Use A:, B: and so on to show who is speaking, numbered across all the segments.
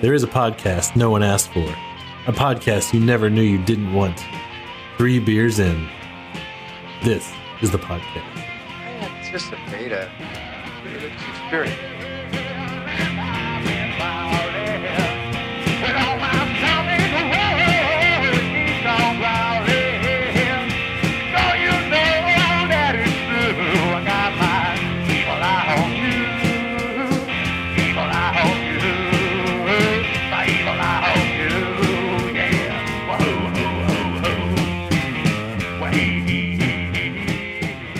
A: There is a podcast no one asked for, a podcast you never knew you didn't want. Three beers in. This is the podcast.
B: Yeah, It's just a beta. It's experience.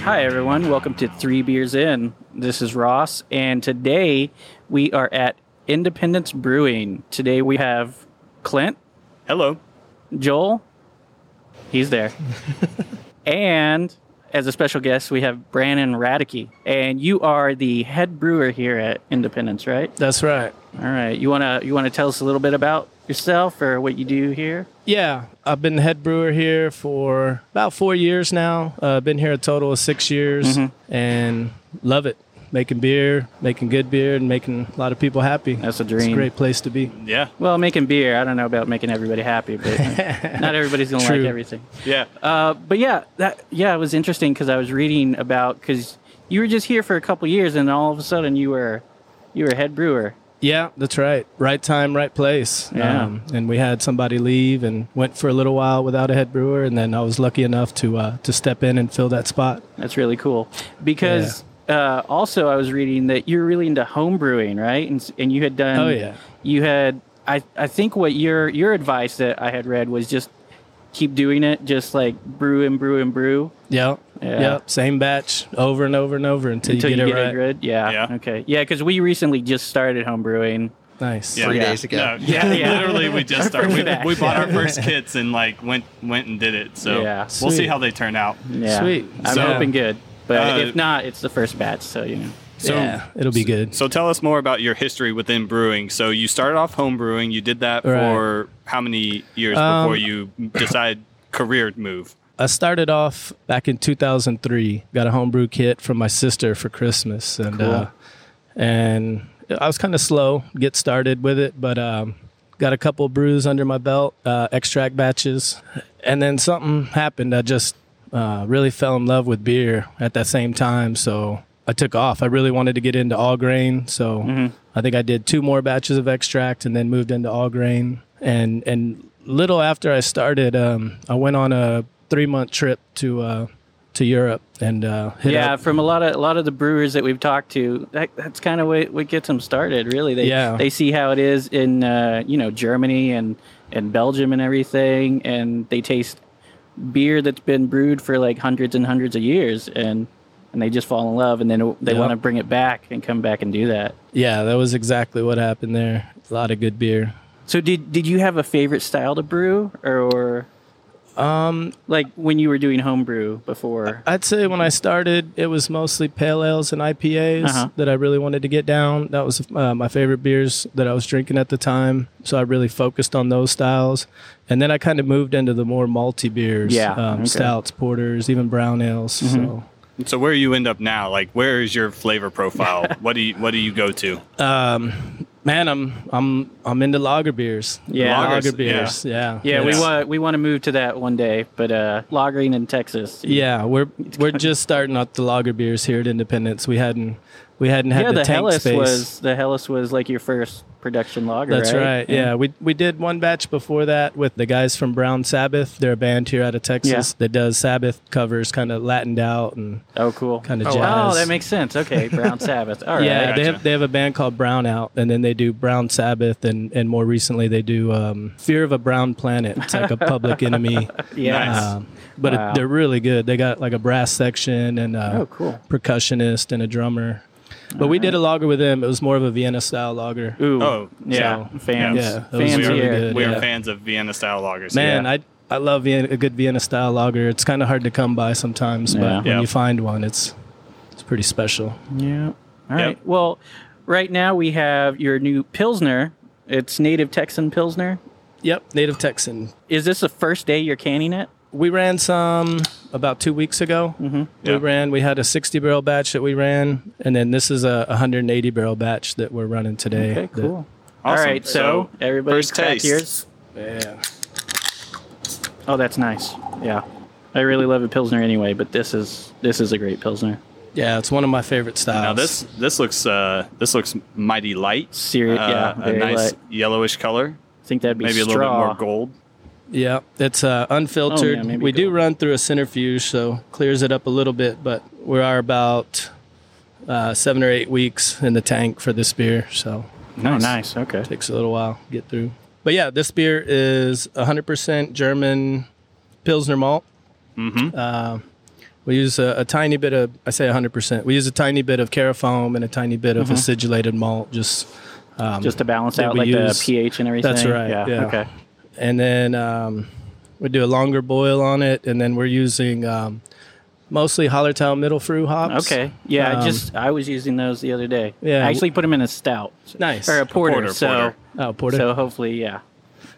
C: Hi, everyone. Welcome to Three Beers In. This is Ross, and today we are at Independence Brewing. Today we have Clint,
D: Hello.
C: Joel, he's there, and as a special guest, we have Brandon Radicky. And you are the head brewer here at Independence, right?
E: That's right.
C: All right. You wanna you wanna tell us a little bit about yourself or what you do here?
E: Yeah, I've been head brewer here for about four years now. Uh, been here a total of six years
C: Mm-hmm.
E: and love it. Making beer, making good beer, and making a lot of people happy.
C: That's a
E: It's
C: dream.
E: a great place to be.
D: Yeah.
C: Well, making beer. I don't know about making everybody happy, but not everybody's gonna
E: True.
C: like everything.
D: Yeah.
C: Uh, but yeah, that yeah, it was interesting because I was reading about because you were just here for a couple years, and all of a sudden you were you were head brewer.
E: Yeah, that's right. Right time, right place. Um,
C: Yeah.
E: and we had somebody leave and went for a little while without a head brewer, and then I was lucky enough to uh, to step in and fill that spot.
C: That's really cool because uh, also I was reading that you're really into home brewing, right? And s- and you had done
E: Oh, yeah.
C: you had I I think what your your advice that I had read was just keep doing it, just like brew and brew and brew
E: Yep.
C: Yeah.
E: Yep. Same batch over and over and over until,
C: until
E: you get, it right.
C: good. Yeah.
D: Yeah.
C: Okay. Yeah, because we recently just started home brewing.
E: Nice.
D: Yeah.
B: Three
C: Yeah.
B: days ago.
D: No, yeah,
C: Yeah.
D: Literally, we just started. We,
C: Back.
D: we bought our first kits and like went went and did it. So
C: Yeah.
D: we'll see
E: Sweet.
D: how they turn out.
C: Yeah.
E: Sweet.
C: I'm
D: So-
C: hoping good, but
D: Uh,
C: if not, it's the first batch, so you know.
D: So
E: yeah, it'll be good.
D: so tell us more about your history within brewing. So you started off home brewing. You did that
E: Right.
D: for how many years
E: Um,
D: before you decide career move?
E: I started off back in 2003. Got a homebrew kit from my sister for Christmas, and uh, and I was kind of slow to get started with it, but um, got a couple brews under my belt, uh, extract batches, and then something happened. I just uh, really fell in love with beer at that same time, so I took off. I really wanted to get into all grain, so I think I did two more batches of extract and then moved into all grain. And and little after I started, um, I went on a three month trip to uh, to Europe and uh, hit
C: yeah,
E: up-
C: from a lot of a lot of the brewers that we've talked to, that, that's kind of what, what gets them started. Really, they
E: Yeah.
C: they see how it is in uh, you know Germany and and Belgium and everything, and they taste beer that's been brewed for like hundreds and hundreds of years, and and they just fall in love, and then they
E: Yep.
C: want to bring it back and come back and do that.
E: yeah, that was exactly what happened there. A lot of good beer.
C: So did did you have a favorite style to brew or? Um, like when you were doing homebrew before,
E: I'd say when I started, it was mostly pale ales and IPAs
C: Uh-huh.
E: that I really wanted to get down. That was uh, my favorite beers that I was drinking at the time, so I really focused on those styles. And then I kind of moved into the more malty beers,
C: Yeah,
E: um,
C: okay. Mm-hmm.
E: stouts, porters, even brown ales. So
D: So where you end up now? Like where is your flavor profile? what do you what do you go to?
E: Man, I'm I'm I'm into lager beers.
C: Yeah.
E: lager
D: Lagers,
E: beers. Yeah,
C: Yeah, we
E: It's-
C: want we want to move to that one day, but uh, lagering in Texas.
E: Yeah, we're we're just starting up the lager beers here at Independence. We hadn't we hadn't had
C: yeah,
E: the,
C: the,
E: tank
C: Hellas
E: space.
C: was the Hellas was like your first production lager.
E: That's
C: right.
E: right. Yeah. we we did one batch before that with the guys from Brown Sabbath. They're a band here out of Texas
C: Yeah.
E: that does Sabbath covers, kind of Latined out and
C: Oh, cool.
E: kind of
C: oh,
E: jazz.
C: wow. Oh, that makes sense. Okay, Brown Sabbath. All right.
E: yeah,
D: Gotcha.
E: they have they have a band called Brown Out, and then they do Brown Sabbath, and and more recently they do um, Fear of a Brown Planet. It's like a Public Enemy.
C: Yeah.
D: Nice.
E: Um, but
C: Wow.
E: it, they're really good. They got like a brass section and a
C: Oh, cool.
E: percussionist and a drummer. But we did a lager with them. It was more of a Vienna style lager.
C: Ooh.
D: Oh,
C: yeah.
E: so-
C: fans.
E: Yeah, that was
C: fans
D: we are,
E: really
C: here.
E: good.
D: we are
E: yeah.
D: fans of Vienna style lagers.
E: Man,
D: yeah.
E: I I love Vienna, a good Vienna style lager. It's kind of hard to come by sometimes, but
C: Yeah.
E: when
D: Yeah.
E: you find one, it's it's pretty special.
C: Yeah. All right.
D: Yep.
C: Well, right now we have your new Pilsner. It's native Texan Pilsner.
E: Yep, native Texan.
C: Is this the first day you're canning it?
E: We ran some about two weeks ago. Mm-hmm. We
D: Yeah.
E: ran. We had a 60 barrel batch that we ran, and then this is a 180 barrel batch that we're running today.
C: Okay,
E: that-
C: cool.
D: Awesome.
C: All right, so, everybody
D: first
C: crack
D: taste.
C: yours.
E: Yeah.
C: Oh, that's nice. Yeah, I really love a pilsner anyway, but this is this is a great pilsner.
E: Yeah, it's one of my favorite styles.
D: now this this looks uh, this looks mighty light.
C: Seri- yeah,
D: Uh, a
C: very
D: nice
C: light.
D: yellowish color,
C: I think that'd be
D: maybe a
C: straw.
D: little bit more gold.
E: Yeah, it's uh, unfiltered.
C: Oh, yeah, maybe
E: we do
C: gold.
E: run through a centrifuge, so clears it up a little bit. But we are about uh, seven or eight weeks in the tank for this beer, so
C: No, nice. Okay.
E: takes a little while to get through. But yeah, this beer is 100% German Pilsner malt.
D: Mhm.
E: Uh, we use a, a tiny bit of, I say 100%, we use a tiny bit of carafoam and a tiny bit
D: Mm-hmm.
E: of acidulated malt, just,
C: Just to balance
E: Did
C: out
E: we
C: like
E: use-
C: the pH and everything.
E: right,
C: Yeah.
E: yeah.
C: Okay.
E: and then um, we do a longer boil on it, and then we're using um, mostly Hallertau middle fruit hops.
C: Okay. Yeah.
E: Um,
C: I just I was using those the other day.
E: Yeah.
C: I actually put them in a stout.
E: Nice.
C: Or a porter.
D: Porter,
C: so
D: porter.
E: Oh, porter.
C: so hopefully yeah.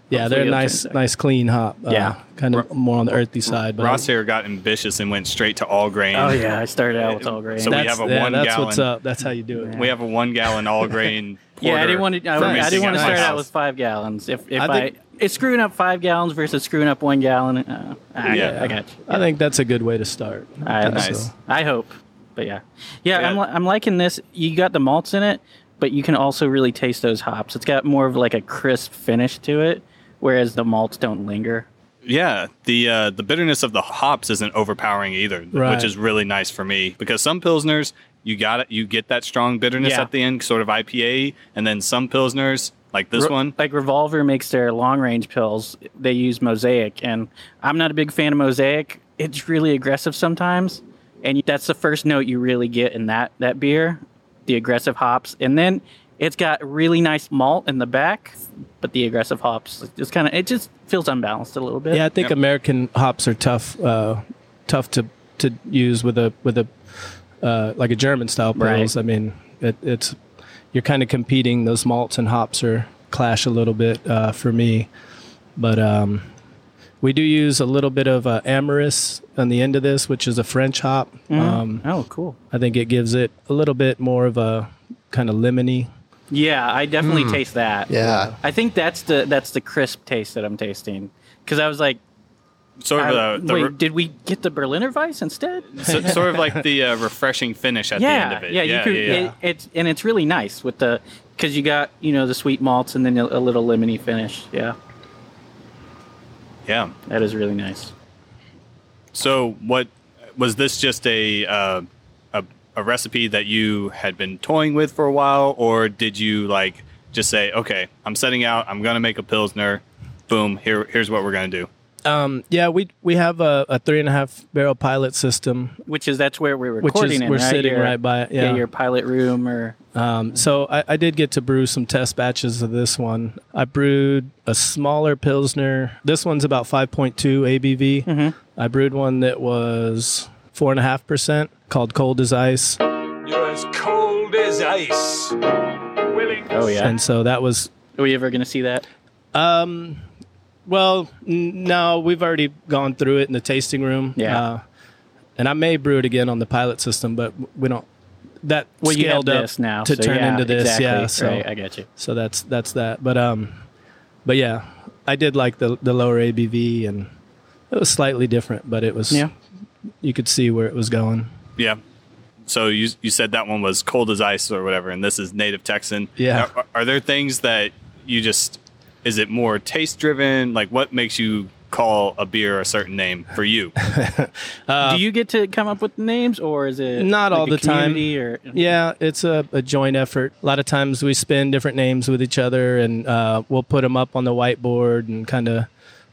E: yeah, they're
C: you'll
E: nice,
C: drink that.
E: nice clean hop. uh,
C: Yeah.
E: kind of more on the earthy side. But
D: Ross here got ambitious and went straight to all grain.
C: Oh yeah. I started out with all grain.
D: So we
E: that's,
D: have a
E: yeah,
D: one
E: that's
D: gallon-
E: what's up. That's how you do it.
D: We have a one gallon all grain.
C: yeah, I
D: porter
C: didn't want to.
D: for
C: I, I
D: mixing
C: didn't want to
D: at my
C: start out
D: house.
C: with five gallons. If if
E: I
C: I,
E: think-
C: it's screwing up five gallons versus screwing up one gallon. Uh, I,
D: Yeah.
C: I got you.
E: I think that's a good way to start.
C: I,
D: Ah, Nice.
C: so. I hope, but yeah, yeah.
D: Yeah.
C: I'm, li- I'm liking this. You got the malts in it, but you can also really taste those hops. It's got more of like a crisp finish to it, whereas the malts don't linger.
D: Yeah, the uh, the bitterness of the hops isn't overpowering either,
E: Right.
D: which is really nice for me because some pilsners you got it, you get that strong bitterness
C: Yeah.
D: at the end, sort of IPA, and then some pilsners like this
C: Re-
D: one.
C: like Revolver makes their long range pills. They use Mosaic, and I'm not a big fan of Mosaic. It's really aggressive sometimes, and that's the first note you really get in that that beer, the aggressive hops, and then it's got really nice malt in the back, but the aggressive hops just kind of it just feels unbalanced a little bit.
E: Yeah, I think
D: Yep.
E: American hops are tough, uh, tough to to use with a with a uh, like a German style
C: Right.
E: pills. I mean, it, it's you're kind of competing. Those malts and hops are clash a little bit uh, for me, but um, we do use a little bit of uh, Amaris on the end of this, which is a French hop.
D: Mm-hmm.
E: Um,
C: Oh, cool.
E: I think it gives it a little bit more of a kind of lemony.
C: Yeah, I definitely taste that.
F: Yeah.
C: I think that's the that's the crisp taste that I'm tasting because I was like,
D: Sort of
C: I-
D: the, uh, the
C: wait,
D: re-
C: did we get the Berliner Weiss instead?
D: so- sort of like the uh, refreshing finish at the end of it.
C: Yeah, you could, It, it's and it's really nice with the because you got you know the sweet malts and then a, a little lemony finish. Yeah,
D: yeah.
C: that is really nice.
D: So, what was this? Just a, uh, a a recipe that you had been toying with for a while, or did you like just say, "Okay, I'm setting out. I'm gonna make a pilsner. Boom. Here, here's what we're gonna do."
E: Um, yeah, we we have a, a three and a half barrel pilot system
C: Which is that's where we're
E: Which is-
C: recording. in,
E: we're
C: right?
E: sitting
C: Your-
E: right by it, yeah.
C: your pilot room or
E: Um, so I, I did get to brew some test batches of this one. I brewed a smaller pilsner. This one's about 5.2 ABV.
C: Mm-hmm.
E: I brewed one that was four and a half percent, called Cold as Ice,
G: You're as cold as ice. Willing.
C: oh yeah.
E: and so that was
C: Are we ever gonna see that?
E: well. n- No, we've already gone through it in the tasting room. Uh,
C: Yeah.
E: and I may brew it again on the pilot system, but we don't. That
C: Well, you have
E: scaled up
C: this now
E: to
C: so
E: turn
C: yeah,
E: into this.
C: Exactly,
E: Yeah, so
C: right, I got you.
E: So that's that's that. But um, but yeah, I did like the the lower ABV, and it was slightly different, but it was
C: Yeah.
E: You could see where it was going.
D: Yeah. So you you said that one was cold as ice or whatever, and this is native Texan.
E: Yeah.
D: Are, are there things that you just is it more taste driven? Like what makes you call a beer a certain name for you?
C: Do you get to come up with names, or is it
E: Uh, Not
C: like
E: all
C: a
E: the time.
C: community Or
E: Yeah, it's a, a joint effort. A lot of times we spin different names with each other, and uh, we'll put them up on the whiteboard and kind of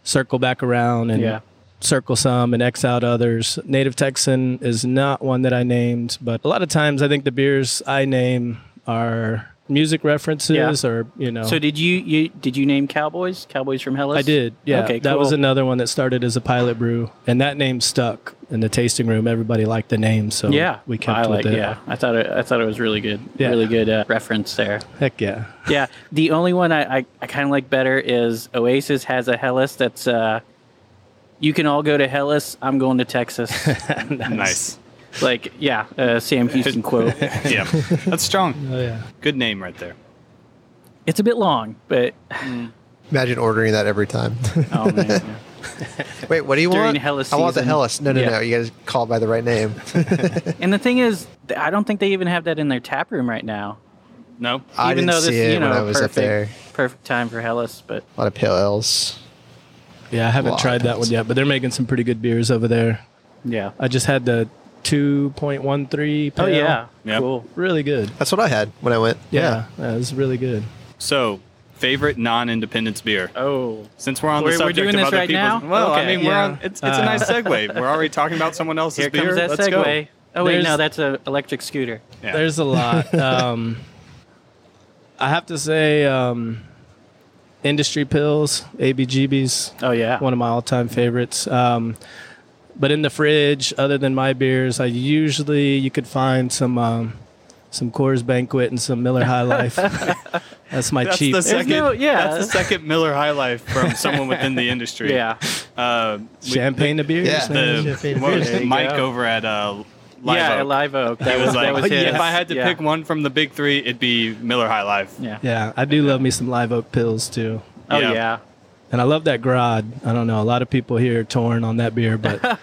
E: circle back around and
C: Yeah.
E: circle some and X out others. Native Texan is not one that I named, but a lot of times I think the beers I name are music references or you know.
C: So did you, you did you name Cowboys? Cowboys from Hellas?
E: I did. Yeah.
C: Okay.
E: That was
C: cool.
E: another one that started as a pilot brew, and that name stuck in the tasting room. Everybody liked the name, so
C: Yeah,
E: we kept
C: I
E: with
C: like.
E: it.
C: Yeah, I thought it, I thought it was really good.
E: Yeah.
C: Really good uh, reference there.
E: Heck yeah.
C: yeah, the only one I I, I kind of like better is Oasis has a Hellas that's uh, you can all go to Hellas. I'm going to Texas.
D: nice.
C: like yeah, uh, Sam Houston quote.
D: Yeah. That's strong.
E: Oh yeah.
D: Good name right there.
C: It's a bit long, but
F: Imagine ordering that every time.
C: oh man,
F: Wait, what do you
C: During
F: want?
C: Hellas
F: I want the
C: season.
F: Hellas. No, no,
E: Yeah.
F: no. You guys call it by the right name.
C: and the thing is, th- I don't think they even have that in their tap room right now.
D: No.
F: I
C: even
F: didn't
C: though this,
F: see it
C: you know,
F: when I was up
C: perfect,
F: there.
C: perfect time for Hellas, but
F: A lot of pale ales.
E: Yeah, I haven't
F: Lot
E: tried
F: of
E: that one
F: things.
E: yet, but they're making some pretty good beers over there.
C: yeah.
E: I just had the 2.13
C: Oh
E: pale.
C: yeah,
D: Yeah.
C: cool.
E: Really good.
F: That's what I had when I went.
E: Yeah, yeah it was really good.
D: So, favorite non-independence beer.
C: Oh,
D: Since we're on
C: We're-
D: the
C: we're
D: subject
C: doing
D: of
C: this
D: other
C: right
D: people's,
C: now?
D: well, I
C: Okay. Uh,
D: mean, we're
E: Yeah.
D: on. It's, it's a nice segue. We're already talking about someone else's
C: here
D: beer.
C: comes that
D: Let's
C: segue.
D: go.
C: Oh wait,
E: There's-
C: no, that's an electric scooter.
D: Yeah.
E: There's a lot. Um, I have to say, um, Industry Pills, ABGB's
C: Oh yeah,
E: one of my all-time favorites. Um, but in the fridge, other than my beers, I usually you could find some um, some Coors Banquet and some Miller High Life. That's my
D: That's
E: cheap.
D: the second.
C: no- yeah.
D: That's the second Miller High Life from someone within the industry.
C: yeah.
D: Uh, we-
E: Champagne to beers.
F: Yeah.
E: man.
D: the what was it,
C: There you
D: Mike
C: go.
D: over at uh, Live
C: yeah,
D: Oak.
C: Live Oak. That
D: He was like, "Oh,
C: that was his.
D: if I had to
C: Yeah.
D: pick one from the big three, it'd be Miller High Life.
C: yeah.
E: Yeah, I do love me some live oak pills too.
C: Oh
D: Yeah.
C: yeah.
E: And I love that grod. I don't know. A lot of people here are torn on that beer, but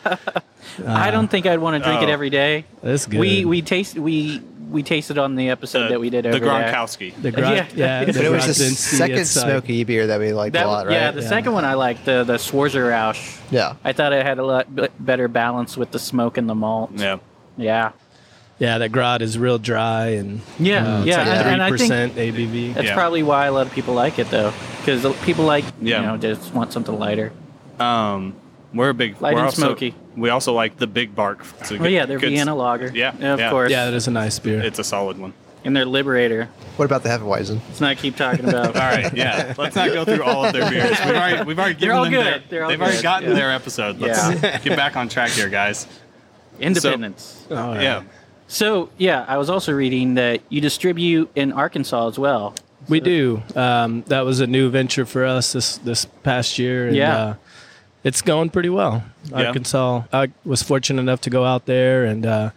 C: I don't think I'd want to drink
D: oh.
C: it every day.
E: it's good.
C: We we taste we we tasted on the episode
D: The,
C: that we did
D: the
C: over there.
D: Gronkowski.
E: the grod,
C: Yeah.
E: yeah. the
F: But it was
E: grod
F: the
E: didn't see
F: second
E: its, uh,
F: smoky beer that we liked
C: That-
F: a lot, right?
C: Yeah, the
E: Yeah.
C: second one I liked the the Schwarzerausch.
F: Yeah.
C: I thought it had a lot b- better balance with the smoke and the malt.
D: Yeah.
C: yeah,
E: Yeah, that grod is real dry and
C: yeah,
E: uh, it's
C: yeah.
E: like
C: and, and I
E: three
C: think
E: percent ABV.
C: that's
D: Yeah.
C: probably why a lot of people like it though, because people like
D: Yeah.
C: you know just want something lighter.
D: Um, we're a big.
C: Light
D: we're
C: and
D: also,
C: smoky.
D: We also like the Big Bark. It's a
C: Oh yeah, they're
D: good-
C: Vienna lager.
D: Yeah,
C: of
D: yeah.
C: course.
E: Yeah, that is a nice beer.
D: It's a solid one.
C: and they're Liberator.
F: What about the Hefeweizen?
C: Let's not keep talking about.
D: All right, yeah. Let's not go through all of their beers. We've already, we've already
C: They're
D: given
C: all
D: them
C: good.
D: their.
C: They're all
D: they've already
C: good,
D: gotten
C: yeah.
D: their episode. Let's get back on track here, guys.
C: Independence.
E: All right.
D: Yeah.
C: So yeah, I was also reading that you distribute in Arkansas as well.
E: We do. Um, that was a new venture for us this this past year. And,
C: Yeah.
E: Uh, it's going pretty well.
D: Yeah.
E: Arkansas. I was fortunate enough to go out there and uh,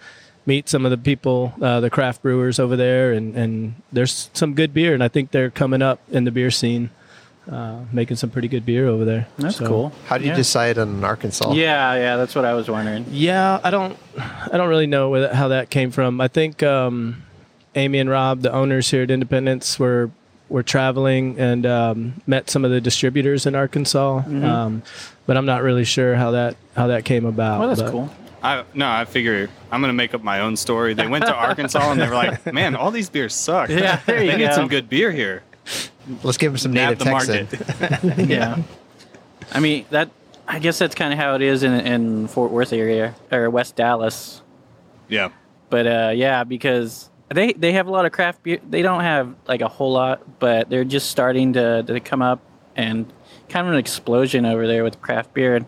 E: meet some of the people, uh, the craft brewers over there, and, and there's some good beer, and I think they're coming up in the beer scene, uh, making some pretty good beer over there.
C: That's
E: So-
C: cool.
F: How do you
C: Yeah.
F: decide on Arkansas?
C: Yeah, yeah, that's what I was wondering.
E: Yeah, I don't, I don't really know where that, how that came from. I think um, Amy and Rob, the owners here at Independence, were were traveling and um, met some of the distributors in Arkansas.
C: Mm-hmm.
E: Um, but I'm not really sure how that how that came about.
C: Well, Oh, that's
E: but-
C: cool.
D: I no, I figure I'm gonna make up my own story. They went to Arkansas and they were like, "Man, all these beers suck.
C: Yeah, there you
D: they need
C: go.
D: some good beer here."
F: Let's give him some
D: Nab
F: native
D: the
F: Texan.
D: market.
C: yeah. I mean that. I guess that's kind of how it is in in Fort Worth area or West Dallas.
D: Yeah.
C: But uh, yeah, because they they have a lot of craft beer. They don't have like a whole lot, but they're just starting to to come up and kind of an explosion over there with craft beer. And,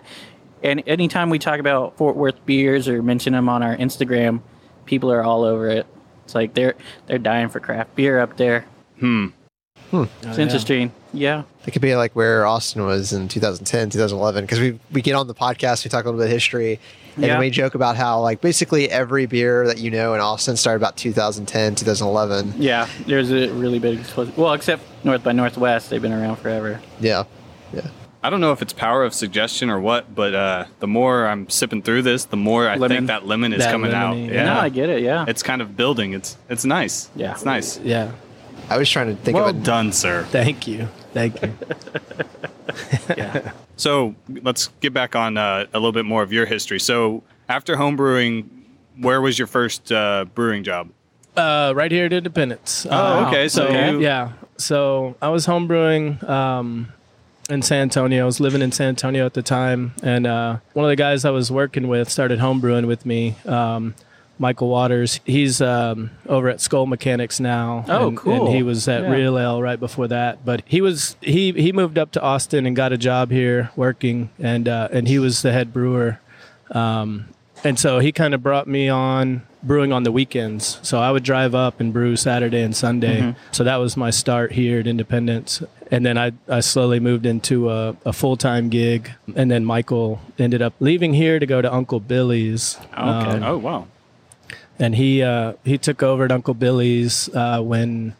C: and anytime we talk about Fort Worth beers or mention them on our Instagram, people are all over it. It's like they're they're dying for craft beer up there. Hmm.
E: Oh,
C: It's
E: yeah.
C: interesting. Yeah.
F: It could be like where Austin was in 2010, 2011, because we we get on the podcast, we talk a little bit of history, and
C: Yeah.
F: then we joke about how like basically every beer that you know in Austin started about 2010, 2011.
C: Yeah, there's a really big explosion. Well, except North by Northwest, they've been around forever.
F: Yeah, yeah.
D: I don't know if it's power of suggestion or what, but uh, the more I'm sipping through this, the more I
C: Lemon.
D: think that lemon is
E: That
D: coming out.
E: lemony,
D: Yeah.
C: No, I get it. Yeah,
D: it's kind of building. It's it's nice.
C: Yeah.
D: It's nice.
E: Yeah.
F: I was trying to think
D: well
F: of a
D: done, sir.
E: Thank you. Thank you.
C: yeah.
D: So let's get back on uh, a little bit more of your history. So after home brewing, where was your first uh, brewing job?
E: uh, right here at Independence. Uh,
D: Oh, okay. So
C: Okay.
D: you,
E: yeah. So I was homebrewing um, in San Antonio. I was living in San Antonio at the time, and uh, one of the guys I was working with started homebrewing with me. Um, Michael Waters. He's um, over at Skull Mechanics now.
C: Oh,
E: and,
C: cool.
E: And he was at
C: Yeah.
E: Real Ale right before that. But he was he he moved up to Austin and got a job here working, and uh, and he was the head brewer. Um, And so he kind of brought me on brewing on the weekends. So I would drive up and brew Saturday and Sunday.
C: Mm-hmm.
E: So that was my start here at Independence. And then I, I slowly moved into a, a full time gig. And then Michael ended up leaving here to go to Uncle Billy's.
C: Okay.
E: Um,
D: Oh wow.
E: and he uh, he took over at Uncle Billy's uh, when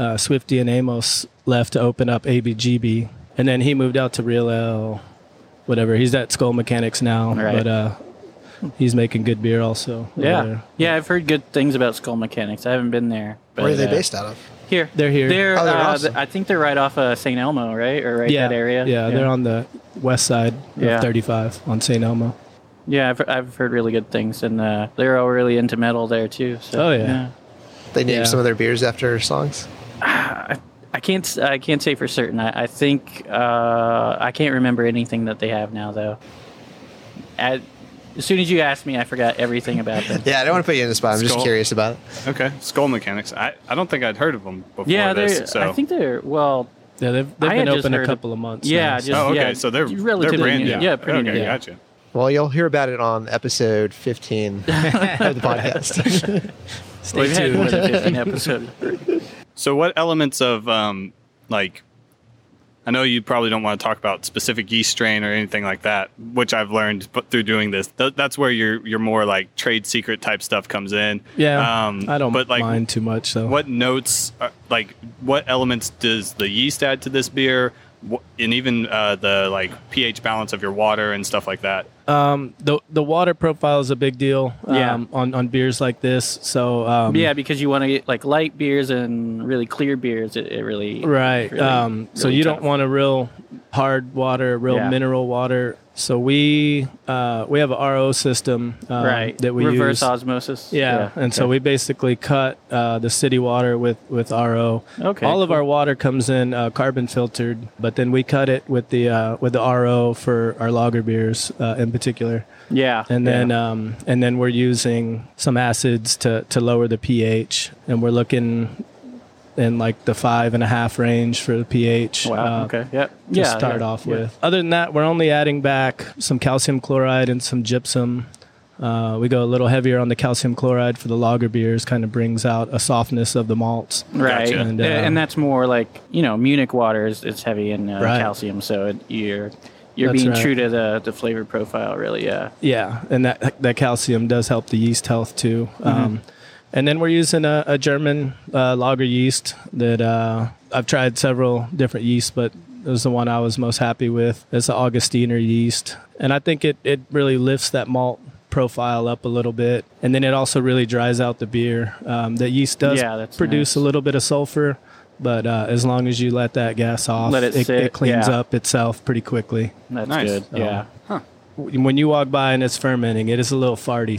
E: uh, Swifty and Amos left to open up ABGB, and then he moved out to Real L, whatever. He's at Skull Mechanics now,
C: Right.
E: but uh, he's making good beer also. over
C: Yeah.
E: there.
C: Yeah, I've heard good things about Skull Mechanics. I haven't been there. But,
F: Where are they
C: uh,
F: based out of?
C: Here.
E: They're here.
C: They're,
F: Oh, they're
C: uh,
F: awesome.
C: th- I think they're right off uh, St. Elmo, right? Or right
E: yeah,
C: that area.
E: Yeah, they're on the west side of
C: Yeah.
E: 35 on St. Elmo.
C: Yeah, I've, I've heard really good things, and uh, they're all really into metal there too. So,
E: Oh, yeah.
F: They named
E: Yeah.
F: some of their beers after songs.
C: I can't s- I can't say for certain. I, I think uh, I can't remember anything that they have now though. At, as soon as you asked me, I forgot everything about them.
F: Yeah, I don't want to put you in the spot. I'm just
D: Skull.
F: curious about it.
D: Okay, Skull Mechanics. I, I don't think I'd heard of them before
C: yeah, they're.
D: this. So
C: I think they're well.
E: Yeah, they've, they've
C: I
E: been
C: had just
E: open a
C: heard-
E: couple of months.
C: yeah,
E: now,
C: just-
D: Oh, okay.
C: yeah,
D: so they're
C: relatively
D: they're brand
C: new.
D: new.
C: Yeah, pretty new,
D: okay,
C: yeah.
D: Gotcha.
F: Well, you'll hear about it on episode 15 of the podcast.
E: Stay
C: We've had
E: tuned.
C: more than 15 episodes.
D: So what elements of um like I know you probably don't want to talk about specific yeast strain or anything like that, which I've learned but through doing this. Th- that's where your your more like trade secret type stuff comes in.
E: Yeah, I don't
D: Um, But like,
E: mind too much though.
D: what notes, are, like, what elements does the yeast add to this beer, Wh- and even uh, the like pH balance of your water and stuff like that?
E: Um, the the water profile is a big deal. Um,
C: Yeah.
E: on on beers like this. So um,
C: yeah, because you want to get like light beers and really clear beers. It, it really
E: right.
C: really-
E: um, so
C: really
E: you
C: tough.
E: don't want a real hard water, real
C: Yeah.
E: mineral water. So we uh, we have a RO system um,
C: right
E: that we
C: reverse
E: use.
C: osmosis.
E: Yeah. and so we basically cut uh, the city water with with RO.
C: Okay,
E: all of
C: cool.
E: our water comes in uh, carbon filtered, but then we cut it with the uh, with the RO for our lager beers uh, in particular.
C: yeah,
E: and then
C: yeah.
E: um, and then we're using some acids to to lower the pH, and we're looking in like the five and a half range for the pH.
C: wow.
E: uh,
C: okay. Yep.
E: To
C: yeah.
E: start
C: yeah,
E: off
C: yeah.
E: with. Other than that, we're only adding back some calcium chloride and some gypsum. Uh, we go a little heavier on the calcium chloride for the lager beers, kind of brings out a softness of the malts.
C: Right,
D: Gotcha.
E: And,
C: and,
E: uh,
C: that's more like you know Munich water is it's heavy in uh,
E: Right.
C: calcium, so it, you're you're
E: That's
C: being
E: right.
C: true to the the flavor profile, really. Yeah,
E: Yeah, and that that calcium does help the yeast health too.
C: Mm-hmm.
E: Um, and then we're using a, a German uh, lager yeast that uh, I've tried several different yeasts, but it was the one I was most happy with. It's the Augustiner yeast, and I think it it really lifts that malt profile up a little bit, and then it also really dries out the beer. Um, that yeast does
C: Yeah, that's
E: produce
C: nice.
E: a little bit of sulfur. But uh, as long as you let that gas off,
C: Let it sit,
E: cleans
C: yeah.
E: up itself pretty quickly
C: that's
D: Nice.
C: good.
E: Oh.
C: Yeah,
E: when you walk by and it's fermenting, it is a little farty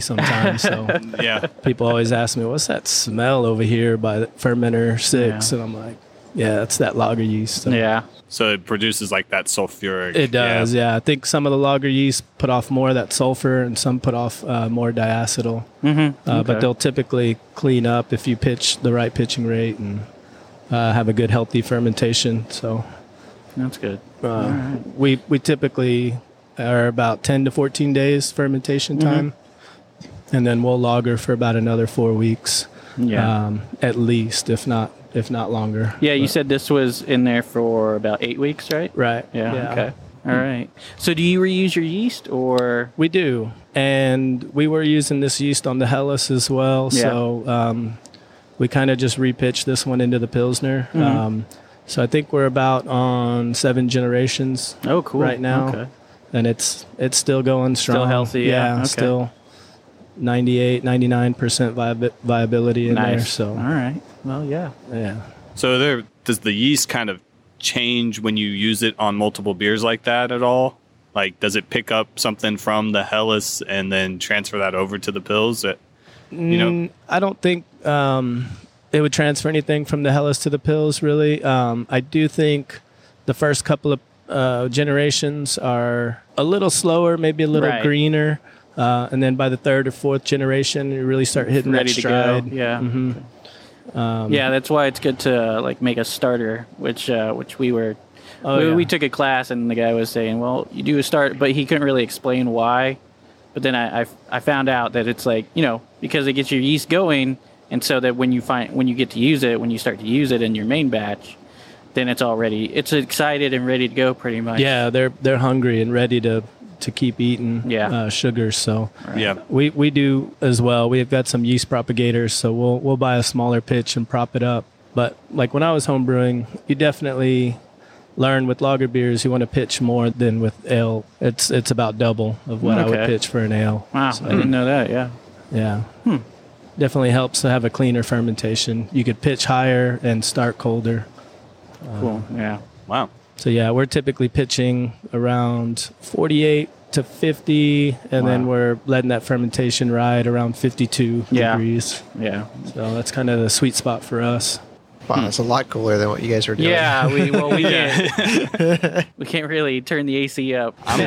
E: sometimes. so
D: Yeah,
E: people always ask me, "What's that smell over here by the fermenter six?
C: Yeah.
E: And I'm like, "Yeah, it's that lager yeast." So
C: yeah,
D: so it produces like that sulfuric.
E: It does, yeah. I think some of the lager yeast put off more of that sulfur, and some put off uh, more diacetyl. Mm-hmm. Uh, But
C: Okay.
E: they'll typically clean up if you pitch the right pitching rate and uh, have a good, healthy fermentation. So
C: that's good.
E: Uh, we we typically are about 10 to 14 days fermentation
C: Mm-hmm.
E: time and then we'll lager for about another four weeks
C: Yeah,
E: um, at least if not if not longer
C: yeah. You
E: But-
C: said this was in there for about eight weeks, right?
E: right
C: Yeah. Okay. All right. So, do you reuse your yeast or?
E: we do and we were using this yeast on the hellas as well
C: Yeah.
E: so um, we kind of just repitched this one into the pilsner
C: Mm-hmm.
E: um, so i think we're about on seven generations
C: Oh, cool.
E: right now,
C: Okay.
E: and it's it's still going strong.
C: healthy, yeah, okay.
E: still 98, 99 percent viabi- viability in there.
C: Nice. All
E: So
C: right. Well, yeah.
E: yeah,
D: So there does the yeast kind of change when you use it on multiple beers like that at all? Like does it pick up something from the Hellas and then transfer that over to the pills? That, you know,
E: Mm, I don't think um, it would transfer anything from the Hellas to the pills. Really, um, I do think the first couple of uh, generations are a little slower, maybe a little
C: Right.
E: greener. Uh, and then by the third or fourth generation, you really start hitting
C: Ready
E: that
C: to go.
E: stride.
C: Yeah.
E: Um,
C: yeah, that's why it's good to uh, like make a starter, which uh, which we were.
E: Oh,
C: we,
E: yeah.
C: we took a class and the guy was saying, "Well, you do a start," but he couldn't really explain why. But then I, I, I found out that it's like you know because it gets your yeast going, and so that when you find when you get to use it, when you start to use it in your main batch, then it's already it's excited and ready to go pretty much.
E: Yeah, they're they're hungry and ready to to keep eating
C: Yeah.
E: uh, sugars. So
C: Mm.
D: yeah.
E: we we do as well. We've got some yeast propagators, so we'll we'll buy a smaller pitch and prop it up But like when I was home brewing, you definitely learn with lager beers you want to pitch more than with ale. It's it's about double of what I would
C: Okay.
E: pitch for an ale.
C: Wow, Hmm. I
E: Mm.
C: didn't know that. Yeah.
E: Yeah. Definitely helps to have a cleaner fermentation. You could pitch higher and start colder.
C: Cool.
E: Uh-huh.
C: Yeah.
D: Wow.
E: So yeah, we're typically pitching around 48 to 50 and then
C: Wow.
E: we're letting that fermentation ride around 52
C: Yeah.
E: degrees.
C: Yeah.
E: So that's kind of the sweet spot for us.
F: Wow, it's a lot cooler than what you guys were doing.
C: Yeah. We well we
D: Yeah.
C: can't we can't really turn the AC up.
D: I'm,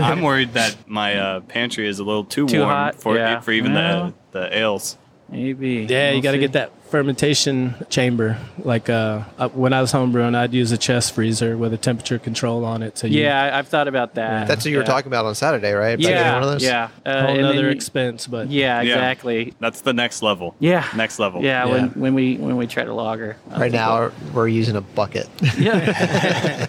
D: I'm worried that my uh, pantry is a little too,
C: Too
D: warm
C: hot,
D: for
C: yeah.
D: for even
C: Well.
D: the the ales.
C: Maybe.
E: Yeah, you
C: We'll
E: got to
C: see.
E: get that fermentation chamber. Like uh, uh, when I was homebrewing, I'd use a chest freezer with a temperature control on it. So you,
C: Yeah, I- I've thought about that.
F: That's what you were
C: Yeah.
F: talking about on Saturday, right? About getting
C: Yeah.
F: one of those?
C: Yeah. Uh,
E: whole
C: and then
E: another
C: you-
E: expense. But
C: Yeah.
D: Yeah.
C: Exactly.
D: That's the next level.
C: Yeah.
D: Next level.
C: Yeah, When,
E: Yeah.
C: when we when we try to logger. I
F: Right
C: think
F: now, we're using a bucket.
C: we'll- Yeah.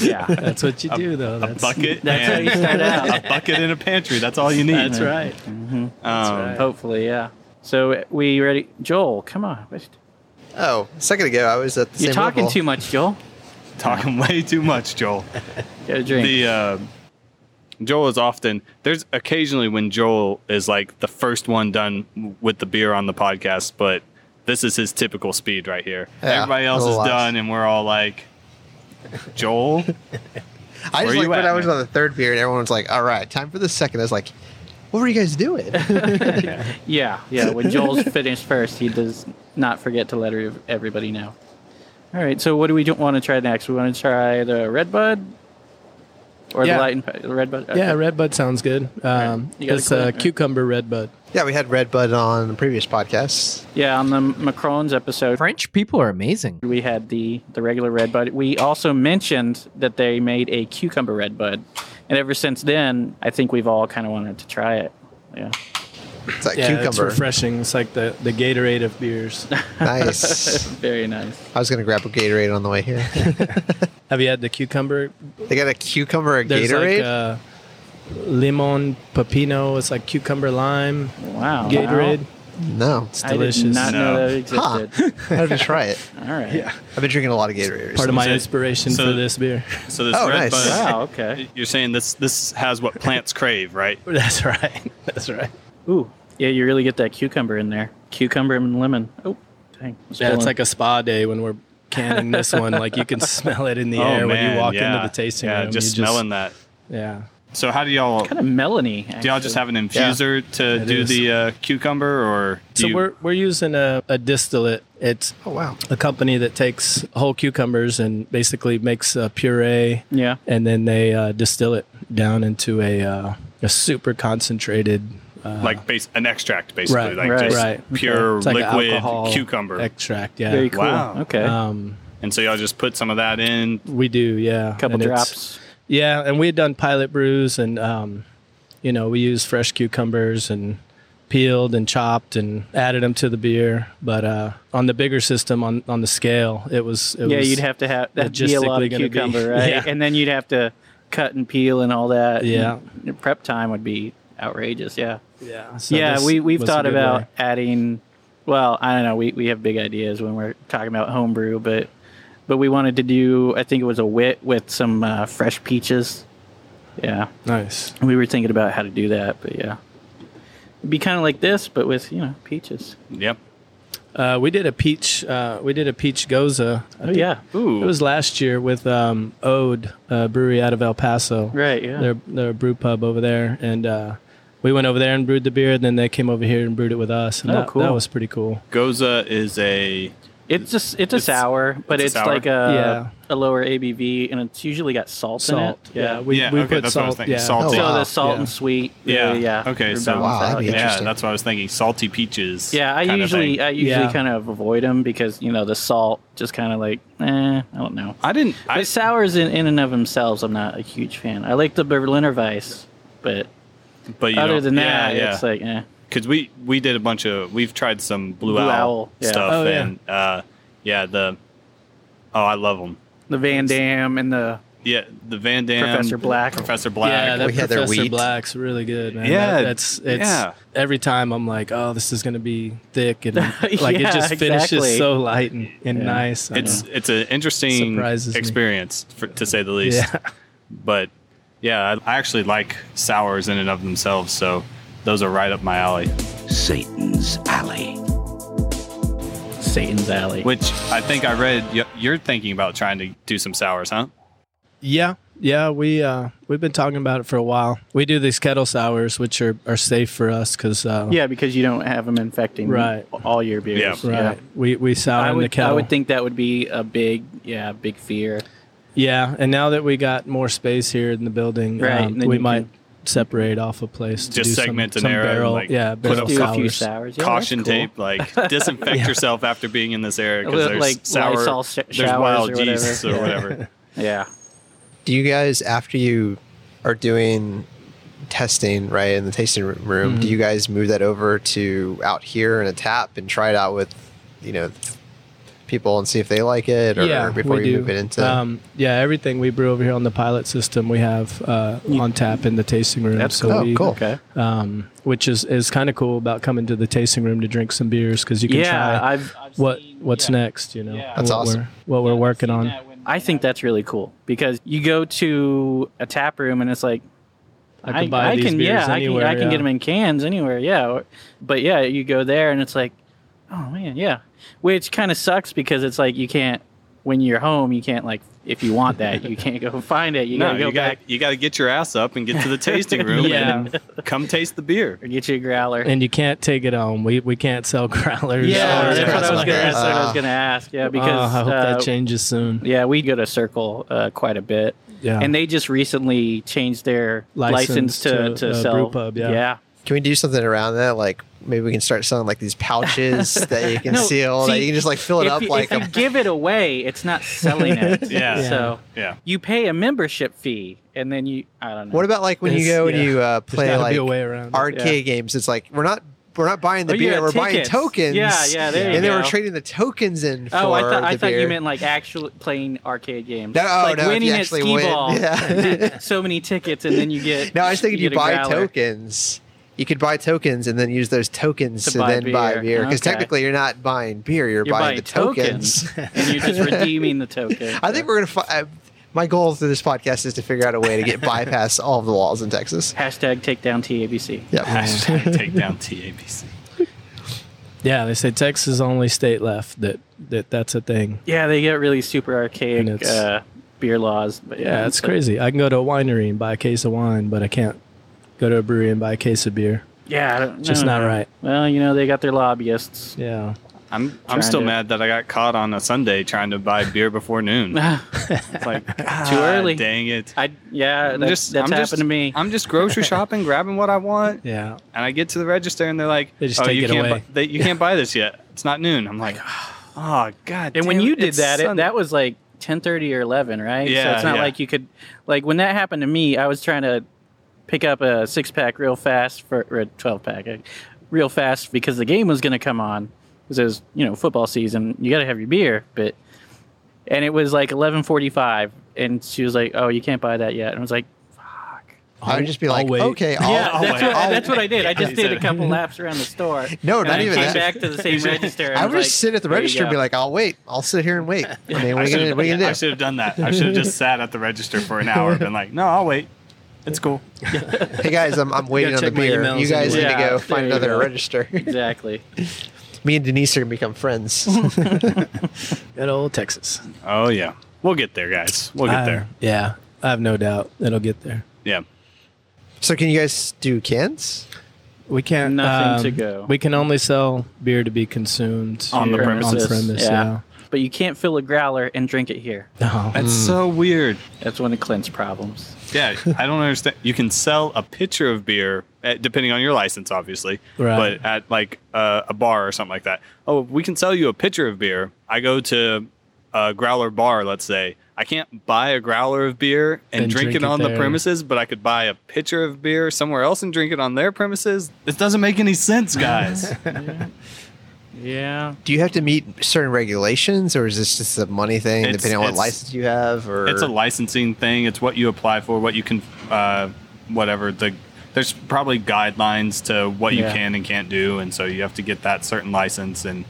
C: yeah.
E: that's what you do, though.
D: A
E: That's,
D: bucket.
C: That's how
D: and
C: you start
D: a
C: out.
D: bucket and a pantry. That's all you need.
E: That's right.
D: Um,
E: right.
C: Hopefully, yeah. So we ready, Joel? Come on.
F: oh, a second ago, I was at the
C: You're
F: same
C: talking
F: level.
C: too much, Joel.
D: Talking way too much, Joel.
C: Get a drink.
D: The uh, Joel is often there's occasionally when Joel is like the first one done with the beer on the podcast, but this is his typical speed right here.
F: Yeah,
D: Everybody else is
F: a little less.
D: done, and we're all like, Joel.
F: I
D: Where
F: just
D: you
F: like when
D: at,
F: I was
D: man?
F: on the third beer and everyone was like, all right, time for the second. I was like, what were you guys doing?
C: yeah, yeah. When Joel's finished first, he does not forget to let her- everybody know. All right. So what do we want to try next? We want to try the Red Bud. Or
E: Yeah.
C: the light and pe- the red bud.
E: Yeah,
C: Okay.
E: red bud sounds good. Um,
C: You gotta
E: It's
C: clean it,
E: a
C: right?
E: cucumber red bud.
F: yeah, we had Red Bud on the previous podcast.
C: yeah. On the Macron's episode,
H: French people are amazing.
C: we had the the regular red bud. We also mentioned that they made a cucumber red bud, and ever since then, I think we've all kind of wanted to try it. Yeah,
F: It's like
E: Yeah, it's
F: cucumber.
E: refreshing. It's like the, the Gatorade of beers.
F: nice.
C: very nice.
F: I was going to grab a Gatorade on the way here.
E: Have you had the cucumber?
F: they got a cucumber, a
E: There's
F: Gatorade?
E: like uh, limon pepino. It's like cucumber lime
C: Wow,
E: Gatorade.
C: Wow.
F: no.
C: I
E: delicious.
C: did not
D: No.
C: know that existed.
F: How did you try it?
C: All right.
F: I've been drinking a lot of Gatorade.
E: Part of
F: recently.
E: my
D: So-
E: inspiration
D: so-
E: for this beer.
D: So this
F: Oh,
D: red
F: nice.
D: bud.
C: Wow. Okay.
D: You're saying this this has what plants crave, right?
E: That's right. That's right.
C: Ooh. Yeah, you really get that cucumber in there. Cucumber and lemon. Oh, dang.
E: Yeah, it's like a spa day when we're canning this one. Like you can smell it in the air when you walk into the tasting
D: Oh, yeah,
E: room.
D: just
E: You
D: smelling that.
E: Yeah.
D: So how do y'all
C: kind of melony.
D: do y'all just have an infuser to
E: It
D: do
E: is.
D: the uh, cucumber or do
E: So
D: you-
E: we're we're using a, a distillate. It's
F: Oh, wow.
E: a company that takes whole cucumbers and basically makes a puree,
C: Yeah.
E: and then they uh, distill it down into a uh, a super concentrated. Uh,
D: like base an extract basically
E: Right,
D: like
C: right,
D: just
E: right.
D: pure
E: it's like a
D: liquid
E: alcohol
D: cucumber
E: extract, yeah.
C: Very cool.
D: Wow.
C: Okay.
E: Um,
D: and so y'all just put some of that in
E: we do, yeah.
C: a couple
E: And it's-
C: drops.
E: Yeah, and we had done pilot brews, and um, you know we used fresh cucumbers and peeled and chopped and added them to the beer. But uh, on the bigger system, on on the scale, it was it
C: Yeah,
E: was,
C: you'd have to have that'd be a lot
E: logistically
C: of
E: gonna be-
C: cucumber, right?
E: Yeah.
C: And then you'd have to cut and peel and all that.
E: Yeah.
C: Your prep time would be outrageous. Yeah.
E: yeah so
C: yeah,
E: this
C: we we've
E: was a
C: thought
E: good
C: about
E: way.
C: adding. Well, I don't know. We we have big ideas when we're talking about homebrew, but but we wanted to do. I think it was a wit with some uh, fresh peaches. Yeah,
E: nice.
C: we were thinking about how to do that, but yeah, it'd be kind of like this, but with you know peaches.
D: yep
E: Uh, we did a peach. Uh, we did a peach goza. I
C: Oh
E: think
C: yeah,
D: ooh
E: It was last year with um, Ode uh, Brewery out of El Paso.
C: right. Yeah,
E: Their their brew pub over there, and uh, we went over there and brewed the beer. And then they came over here and brewed it with us. And
C: Oh,
E: that,
C: cool.
E: that was pretty cool.
D: goza is a
C: it's just it's a
D: it's-
C: sour, but it's,
D: it's a sour?
C: like a a lower ABV, and it's usually got salt, in it.
E: salt. Yeah, we,
D: Yeah,
E: we
D: okay,
E: put
D: that's what I
E: salt.
D: was thinking.
E: yeah.
D: Salt.
C: So
F: Oh, wow.
C: the salt
E: Yeah.
C: and sweet.
D: yeah
C: really, yeah.
D: okay
C: are
D: so
C: balanced
F: Wow, that'd
C: out,
F: be
C: yeah.
D: yeah
F: Interesting.
D: that's what i was thinking salty peaches
C: Yeah, I
D: kinda
C: usually
D: thing.
C: I usually
E: Yeah.
C: kind of avoid them because you know the salt just kind of like eh, I don't know.
D: i didn't i
C: But sours in, in and of themselves, I'm not a huge fan. I like the Berliner Weiss, but
D: but you
C: other
D: don't-
C: than
D: yeah,
C: that,
D: yeah.
C: it's like eh.
D: because we we did a bunch of we've tried some blue,
C: Blue
D: owl,
C: Owl, yeah.
D: stuff
E: Oh, yeah.
D: and uh yeah the oh i love them
C: the Van Dam and the
D: yeah, the Van Dam,
C: Professor Black.
D: Professor Black.
E: Yeah, that
F: We had their
E: Professor
F: wheat.
E: Black's really good, man.
D: Yeah,
E: That- that's it's
D: yeah.
E: every time I'm like, oh, this is gonna be thick, and like
C: Yeah,
E: it just finishes
C: exactly.
E: so light and, and nice. I
D: it's
E: know.
D: it's an interesting
E: Surprises me.
D: experience for, to say the least.
E: Yeah.
D: But yeah, I, I actually like sours in and of themselves, so those are right up my alley.
H: Satan's Alley.
C: Satan's Alley.
D: Which I think I read y- you're thinking about trying to do some sours, huh?
E: yeah, yeah. We uh, we've been talking about it for a while. We do these kettle sours, which are, are safe for us because uh,
C: yeah, because you don't have them infecting
E: Right.
C: all your beers.
D: Yeah.
E: right. We we sour
C: I
E: in the
C: would,
E: kettle.
C: I would think that would be a big, yeah, big fear.
E: Yeah, and now that we got more space here in the building,
C: Right,
E: um,
C: and then
E: we
C: you
E: might
C: can-
E: separate off a place to
D: Just
E: do some-
D: segment
E: some,
D: an area and,
E: barrel,
D: like,
E: yeah,
D: put
E: barrel
D: up
C: Do a few
E: sours.
C: sours. Yeah,
D: Caution
C: that's cool.
D: tape, like disinfect yourself after being in this area
C: A
D: because
C: little,
D: there's
C: like,
D: sour,
C: Lysol sh-
D: there's
C: showers
D: wild
C: or whatever.
D: yeasts or
C: Yeah.
D: whatever.
C: Yeah.
F: Do you guys, after you are doing testing, right, in the tasting r- room,
E: Mm-hmm.
F: do you guys move that over to out here in a tap and try it out with, you know, people and see if they like it or
E: yeah,
F: before
E: we
F: you
E: do.
F: move it into?
E: um, yeah, everything we brew over here on the pilot system we have uh, on tap in the tasting room.
C: That's
E: so
F: oh,
E: we,
F: cool.
C: Okay.
E: Um, which is, is kind of cool about coming to the tasting room to drink some beers because you can
C: Yeah,
E: try
C: I've, I've
E: what
C: seen-
E: what's
C: yeah.
E: next. You know,
C: Yeah.
F: That's
E: what
F: awesome.
E: We're, what we're working on.
C: I think that's really cool because you go to a tap room and it's like
E: I can buy these
C: can,
E: beers
C: yeah,
E: anywhere. uh,
C: I can, I can
E: yeah.
C: get them in cans anywhere, yeah. Or- But yeah, you go there and it's like, oh man, yeah. Which kind of sucks because it's like you can't when you're home, you can't like if you want that, you can't go find it. You
D: no,
C: gotta go
D: you
C: back
D: got you got to get your ass up and get to the tasting room
E: Yeah.
D: and come taste the beer.
C: and get you a growler.
E: and you can't take it home. We we can't sell growlers.
C: yeah,
E: or-
C: that's what I was gonna. That's what I
F: Uh,
C: was gonna ask. Yeah, because
E: Oh, Ah. I hope
C: uh,
E: that changes soon.
C: Yeah, we go to Circle uh, quite a bit,
E: Yeah.
C: and they just recently changed their license,
E: License
C: to, to,
E: to, uh,
C: sell.
E: brewpub, yeah.
C: yeah,
F: Can we do something around that? Like maybe we can start selling like these pouches that you can
C: No,
F: seal that
C: see,
F: you can just like fill it
C: if
F: up
C: you,
F: like
C: if
F: a
C: you give it away, it's not selling it.
D: Yeah.
C: So
D: Yeah.
C: you pay a membership fee, and then you I don't know.
F: What about like when you
E: It's-
F: go and
E: yeah.
F: you uh,
E: There's
F: play
E: gotta
F: like
E: be a way around it.
F: arcade games? It's like we're not we're not buying the
C: Oh, you
F: beer,
C: got
F: we're buying
C: tickets.
F: tokens.
C: Yeah, yeah, there you
F: and they were
C: go.
F: trading the tokens in for
C: Oh, I thought
F: the
C: I thought
F: beer.
C: you meant like actual playing arcade games.
F: No, oh,
C: like
F: no, if you
C: winning at
F: actually
C: skee
F: win.
C: ball.
F: Yeah.
C: so many tickets, and then you get.
F: no, I was thinking you,
C: get a
F: buy
C: growler.
F: tokens. You could buy tokens and then use those tokens
C: To
F: to,
C: buy
F: then buy
C: beer.
F: beer because
C: Okay.
F: technically you're not buying beer, you're,
C: You're
F: buying,
C: buying
F: the tokens.
C: and you're just redeeming the token.
F: I think we're gonna. Fi- I, my goal through this podcast is to figure out a way to get bypass all of the laws in Texas.
C: hashtag take down TABC.
F: Yeah.
D: Hashtag take down TABC.
E: Yeah, they say Texas is the only state left that, that that's a thing.
C: Yeah, they get really super
E: And
C: archaic
E: it's-
C: uh, beer laws. But yeah,
E: Yeah, it's crazy. I can go to a winery and buy a case of wine, but I can't go to a brewery and buy a case of beer.
C: Yeah, I don't,
E: Just
C: no,
E: not
C: no.
E: right.
C: Well, you know they got their lobbyists.
E: Yeah.
D: I'm I'm
C: Trying
D: still
C: to-
D: mad that I got caught on a Sunday trying to buy beer before noon. It's like too
C: early.
D: Dang it!
C: I yeah,
D: I'm
C: that, that's
D: I'm
C: happened to me.
D: I'm just grocery shopping, grabbing what I want,
E: Yeah.
D: and I get to the register and they're like,
E: They just
D: "Oh,
E: take
D: you
E: it
D: can't
E: away."
D: buy, they, you can't buy this yet. It's not noon." I'm like, "Oh God!"
C: and when
D: damn
C: you
D: it,
C: did
D: it's
C: that, it,
D: Sunday."
C: that was like ten thirty or eleven, right? so
D: Yeah,
C: it's not
D: yeah.
C: like you could, like when that happened to me, I was trying to pick up a six pack real fast for or a twelve pack, uh, real fast because the game was going to come on because it was you know football season. You got to have your beer, but and it was like eleven forty five, and she was like, "Oh, you can't buy that yet," and I was like.
F: I would just be
E: I'll
F: like,
E: wait.
F: okay, I'll,
C: Yeah,
F: I'll
C: that's,
F: wait.
C: what,
F: I'll-
C: that's what I did. I just
D: He
C: did
D: said-
C: a couple laps around the store.
F: No,
C: and
F: not
C: I
F: even
C: came
F: that.
C: back to the same register. and
F: I
C: was
F: would just
C: like,
F: sit at the
C: "There you
F: register and
C: go."
F: be like, I'll wait. I'll sit here and wait. I mean,
D: I
F: what are you
D: should
F: gonna,
D: have
F: what are you
D: I
F: gonna do?
D: should have done that. I should have just sat at the register for an hour and been like, "No, I'll wait. It's cool."
F: Hey guys, I'm, I'm waiting on the
E: check my
F: beer.
E: emails
F: You guys need
C: anyway.
F: to
C: Yeah, there
F: go find
C: you
F: another
C: go.
F: register.
C: exactly.
F: "Hmm, Me and Denise are gonna become friends.
E: Good old Texas.
D: Oh yeah, we'll get there, guys. We'll
C: Uh,
D: get
E: I-
D: there.
E: Yeah. I have no doubt it'll get there.
D: Yeah.
F: so can you guys do cans?
E: We can't. um,
C: Nothing to go.
E: We can only sell beer to be consumed
D: On the
E: here
D: premises.
E: On premise, yeah.
C: But you can't fill a growler and drink it here.
E: No.
D: That's so weird.
C: That's one of Clint's problems.
D: Yeah, I don't understand. You can sell a pitcher of beer, eh, depending on your license, obviously.
E: Right.
D: But at like uh, a bar or something like that. Oh, we can sell you a pitcher of beer. I go to a growler bar, let's say. I can't buy a growler of beer and,
E: And
D: drink,
E: drink
D: it
E: it
D: on the
E: there.
D: premises, but I could buy a pitcher of beer somewhere else and drink it on their premises. This doesn't make any sense, guys.
C: Yeah.
F: Do you have to meet certain regulations, or is this just a money thing,
D: It's-
F: depending on what
D: it's-
F: license you have? Or
D: It's a licensing thing. It's what you apply for, what you can, uh, whatever the. There's probably guidelines to what you
C: Yeah.
D: can and can't do, and so you have to get that certain license, and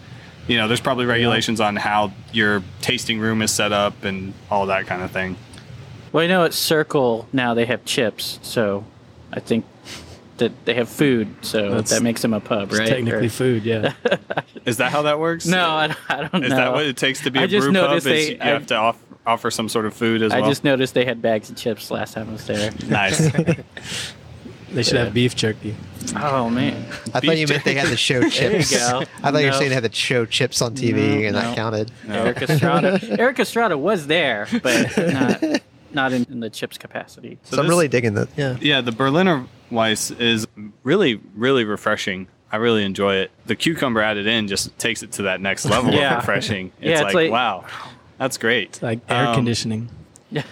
D: you know, there's probably regulations on how your tasting room is set up and all that kind of thing.
C: Well, I know at Circle now they have chips, so I think that they have food, so
E: That's-
C: that makes them a pub,
E: It's
C: right?
E: technically
C: Or-
E: food, yeah.
D: Is that how that works?
C: no, I don't, I don't
D: Is
C: know.
D: that what it takes to be a
C: I just
D: brew pub? Is
C: noticed they-
D: you
C: I-
D: have to off, offer some sort of food as
C: I
D: well.
C: just noticed they had bags of chips last time I was there.
D: nice.
E: They should have beef jerky.
C: oh man,
F: I thought you
D: beef
F: meant they had to show chips.
C: go.
F: I thought you were
C: No.
F: saying they had to show chips on TV,
C: No,
F: and
C: no.
F: that counted.
C: Eric Estrada. Eric Estrada was there, but not, not in, in the chips capacity.
F: So,
D: So
F: I'm
D: this-
F: really digging that. Yeah.
D: yeah, the Berliner Weiss is really, really refreshing. I really enjoy it. The cucumber added in just takes it to that next level
C: Yeah.
D: of refreshing. It's,
C: Yeah, it's
D: like,
C: like-
D: wow, that's great.
E: It's like air
D: Um,
E: conditioning.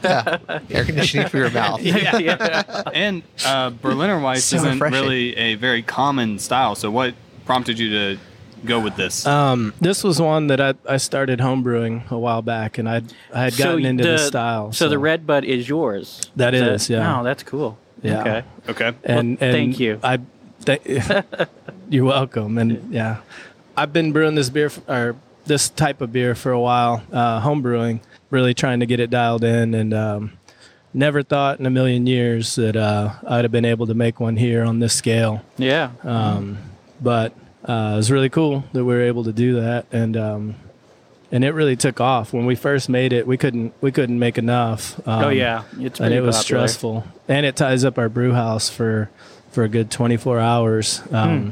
F: Air conditioning for your mouth.
C: Yeah, yeah.
D: And uh, Berliner Weiss
F: So
D: isn't
F: refreshing.
D: really a very common style. So what prompted you to go with this?
E: Um, this was one that I, I started homebrewing a while back, and I I had gotten into the, style.
C: So, the red bud is yours.
E: That
C: That is,
E: is, yeah.
C: No, that's cool.
E: Yeah.
C: Okay.
D: okay.
E: and,
C: Well,
E: and
C: thank you.
E: I, th- you're welcome. And yeah, I've been brewing this beer f or this type of beer for a while. Uh, home brewing, really trying to get it dialed in, and um, never thought in a million years that uh, I'd have been able to make one here on this scale.
C: Yeah. Oh,
E: But uh, it was really cool that we were able to do that, and um, and it really took off. When we first made it, we couldn't we couldn't make enough. Um,
C: oh yeah. It's
E: and
C: pretty
E: it was
C: popular.
E: stressful and it ties up our brew house for for a good 24 hours um,
C: Hmm.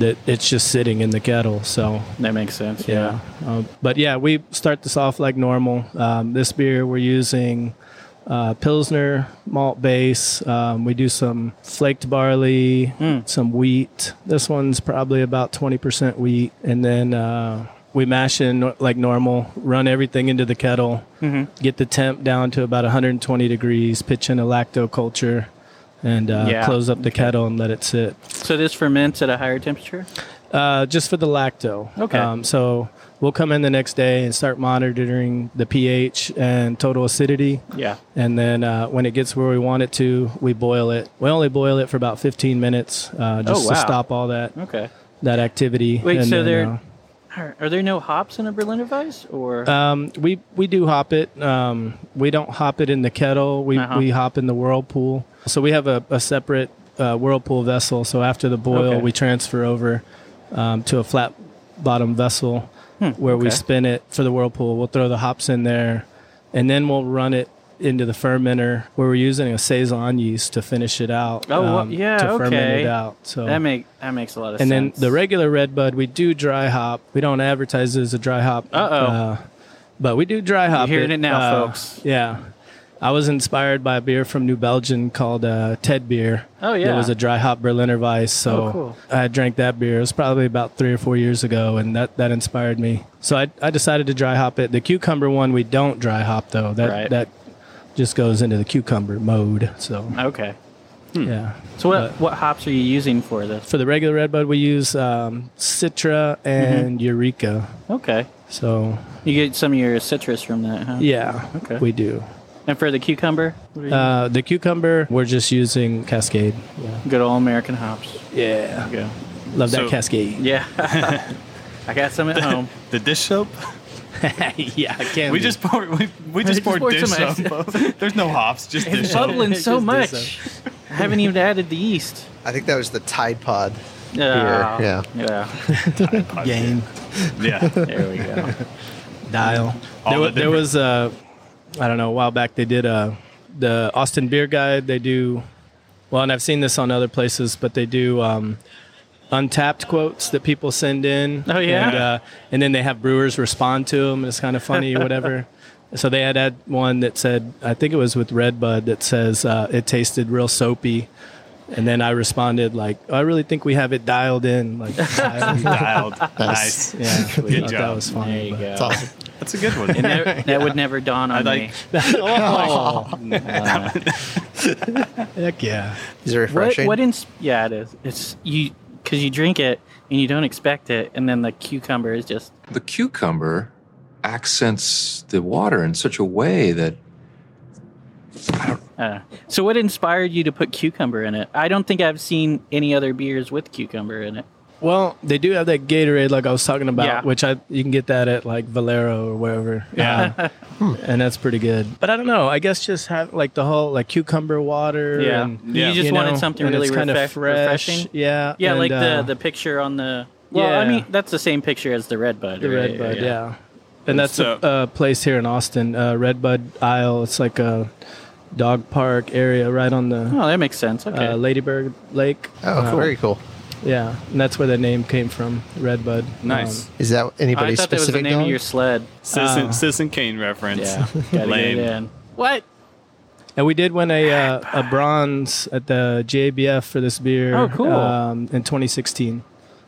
E: that it's just sitting in the kettle so
C: That makes sense.
E: yeah Um, but yeah we start this off like normal um, this beer we're using uh, pilsner malt base um, we do some flaked barley some wheat this one's probably about 20% wheat and then uh, we mash in like normal run everything into the kettle get the temp down to about 120 degrees pitch in a lacto culture and uh,
C: Yeah.
E: close up the kettle and let it sit
C: So this ferments at a higher temperature.
E: uh, just for the lacto. Um,
C: Okay.
E: so we'll come in the next day and start monitoring the pH and total acidity.
C: Yeah.
E: And then uh, when it gets where we want it to, we boil it. We only boil it for about 15 minutes uh, just
C: Oh, wow.
E: to stop all that
C: Okay.
E: that activity.
C: Wait.
E: And
C: so
E: then,
C: there are, are there no hops in a Berliner Weiss, or
E: uh, um, we we do hop it. Um, we don't hop it in the kettle. We
C: Uh-huh.
E: we hop in the whirlpool. So we have a, a separate uh, whirlpool vessel. So after the boil,
C: Okay.
E: we transfer over um, to a flat bottom vessel where we
C: Hmm, okay.
E: spin it for the whirlpool. We'll throw the hops in there, and then we'll run it into the fermenter where we're using a saison yeast to finish it out. um,
C: Oh, well, yeah,
E: to ferment
C: okay.
E: it out. So
C: that make that makes a lot of
E: Um, and
C: sense.
E: then the regular red bud, we do dry hop. We don't advertise it as a dry hop. uh,
C: Uh-oh.
E: but we do dry hop. uh,
C: hearing it now, folks.
E: Yeah. I was inspired by a beer from New Belgium called uh, Ted Beer.
C: Oh, yeah.
E: It was a dry hop Berliner Weiss. So
C: Oh, cool.
E: I drank that beer. It was probably about three or four years ago, and that, that inspired me. So I, I decided to dry hop it. The cucumber one, we don't dry hop, though. That,
C: Right.
E: that just goes into the cucumber mode. So,
C: okay. Mm.
E: yeah.
C: So what what hops are you using for this?
E: For the regular red bud, we use um, Citra and Eureka.
C: Okay.
E: So
C: You get some of your citrus from that, huh?
E: yeah,
C: Okay.
E: we do.
C: And for the cucumber, what are you-
E: Uh, the cucumber, we're just using Cascade. Yeah,
C: good old American hops.
E: yeah.
C: Go.
E: love
D: So-
E: that Cascade.
C: Yeah. I got some at home.
D: The dish soap.
E: yeah, I can't.
D: We just poured. We, we just poured
C: poured
D: dish
C: some
D: soap. There's no hops, just dish
C: It's
D: soap.
C: bubbling so
E: Just
C: much. I haven't even added the yeast.
F: I think that was the Tide Pod.
C: Ah,
F: yeah.
C: Yeah.
E: game
D: Yeah.
C: There we go.
E: dial.
D: All
E: There, wa-
D: the
E: there
D: different-
E: was uh, I don't know, a while back they did uh the Austin Beer Guide. They do well, and I've seen this on other places, but they do um, untapped quotes that people send in.
C: Oh, yeah?
E: and, uh, and then they have brewers respond to them. And it's kind of funny or whatever. So they had had one that said, I think it was with Redbud that says uh, it tasted real soapy. And then I responded like, "Oh, I really think we have it dialed in. Like, dialed.
D: Dialed. Nice.
E: yeah, I
D: Good
E: thought
D: job.
E: That was funny.
C: There you
E: but-
C: go.
F: It's awesome.
D: That's a good one.
C: And that, that would never dawn on
D: I like-
C: me.
E: Heck yeah.
F: Is it
C: What,
F: refreshing?
C: what ins- yeah, it is. It's you because you drink it and you don't expect it, and then the cucumber is just
I: the cucumber accents the water in such a way that
C: Uh, so, what inspired you to put cucumber in it? I don't think I've seen any other beers with cucumber in it.
E: Well, they do have that Gatorade, like I was talking about,
C: Yeah.
E: which I you can get that at like Valero or wherever.
D: Yeah.
E: Uh, and that's pretty good. But I don't know. I guess just have like the whole like cucumber water.
C: Yeah.
E: and,
D: Yeah.
C: You just
E: you
C: wanted
E: know,
C: something
E: and
C: really
E: it's kind
C: refresh-
E: of fresh.
C: refreshing.
E: Yeah,
C: Yeah,
E: and,
C: like
E: uh,
C: the the picture on the. Well, I
E: Yeah.
C: mean that's the same picture as the red bud.
E: the
C: right?
E: Red Bud, yeah.
D: And
E: And that's
D: so-
E: a, a place here in Austin, uh, Red Bud Isle. It's like a dog park area right on the
C: Oh, that makes sense. Okay.
E: uh, Ladybird Lake.
F: Oh,
E: Uh,
F: very cool.
E: Yeah, and that's where the name came from, Red Bud.
D: Nice.
E: Um,
F: Is that
C: I
F: anybody
C: thought that was the
F: specific?
C: name
F: dog?
C: of your sled.
D: Sis, and,
E: Uh,
D: Sis and Kane reference.
C: Ah. Yeah. Gotta
D: Lame.
C: Get it in. What?
E: and we did win a uh, a bronze at the JBF for this beer.
C: Oh, cool.
E: Um, in 2016,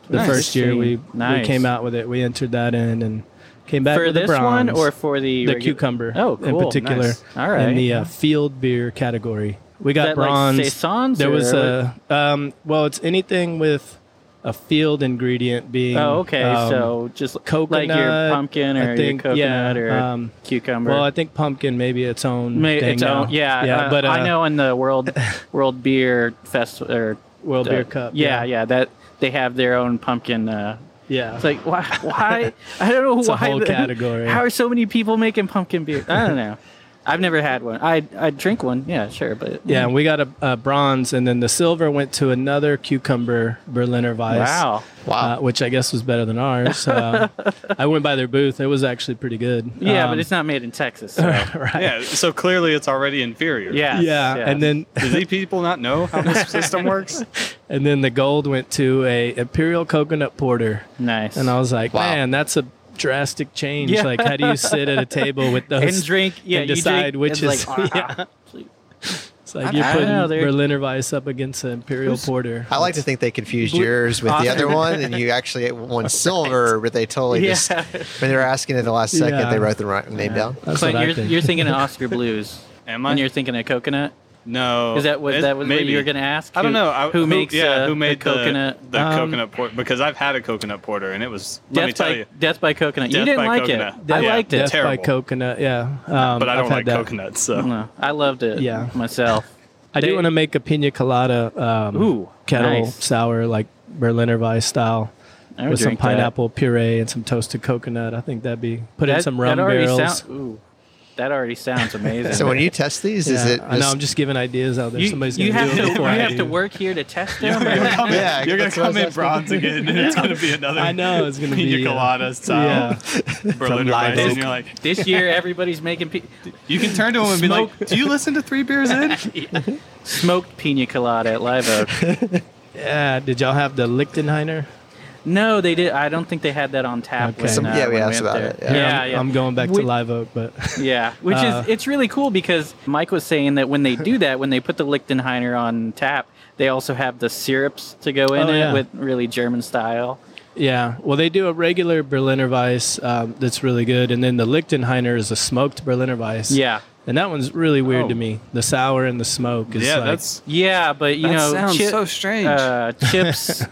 E: the
C: Nice.
E: first year we we
C: Nice.
E: came out with it, we entered that in and came back
C: For
E: with the
C: this one
E: bronze.
C: or for the
E: the
C: regu-
E: cucumber.
C: Oh,
E: In
C: cool.
E: particular,
D: Nice.
C: All right. Oh,
E: in the uh, field beer category, we got
C: That, like,
E: bronze.
C: saisons
E: there
C: or
E: was a um, well, it's anything with a field ingredient being.
C: Oh, okay.
E: um,
C: so just
E: coconut,
C: like your pumpkin
E: I
C: or
E: think,
C: your
E: yeah,
C: coconut or
E: um,
C: cucumber.
E: well, I think pumpkin maybe its own.
C: May-
E: thing
C: its
E: now.
C: own, yeah. uh,
E: but uh,
C: I know in the world world beer fest or
E: World
C: uh,
E: Beer Cup.
C: Yeah, yeah, That they have their own pumpkin. Uh,
E: yeah.
C: it's like why? Why? I don't know
E: It's a
C: why.
E: whole
C: the-
E: category.
C: How are so many people making pumpkin beer? I don't know. I've never had one. I I drink one. Yeah, sure, but
E: Yeah, and we got a, a bronze, and then the silver went to another cucumber Berliner Weiss.
C: Wow.
E: Uh, which I guess was better than ours. Uh, I went by their booth. It was actually pretty good.
C: Yeah,
E: Um,
C: but it's not made in Texas. So. yeah.
E: right.
D: Yeah, so clearly it's already inferior.
E: yeah, and then
D: Do these people not know how this system works?
E: and then the gold went to a imperial coconut porter,
C: nice.
E: and I was like,
F: Wow.
E: man, that's a drastic change.
C: Yeah.
E: Like, how do you sit at a table with those
C: and drink. Yeah,
E: and
C: you
E: decide
C: drink,
E: which
C: it's
E: is
C: like, "Ah,
E: yeah. It's like
C: I-
E: you're
C: I don't
E: putting
C: know, they're-
E: Berliner Weiss up against an imperial porter.
F: I like to think they confused yours with the other one, and you actually won silver, but they totally
C: Yeah.
F: just when they were asking at the last second,
E: Yeah.
F: they wrote the right name down.
E: That's
C: Clint,
E: what I
C: you're,
E: think.
C: you're thinking of Oscar Blues,
D: Am I?
C: and you're thinking of coconut.
D: no.
C: Is that what
D: Oh, It-
C: that was maybe you were gonna ask?
D: I don't
C: Who-
D: know. I,
C: who, makes
D: yeah,
C: uh,
D: who made
C: the coconut?
D: the,
E: um,
D: coconut porter? Because I've had a coconut porter and it was.
C: Death
D: Let me tell
C: by
D: you.
C: Death by Coconut. you
D: Death
C: didn't
D: by
C: like
D: Coconut.
C: it. I
D: Yeah.
C: liked it.
E: Death by
D: terrible.
E: coconut. Yeah, um,
D: But I
E: I've
D: don't
E: had
D: like
E: that.
D: coconut, so.
C: No, I loved it.
E: Yeah.
C: myself.
E: I
C: They-
E: do want to make a pina colada um,
C: Ooh,
E: kettle
C: nice.
E: sour, like Berliner Weiss style,
C: I would
E: with some
C: drink that.
E: pineapple puree and some toasted coconut. I think that'd be put in
C: That-
E: some rum
C: that already
E: barrels.
C: sound- ooh, that already sounds amazing.
F: So when you test these, is
E: Yeah,
F: it?
E: I know I'm just giving ideas out there.
C: you,
E: Somebody's
C: you
E: gonna
C: have
E: do
C: to
E: it
C: you
E: before I
C: have to
E: do.
C: work here to test them.
F: yeah,
D: You're gonna
F: that's what
D: come
F: I was
D: in
F: asking.
D: bronze again, and it's gonna be another.
E: I know, it's gonna
D: pina
E: be, uh,
D: colada
E: Yeah,
D: style Berliner
E: live
D: Weiss, and
E: oak.
D: you're like,
C: this year, everybody's making pi-
D: you can turn to him and be like, "Do you listen to Three Beers In?"
C: smoked pina colada at Live Oak.
E: yeah. Did y'all have the Lichtenheiner?
C: No, they did. I don't think they had that on tap.
E: Okay.
C: When,
E: Some-
C: uh,
F: yeah, we
C: when
F: asked
C: went
F: about
C: there.
F: it, yeah.
C: Yeah,
E: I'm,
C: yeah.
E: I'm going back to
C: We-
E: Live Oak, but
C: Yeah, which
E: Uh,
C: is it's really cool because Mike was saying that when they do that, when they put the Lichtenheiner on tap, they also have the syrups to go in
E: Oh,
C: it
E: yeah.
C: with really German style.
E: Yeah, well, they do a regular Berliner Weiss um, that's really good, and then the Lichtenheiner is a smoked Berliner Weiss.
C: Yeah,
E: and that one's really weird
D: Oh.
E: to me. The sour and the smoke is
D: Yeah,
E: like,
D: that's
C: yeah, but you
I: that
C: know,
I: sounds
C: Chip-
I: so strange.
C: uh, Chip's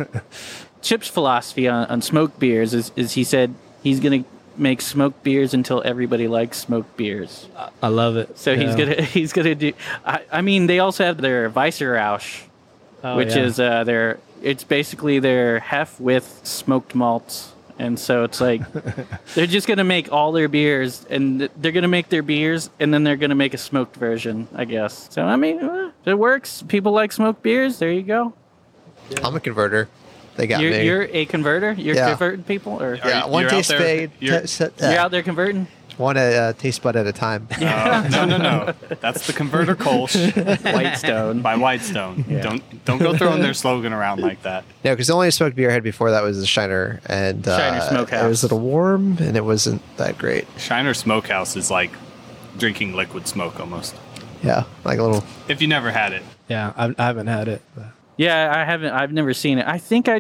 C: Chip's philosophy on, on smoked beers is, is he said he's gonna make smoked beers until everybody likes smoked beers.
E: I love it.
C: So he's
E: Yeah.
C: gonna he's gonna do. I, I mean, they also have their Weisserausch,
E: Oh,
C: which
E: yeah.
C: is uh, their it's basically their hef with smoked malts and so it's like they're just gonna make all their beers and th- they're gonna make their beers and then they're gonna make a smoked version i guess so i mean uh, it works people like smoked beers there you go
F: I'm a converter. They got
C: you're,
F: me.
C: you're a converter you're
F: Yeah.
C: converting people or
F: yeah,
D: you-
F: one
D: you're out
F: taste
D: there-
F: bud.
D: you're-
F: test- uh,
C: you're out there converting
F: One uh, taste bud at a time.
D: uh, no, no, no. That's the Converter Kolsch
C: whitestone
D: by Whitestone. Don't don't go throwing their slogan around like that.
F: No, because the only smoked beer I had before that was the Shiner, and uh,
C: Shiner
F: It
C: Smokehouse.
F: was a little warm, and it wasn't that great.
D: Shiner Smokehouse is like drinking liquid smoke almost.
F: Yeah, like a little.
D: If you never had it,
E: yeah. I, I haven't had it. but-
C: yeah i haven't i've never seen it i think i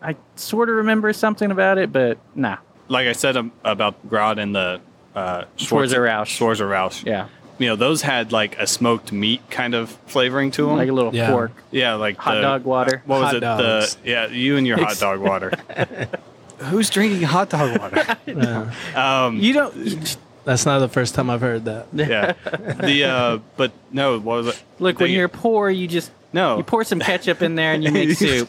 C: i sort of remember something about it but nah
D: like I said um, about Grodd and the uh, Schwarzer-
C: Schwarzerausch.
D: Schwarzerausch.
C: yeah
D: you know, those had like a smoked meat kind of flavoring to them.
C: like a little
E: Yeah.
C: pork.
D: yeah, like
C: hot
D: the-
C: dog water.
D: What was
E: Hot
D: it?
E: dogs.
D: The yeah, you and your hot dog water. Who's drinking hot dog water?
E: Uh,
D: Um,
C: You don't
E: that's not the first time I've heard that.
D: yeah, the uh, but no, what was it?
C: look
D: The-
C: when you're poor. You just
D: no,
C: you pour some ketchup in there and you make soup.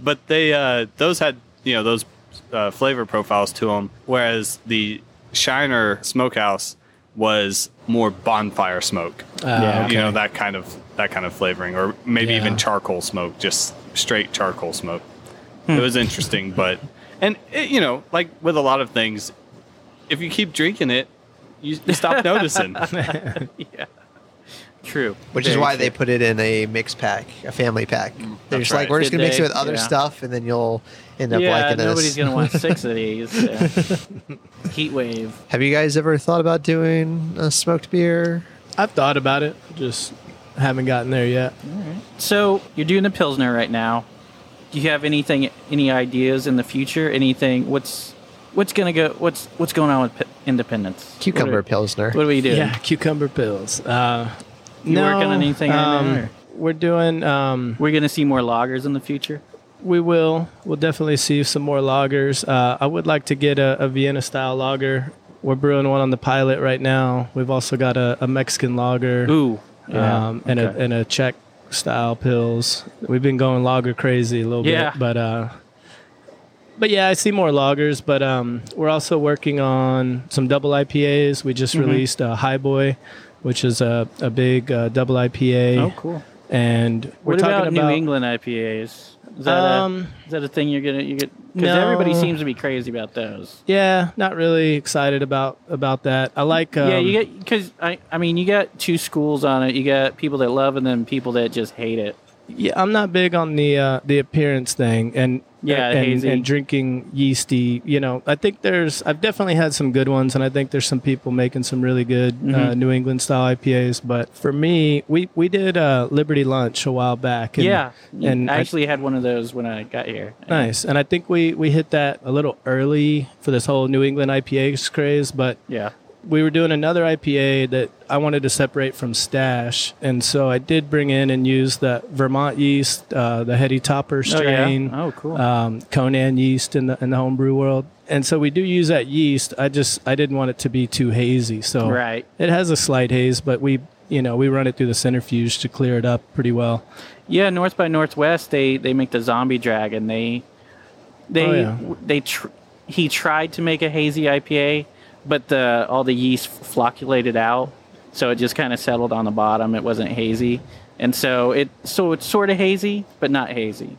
D: but they uh, those had you know those uh, flavor profiles to them, whereas the Shiner Smokehouse was more bonfire smoke.
E: yeah,
C: Ah,
D: You know that kind of that kind of flavoring, or maybe
E: Yeah.
D: even charcoal smoke, just straight charcoal smoke.
C: Hmm.
D: It was interesting, but and it, you know, like with a lot of things, if you keep drinking it, you, you stop noticing.
C: yeah, true.
F: Which is
C: Very
F: why
C: true.
F: they put it in a mix pack, a family pack. They're
D: that's
F: just
D: right.
F: like, we're just
C: Did
F: gonna mix it
C: they?
F: with other
C: Yeah.
F: stuff, and then you'll end up
C: yeah,
F: liking this.
C: nobody's gonna want six of these. so. Heat wave.
F: Have you guys ever thought about doing a smoked beer?
E: I've thought about it, just haven't gotten there yet.
C: So you're doing the pilsner right now. Do you have anything, any ideas in the future? Anything? What's what's gonna go? What's what's going on with P- Independence?
F: Cucumber
C: What
F: pilsner.
C: are, what are we doing?
E: Yeah, cucumber pills. Uh,
C: You
E: no, um,
C: working on anything right now, or?
E: We're doing. Um,
C: We're gonna see more loggers in the future.
E: we will. We'll definitely see some more lagers. Uh, I would like to get a, a Vienna style lager. We're brewing one on the pilot right now. We've also got a, a Mexican lager
C: Ooh, yeah,
E: um, and
C: okay.
E: a and a Czech style pills. We've been going lager crazy a little
C: Yeah.
E: bit, but uh, but yeah, I see more lagers. But um, we're also working on some double IPAs. We just
C: Mm-hmm.
E: released a High Boy, which is a a big uh, double IPA.
C: oh cool.
E: And we're
C: what
E: talking
C: about,
E: about
C: New England IPAs? Is that,
E: Um,
C: a, is that a thing you're gonna you get? Because
E: no.
C: everybody seems to be crazy about those.
E: Yeah, not really excited about about that. I like um,
C: yeah, you get because I I mean you got two schools on it. You got people that love and then people that just hate it.
E: yeah, I'm not big on the uh, the appearance thing and
C: Yeah,
E: and,
C: hazy.
E: and drinking yeasty. You know, I think there's I've definitely had some good ones, and I think there's some people making some really good uh,
C: Mm-hmm.
E: New England style IPAs. But for me, we we did uh, Liberty Lunch a while back. And,
C: yeah,
E: and
C: I
E: I-
C: actually had one of those when I got here.
E: Nice, and I think we, we hit that a little early for this whole New England IPAs craze, but
C: Yeah.
E: we were doing another IPA that I wanted to separate from Stash, and so I did bring in and use the Vermont yeast, uh, the Heady Topper strain,
C: Oh, cool.
E: um, Conan yeast in the in the homebrew world, and so we do use that yeast. I just I didn't want it to be too hazy, so
C: Right.
E: it has a slight haze, but we you know we run it through the centrifuge to clear it up pretty well.
C: Yeah, North by Northwest, they they make the zombie dragon. They they
E: Oh, yeah.
C: w- they tr- he tried to make a hazy IPA, but the all the yeast flocculated out, so it just kind of settled on the bottom. It wasn't hazy, and so it so it's sort of hazy, but not hazy.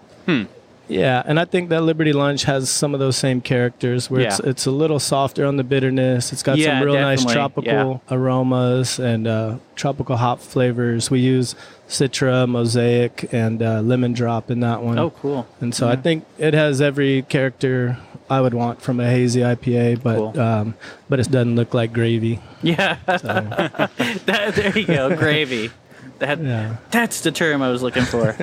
E: Yeah, and I think that Liberty Lunch has some of those same characters where it's
C: Yeah.
E: it's a little softer on the bitterness. It's got
C: Yeah,
E: some real nice
C: definitely,
E: tropical aromas and uh, tropical hop flavors. We use Citra, Mosaic, and uh, Lemon Drop in that one.
C: Oh, cool.
E: And so I think it has every character I would want from a hazy IPA, but
C: Cool.
E: um, but it doesn't look like gravy.
C: Yeah. that, there you go, gravy. That
E: Yeah,
C: that's the term I was looking for.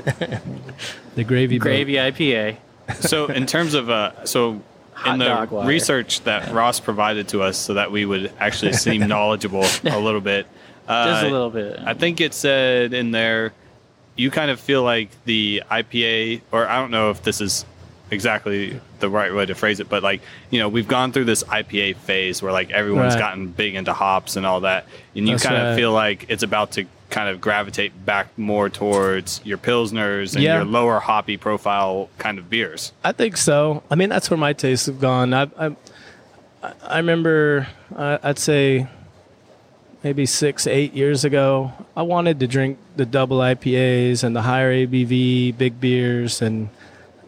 E: the gravy. boat.
C: gravy IPA.
D: so in terms of uh, so
C: Hot
D: in the
C: dog water.
D: research that Ross provided to us, so that we would actually seem knowledgeable a little bit. Uh,
C: Just a little bit.
D: I think it said in there, you kind of feel like the IPA, or I don't know if this is exactly the right way to phrase it, but like, you know, we've gone through this IPA phase where like everyone's
E: Right.
D: gotten big into hops and all that. And you
E: That's
D: kind
E: right.
D: of feel like it's about to kind of gravitate back more towards your Pilsners and
E: Yeah.
D: your lower hoppy profile kind of beers.
E: I think so. I mean, that's where my tastes have gone. I I, I remember, uh, I'd say, maybe six, eight years ago, I wanted to drink the double IPAs and the higher ABV big beers, and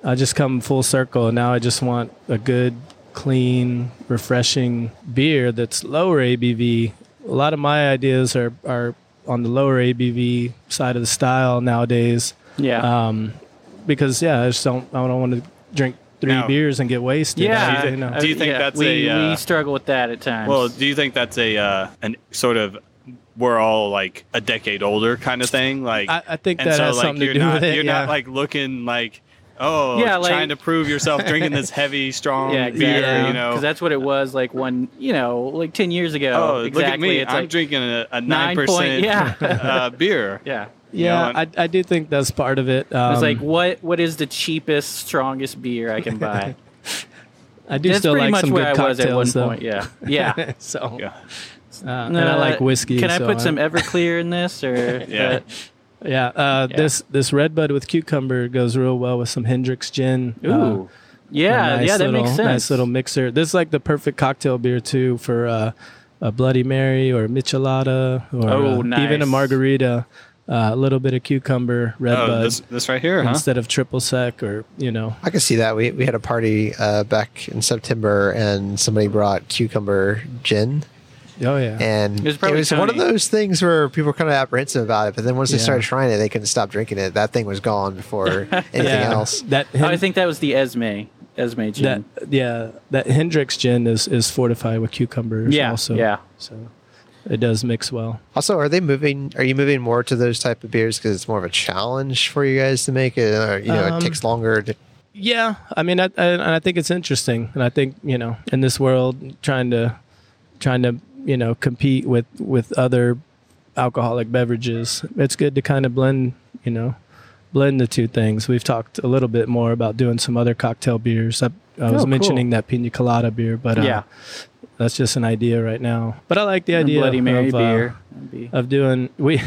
E: I just come full circle. Now I just want a good, clean, refreshing beer that's lower ABV. A lot of my ideas are are on the lower ABV side of the style nowadays
C: yeah.
E: Um, because yeah, I just don't I don't want to drink three
D: Now-
E: beers and get wasted.
C: Yeah.
E: I- you know.
D: Do you think that's
C: we,
D: a, uh,
C: we struggle with that at times?
D: Well, do you think that's a uh, an sort of we're all like a decade older kind of thing? Like,
E: I- I think
D: and
E: that
D: so,
E: has
D: like,
E: something to
D: you're
E: do
D: not,
E: with it,
D: You're
E: yeah.
D: not like looking like oh,
C: Yeah, like-
D: trying to prove yourself, drinking this heavy, strong
C: yeah,
D: beer,
C: exactly.
D: you know.
C: because that's what it was like one, you know, like ten years ago.
D: oh,
C: exactly.
D: look at me.
C: It's
D: I'm
C: like,
D: drinking a, a 9%,
C: nine point- yeah.
D: uh, beer.
C: yeah.
E: Yeah,
D: You know,
E: I, I do think that's part of it. Um,
C: It's like what what is the cheapest, strongest beer I can buy?
E: I do
C: that's
E: still
C: pretty
E: like
C: much
E: some
C: where
E: good
C: I was
E: cocktails
C: at one
E: though.
C: point. Yeah, yeah.
E: so
D: Yeah.
E: uh, and I like
C: Uh,
E: whiskey.
C: Can I
E: so
C: put some Everclear in this or?
D: Yeah.
E: Yeah, uh,
C: Yeah.
E: this this red bud with cucumber goes real well with some Hendrix gin.
C: uh, ooh.
E: Uh,
C: yeah,
E: a nice
C: yeah, that
E: little-
C: makes sense.
E: Nice little mixer. This is like the perfect cocktail beer too for uh, a Bloody Mary or a michelada or
C: Oh,
E: uh, even a
C: nice.
E: margarita. Uh, a little bit of cucumber, red
D: Oh,
E: bud
D: this, this right
C: Uh-huh.
D: here, huh?
E: instead of triple sec or you know.
F: I can see that. We, we had a party uh, back in September and somebody brought cucumber gin.
E: Oh yeah.
F: And
C: It was
F: it was,
C: probably
F: one of
C: Tony.
F: those things where people were kind of apprehensive about it. But then once they
E: Yeah.
F: started trying it, they couldn't stop drinking it. That thing was gone before anything
E: yeah.
F: else.
E: That
C: Oh, I
E: Hen-
C: think that was the Esme Esme
E: that
C: gin.
E: yeah that Hendrix gin is is fortified with cucumbers.
C: yeah,
E: Also.
C: yeah.
E: So it does mix well.
F: Also, are they moving? Are you moving more to those type of beers because it's more of a challenge for you guys to make it? Or, you know,
E: Um,
F: it takes longer to
E: Yeah, I mean, I, I, and I think it's interesting, and I think you know, in this world, trying to trying to you know compete with with other alcoholic beverages, it's good to kind of blend, you know, blend the two things. We've talked a little bit more about doing some other cocktail beers. I, I was
C: Oh, cool.
E: mentioning that pina colada beer, but uh,
C: yeah,
E: that's just an idea right now. But I like the
C: and
E: idea
C: Bloody Mary
E: of, uh,
C: beer. That'd be-
E: of doing we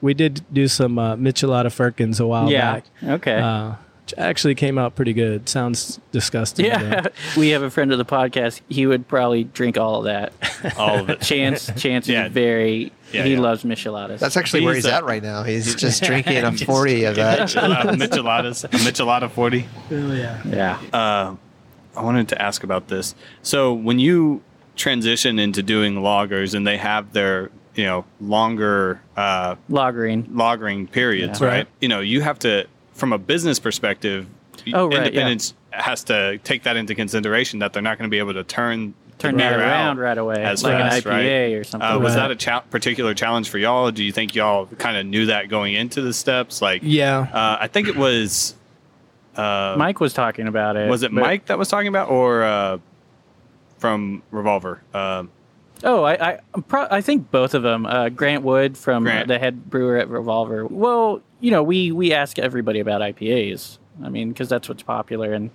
E: we did do some uh, Michelada Firkins a while
C: yeah.
E: back.
C: Okay.
E: Uh, which actually came out pretty good. Sounds disgusting.
C: yeah, we have a friend of the podcast. He would probably drink all of that.
D: All of it.
C: Chance, Chance
D: Yeah.
C: is very.
D: Yeah,
C: he
D: yeah.
C: loves micheladas.
F: That's actually where
D: He's
F: he's
D: a-
F: at right now. He's just drinking a 40 of that.
D: Micheladas, a Michelada 40.
C: yeah.
D: uh, I wanted to ask about this. So when you transition into doing lagers and they have their, you know, longer uh,
C: Lagering.
D: lagering periods,
E: Yeah.
D: right?
E: Right.
D: You know, you have to, from a business perspective,
C: Oh, right, yeah.
D: independence has to take that into consideration that they're not going to be able to turn the
C: Turn that
D: beer
C: around
D: out
C: right away,
D: as
C: like
D: fast,
C: an
D: right?
C: IPA or something.
D: Uh, was
E: Right.
D: that a cha- particular challenge for y'all? Do you think y'all kind of knew that going into the steps? Like,
E: Yeah.
D: uh, I think it was. Uh,
C: Mike was talking about it.
D: was it
C: but-
D: Mike that was talking about, or uh, from Revolver? Um
C: Oh, I I, I'm pro- I think both of them. Uh, Grant Wood from uh,
D: Grant.
C: the head brewer at Revolver. Well, you know, we we ask everybody about IPAs. I mean, because that's what's popular, and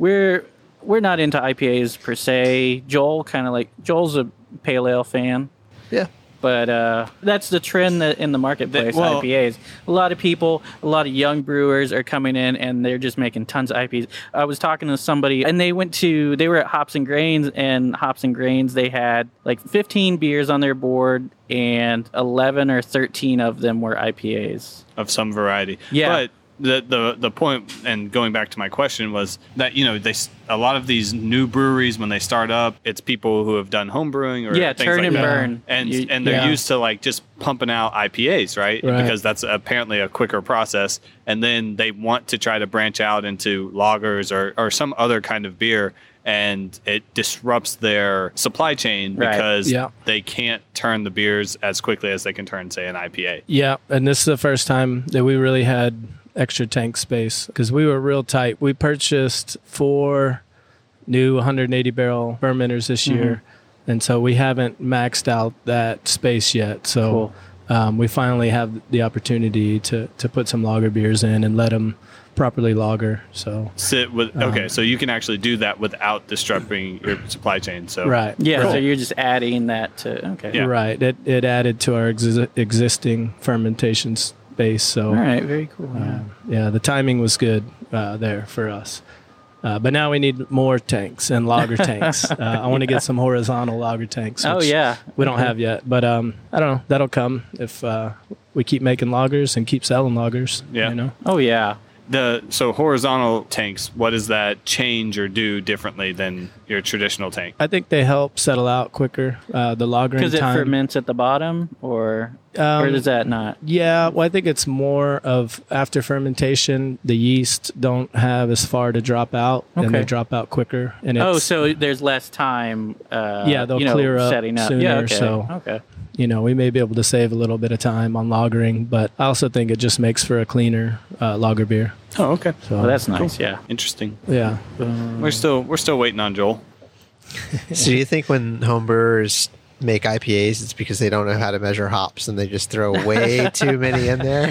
C: we're we're not into IPAs per se. Joel kind of like Joel's a pale ale fan.
F: Yeah.
C: But uh, that's the trend that in the marketplace.
D: That- well-
C: IPAs. A lot of people, a lot of young brewers are coming in and they're just making tons of IPAs. I was talking to somebody and they went to they were at Hops and Grains and Hops and Grains they had like 15 beers on their board and 11 or 13 of them were IPAs.
D: of some variety.
C: Yeah.
D: But the, the the point and going back to my question was that you know they s- a lot of these new breweries when they start up it's people who have done home brewing or
C: Yeah,
D: things
C: turn
D: like
C: and
D: that.
C: burn.
D: and
C: You-
D: and they're
E: yeah.
D: used to like just pumping out IPAs right?
E: Right.
D: because that's apparently a quicker process and then they want to try to branch out into lagers or or some other kind of beer and it disrupts their supply chain
C: Right.
D: because
E: Yeah.
D: they can't turn the beers as quickly as they can turn say an IPA
E: Yeah, and this is the first time that we really had extra tank space because we were real tight. We purchased four new 180 barrel fermenters this
C: Mm-hmm.
E: year, and so we haven't maxed out that space yet. So um, we finally have the opportunity to to put some lager beers in and let them properly lager. So
D: sit
E: Um,
D: with okay so you can actually do that without disrupting your supply chain so
E: right,
C: Yeah,
E: right.
C: so you're just adding that to okay.
D: Yeah.
E: Right. It it added to our exi- existing fermentation space. So
C: All right, very cool.
E: uh, yeah, the timing was good uh, there for us. Uh, but now we need more tanks and lager tanks. Uh, I want to get some horizontal lager tanks.
C: Oh
E: which
C: yeah.
E: we don't have yet. But um, I don't know. That'll come if uh, we keep making lagers and keep selling lagers.
D: Yeah.
E: You know.
C: Oh yeah.
D: the so horizontal tanks what does that change or do differently than your traditional tank
E: I think they help settle out quicker. Uh, the lagering
C: Cuz it
E: time.
C: ferments at the bottom or or
E: Um,
C: does that not?
E: Yeah, well, I think it's more of after fermentation, the yeast don't have as far to drop out, and they
C: Okay.
E: drop out quicker. And it's,
C: Oh, so there's less time. Uh,
E: Yeah, they'll
C: you know,
E: clear up
C: setting up.
E: sooner,
C: yeah, okay.
E: so-
C: okay.
E: you know, we may be able to save a little bit of time on lagering, but I also think it just makes for a cleaner uh, lager beer.
D: Oh, okay.
E: So
C: Well, that's nice. Yeah.
D: Interesting.
E: yeah. Hmm.
D: We're still we're still waiting on Joel.
F: So do you think when homebrewers make IPAs, it's because they don't know how to measure hops and they just throw way too many in there?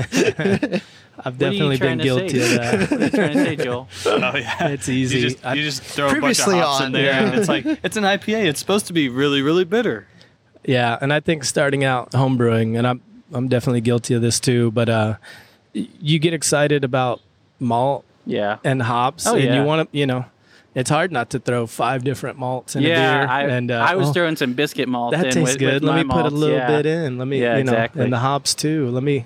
E: I've
C: What are you
E: definitely been
C: trying to
E: guilty of
C: say?
E: that.
C: What are you trying to say, Joel?
D: Oh yeah,
E: It's easy.
D: You just,
E: I-
D: you just throw a bunch of
F: Previously
D: hops in
F: on,
D: there,
F: yeah.
D: and it's like it's an IPA. It's supposed to be really really bitter.
E: Yeah, and I think starting out homebrewing, and I'm I'm definitely guilty of this too. But uh, y- you get excited about malt
C: Yeah.
E: and hops,
C: Oh,
E: and
C: yeah.
E: you want to, you know, it's hard not to throw five different malts in a
C: Yeah,
E: beer.
C: I,
E: and uh,
C: I was
E: oh,
C: throwing some biscuit malt.
E: that
C: in
E: tastes
C: with,
E: good.
C: With
E: Let
C: my
E: me put
C: malts,
E: a little
C: yeah.
E: bit in. Let me,
C: Yeah,
E: you know,
C: exactly.
E: and the hops too. Let me.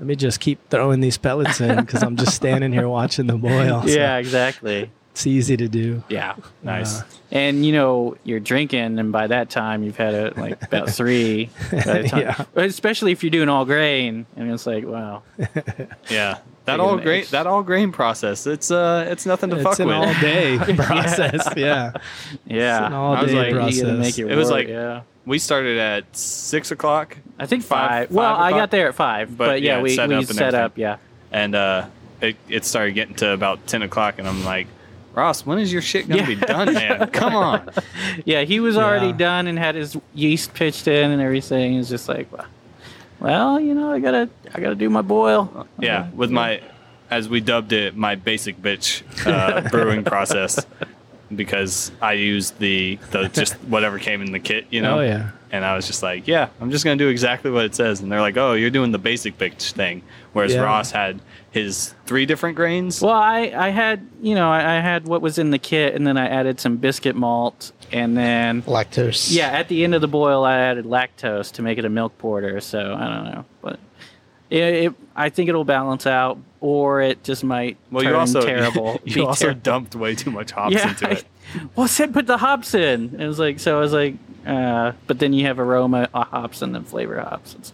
E: Let me just keep throwing these pellets in because I'm just standing here watching them boil. so
C: Yeah, exactly.
E: it's easy to do.
C: Yeah.
D: Nice.
E: Uh,
C: And you know you're drinking, and by that time you've had it like about three. By the time.
E: Yeah.
C: But Especially if you're doing all grain, and it's like wow,
D: Yeah, that
C: Taking
D: all
C: the
D: grain
C: eggs.
D: that all grain process. It's uh, it's nothing to fuck
E: It's an
D: with.
E: all day process. Yeah.
C: yeah.
E: It's an all-day
C: I was like,
E: process.
C: You gotta make it,
D: It was
C: work,
D: like-
C: yeah.
D: we started at six o'clock,
C: I think
D: five-
C: five. well,
D: five
C: I
D: o'clock?
C: got there at five,
D: But,
C: but, yeah,
D: yeah,
C: we
D: set
C: we
D: up and
C: set up.
D: everything.
C: Yeah.
D: and uh, it, it started getting to about ten o'clock, and I'm like, Ross, when is your shit gonna
C: Yeah.
D: be done, man? Come on.
C: Yeah, he was already
E: Yeah.
C: done and had his yeast pitched in and everything. It's just like, well, well, you know, I gotta, I gotta do my boil.
D: Yeah, with my, as we dubbed it, my basic bitch uh, brewing process, because I used the the just whatever came in the kit, you know.
E: Oh, yeah.
D: And I was just like, yeah, I'm just gonna do exactly what it says, and they're like, oh, you're doing the basic bitch thing, whereas
E: Yeah.
D: Ross had his three different grains.
C: Well, I, I had, you know, I, I had what was in the kit, and then I added some biscuit malt, and then
F: Lactose.
C: yeah, at the end of the boil, I added lactose to make it a milk porter. So I don't know, but it, it I think it'll balance out, or it just might
D: Well,
C: turn
D: you also
C: terrible. be
D: you also
C: terrible.
D: dumped way too much hops into it.
C: I- well, said put the hops in. It was like so. I was like, uh, but then you have aroma uh, hops and then flavor hops. It's,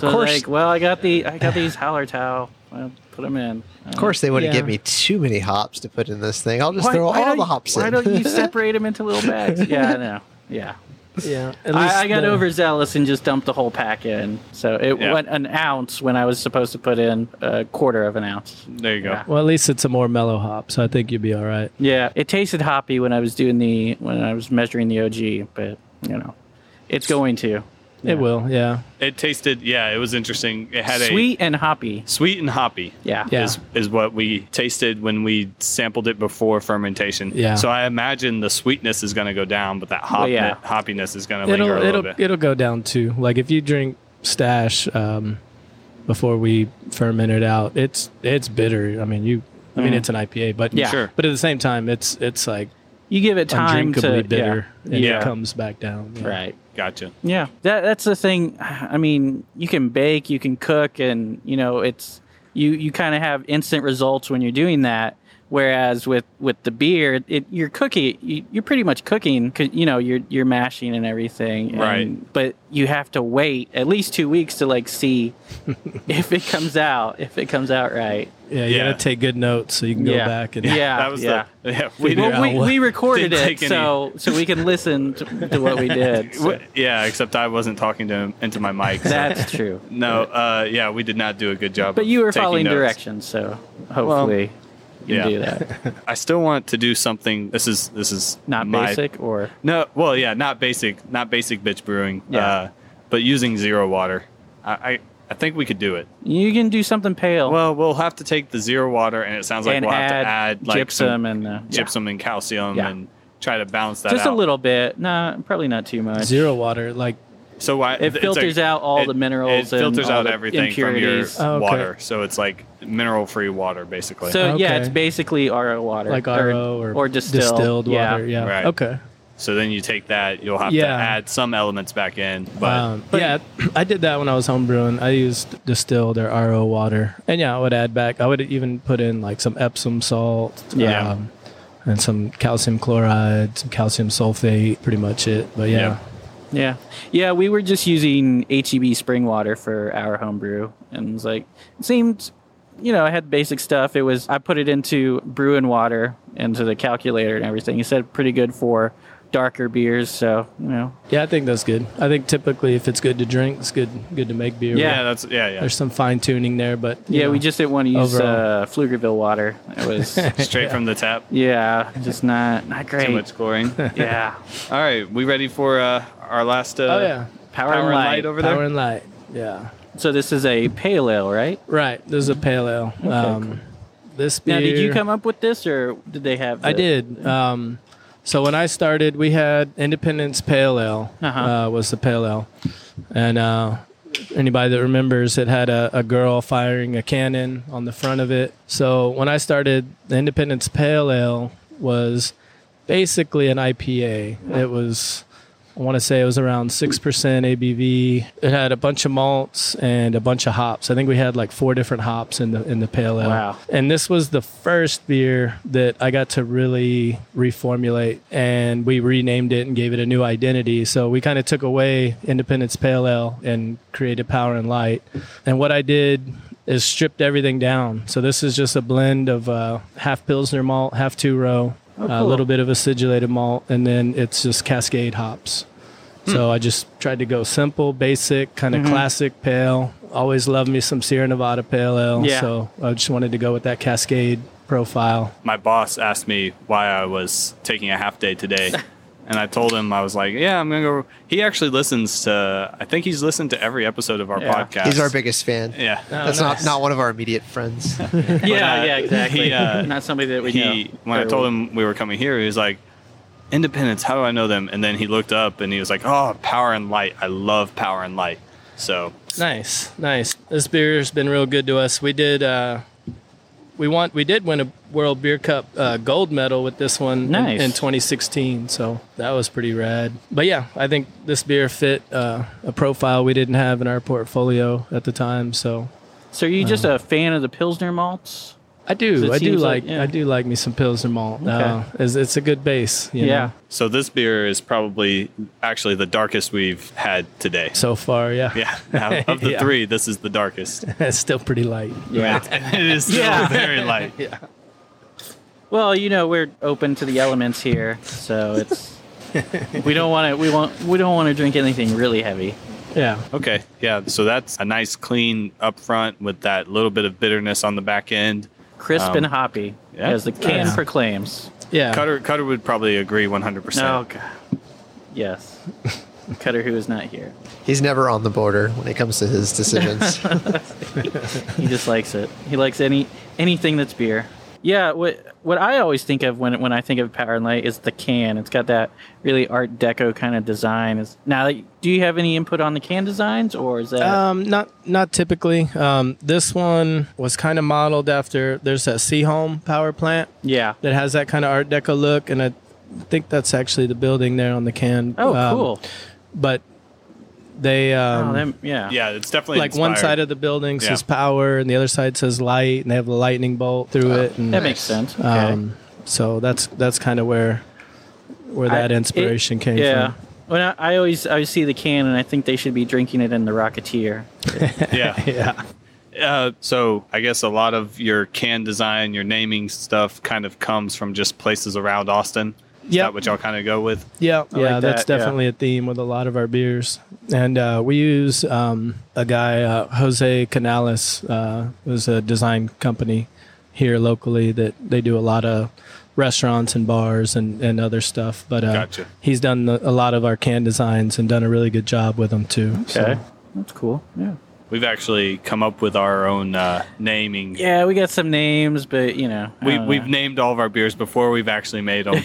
C: so I was
F: course.
C: like, well, I got the I got these Hallertau. Well, put them in.
F: Of course, they wouldn't
E: Yeah.
F: give me too many hops to put in this thing. I'll just throw all the hops
C: why
F: in.
C: don't you separate them into little bags? Yeah, I know. Yeah,
E: Yeah. At
C: I, I got
E: the-
C: overzealous and just dumped the whole pack in. So it
D: Yeah.
C: went an ounce when I was supposed to put in a quarter of an ounce.
D: There you go.
C: Yeah.
E: Well, at least it's a more mellow hop, so I think you'll be all right.
C: Yeah, it tasted hoppy when I was doing the when I was measuring the OG, but you know, it's going to. Yeah.
E: It will, yeah.
D: It tasted, yeah, it was interesting. It had
C: sweet and hoppy.
D: a sweet and hoppy.
C: Yeah.
E: Yeah.
D: is is what we tasted when we sampled it before fermentation.
E: Yeah.
D: So I imagine the sweetness is going to go down, but that hop
C: Well, yeah.
D: hoppiness is going to linger
E: It'll
D: a little
E: it'll
D: bit.
E: it'll go down too. Like if you drink stash um, before we ferment it out, it's it's bitter. I mean, you I mean it's an IPA, but
C: Mm. Yeah.
D: Sure.
E: But at the same time, it's it's like
C: You give it time
E: undrinkably
C: to
E: bitter,
C: Yeah.
E: and
D: Yeah.
E: it comes back down. yeah.
C: Right.
D: gotcha.
C: Yeah. That that's the thing. I mean, you can bake, you can cook and, you know, it's you you kind of have instant results when you're doing that. Whereas with, with the beer, it you're cooking, you, you're pretty much cooking, 'cause, you know, you're you're mashing and everything, and-
D: Right.
C: But you have to wait at least two weeks to like see if it comes out, if it comes out right.
E: Yeah, you
D: Yeah.
E: gotta take good notes so you can go
C: Yeah.
E: back and
C: Yeah,
D: that was
C: yeah.
D: the yeah. We
E: Figure
D: did,
E: out
C: Well, we,
E: what-
C: we recorded
D: Didn't
C: it
D: take any-
C: so so we can listen to, to what we did. so.
D: yeah, except I wasn't talking to him into my mic. so-
C: That's true.
D: no, uh, yeah, we did not do a good job.
C: But
D: of
C: you were
D: taking
C: following
D: notes.
C: directions, so hopefully you
D: yeah.
C: can do that.
D: I still want to do something. This is this is
C: Not
D: my-
C: basic or
D: No, well, yeah, not basic, not basic bitch brewing.
C: Yeah.
D: Uh, but using zero water, I, I I think we could do it.
C: you can do something pale
D: Well, we'll have to take the zero water, and it sounds like
C: and
D: we'll
C: add,
D: have to add like
C: gypsum
D: some
C: and uh, yeah.
D: gypsum and calcium
C: Yeah.
D: and try to balance that
C: Just
D: out.
C: a little bit. No, probably not too much.
E: zero water. Like
D: So why
C: It filters out all the minerals
D: It
C: and
D: filters
C: all
D: out
C: the
D: everything from your
C: impurities.
E: Oh, okay.
D: water, so it's like mineral-free water, basically.
C: So yeah,
E: Okay.
C: it's basically RO water,
E: like RO or,
C: or distilled,
E: water. Yeah.
D: Right.
E: Okay.
D: So then you take that, you'll have to
E: Yeah.
D: add some elements back in. But
E: um, yeah, I did that when I was homebrewing. I used distilled or RO water, and yeah, I would add back. I would even put in like some Epsom salt,
C: Yeah.
E: um, and some calcium chloride, some calcium sulfate. Pretty much it. But yeah,
C: Yeah. Yeah, we were just using HEB spring water for our homebrew and it was like it seemed you know, I had basic stuff. It was I put it into brewing water into the calculator and everything. It said pretty good for darker beers. So you know,
E: Yeah, I think that's good. I think typically if it's good to drink, it's good good to make beer.
D: Yeah, that's yeah, yeah.
E: There's some fine tuning there, but you
C: yeah,
E: know,
C: we just didn't want to use
E: overall.
C: uh, Pflugerville water. It was
D: Straight from the tap.
C: yeah, just not not great.
D: Too much chlorine.
C: Yeah,
D: All right, we ready for uh, our last? Uh,
E: Oh yeah.
C: power,
D: Power
C: and light.
D: over
E: Power
D: there.
E: and light. Yeah.
C: So this is a pale ale, right?
E: Right. This is a pale ale. um, This beer.
C: Now, did you come up with this, or did they have?
E: I
C: the-
E: did. Um, so when I started, we had Independence Pale Ale
C: Uh-huh.
E: uh, was the pale ale, and uh, anybody that remembers, it had a, a girl firing a cannon on the front of it. So when I started, the Independence Pale Ale was basically an IPA. It was. I want to say it was around 6% ABV. It had a bunch of malts and a bunch of hops. I think we had like four different hops in the in the pale ale.
C: Wow.
E: And this was the first beer that I got to really reformulate and we renamed it and gave it a new identity. So we kind of took away Independence Pale Ale and created Power and Light. And what I did is stripped everything down. So this is just a blend of uh, half Pilsner malt, half two row, a
C: Oh, cool.
E: little bit of acidulated malt, and then it's just Cascade hops. So I just tried to go simple, basic, kind of classic pale. Always loved me some Sierra Nevada pale ale.
C: Yeah.
E: So I just wanted to go with that Cascade profile.
D: My boss asked me why I was taking a half day today, and I told him I was like, "Yeah, I'm gonna go." He actually listens to. I think he's listened to every episode of our
C: Yeah.
D: podcast.
F: He's our biggest fan.
D: Yeah.
C: Oh,
F: That's not, not one of our immediate friends.
C: Yeah,
D: uh,
C: yeah, exactly.
D: he, uh,
C: not somebody that we
D: he
C: know.
D: when I
C: very
D: told
C: well.
D: him we were coming here, he was like, "Independence, how do I know them?" And then he looked up and he was like, "Oh, Power and Light. I love Power and Light." So
E: Nice, nice. This beer's been real good to us. We did, uh, we want, we did win a World Beer Cup uh, gold medal with this one in-
C: Nice.
E: in, 2016. So that was pretty rad. But yeah, I think this beer fit uh, a profile we didn't have in our portfolio at the time. So
C: So are you just a fan of the Pilsner malts?
E: I
C: So
E: do,
C: it
E: I do
C: seems
E: like,
C: like- yeah.
E: I do like me some Pilsner malt. Uh, it's, it's a good base. you
C: yeah.
E: know,
D: So this beer is probably actually the darkest we've had today.
E: so far, yeah,
D: Yeah, out of the
E: Yeah.
D: three, this is the darkest.
E: it's still pretty light.
C: Yeah.
D: it is still
C: Yeah.
D: very light.
C: Well, you know, we're open to the elements here, so it's we don't want to we want we don't want to drink anything really heavy.
E: Yeah,
D: Okay, yeah. So that's a nice clean up front with that little bit of bitterness on the back end.
C: Crisp
D: Um,
C: and hoppy,
D: yeah.
C: as the can
E: Yeah.
C: proclaims.
E: yeah.
D: Cutter Cutter would probably agree 100%.
C: Oh god. Yes. Cutter who is not here.
F: He's never on the border when it comes to his decisions.
C: He just likes it. He likes any anything that's beer. Yeah, what what I always think of when when I think of Power and Light is the can. It's got that really Art Deco kind of design. Is now, do you have any input on the can designs, or is that
E: Um, not not typically. Um, this one was kind of modeled after. There's that Seaholm power plant
C: yeah?
E: that has that kind of Art Deco look, and I think that's actually the building there on the can.
C: Oh,
E: Um,
C: cool.
E: But they um,
C: oh, them, yeah.
D: Yeah, it's definitely
E: like one
D: inspired.
E: side of the building says
D: Yeah.
E: power, and the other side says light, and they have the lightning bolt through it. And,
C: That makes sense. Okay.
E: um, so that's that's kind of where where that
C: I-
E: inspiration
C: it-
E: came
C: yeah.
E: from.
C: When I, I always I always see the can and I think they should be drinking it in the Rocketeer.
D: Yeah.
E: Yeah.
D: Uh, so I guess a lot of your can design, your naming stuff, kind of comes from just places around Austin. Is
E: Yep.
D: that what y'all kind of go with?
E: Yeah, yeah,
C: like
E: that's
C: that, yeah.
E: definitely a theme with a lot of our beers, and uh, we use um, a guy uh, Jose Canales, uh, was a design company here locally that they do a lot of restaurants and bars and, and other stuff. But uh,
D: Gotcha.
E: he's done the, a lot of our can designs and done a really good job with them too.
C: Okay. That's cool. Yeah.
D: We've actually come up with our own uh, naming.
C: Yeah, we got some names, but you know. I
D: We,
C: don't
D: we've
C: know.
D: named all of our beers before we've actually made them.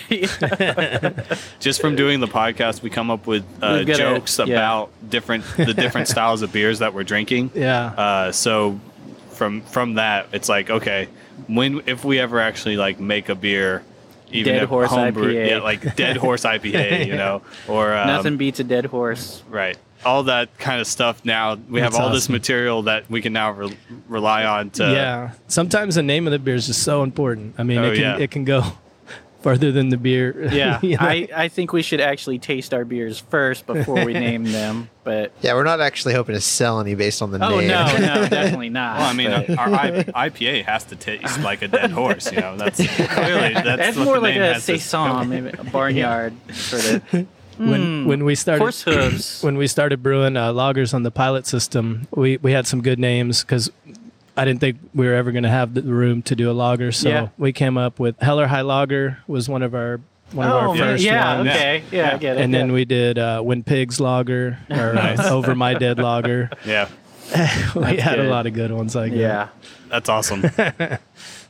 D: Just from doing the podcast, we come up with uh,
C: We've got a-
D: jokes
C: yeah.
D: about different the different styles of beers that we're drinking.
E: Yeah,
D: Uh, so from from that, it's like okay, when if we ever actually like make a beer, even
C: Dead
D: if
C: Horse
D: homebrew-
C: IPA.
D: yeah, like Dead Horse IPA, you know, or um,
C: Nothing beats a dead horse.
D: right, all that kind of stuff. Now we have
E: That's
D: all this
E: awesome.
D: material that we can now re- rely on to
C: uh,
E: yeah. Sometimes the name of the beer is just so important. I mean,
D: Oh,
E: it can
D: yeah.
E: it can go farther than the beer.
C: Yeah,
E: you know?
C: I, I think we should actually taste our beers first before we name them. But
F: Yeah, we're not actually hoping to sell any based on the
C: oh
F: name.
C: no, no, definitely not.
D: Well, I mean,
C: but-
D: our I- IPA has to taste like a dead horse. You know, that's clearly that's,
C: that's
D: what
C: more
D: the
C: like
D: name
C: a
D: has to-
C: saison, maybe a barnyard sort of. Hmm.
E: when when we started
C: Horse hooves.
E: when we started brewing uh, loggers on the pilot system, we we had some good names because I didn't think we were ever going to have the room to do a logger. So
C: Yeah.
E: we came up with Heller High Lager was one of our one of
C: Oh,
E: our first
C: yeah,
E: ones.
C: okay, yeah, I get it.
E: And then
C: yeah.
E: we did uh, When Pigs Lager or uh, Over My Dead Lager.
D: Yeah,
E: we had
C: good.
E: a lot of good ones like
C: yeah.
D: that's awesome.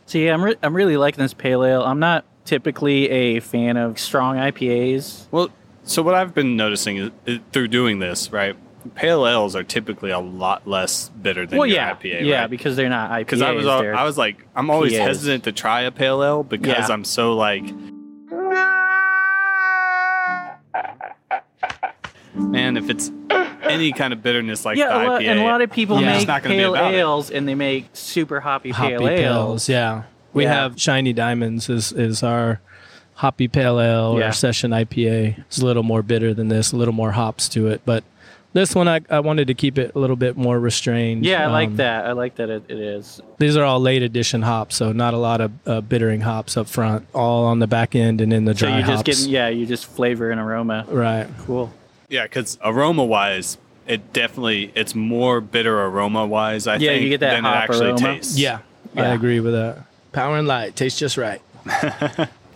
C: See, I'm re- I'm really liking this pale ale. I'm not typically a fan of strong IPAs.
D: Well, so what I've been noticing is, is through doing this, right? Pale ales are typically a lot less bitter than
C: well,
D: your
C: yeah,
D: IPA,
C: yeah,
D: right?
C: because they're not IPAs.
D: because I was al-
C: they're-
D: I was like I'm always
C: PAs.
D: hesitant to try a pale ale because
C: Yeah.
D: I'm so like man if it's any kind of bitterness like
C: yeah,
D: the
C: a lot,
D: IPA
C: and a lot of people
D: I'm just
C: make
D: not gonna be
C: pale
D: about it.
C: ales, and they make super hoppy,
E: that. Hoppy
C: pale ales.
E: Pales. Yeah. We
C: Yeah.
E: have Shiny Diamonds is, is our hoppy pale ale
C: Yeah.
E: or session IPA. It's a little more bitter than this, a little more hops to it. But this one, I, I wanted to keep it a little bit more restrained.
C: Yeah, I like
E: Um,
C: that. I like that it, it is.
E: These are all late edition hops, so not a lot of uh, bittering hops up front, all on the back end and in the
C: So
E: dry
C: you're just
E: hops.
C: getting yeah, you just flavor and aroma.
E: right.
C: Cool.
D: yeah because aroma wise it definitely it's more bitter aroma wise I
C: Yeah,
D: think
C: you get that
D: than it
C: hop
D: actually
C: aroma.
D: tastes
E: Yeah, I
C: Yeah.
E: agree with that. Power and light tastes just right.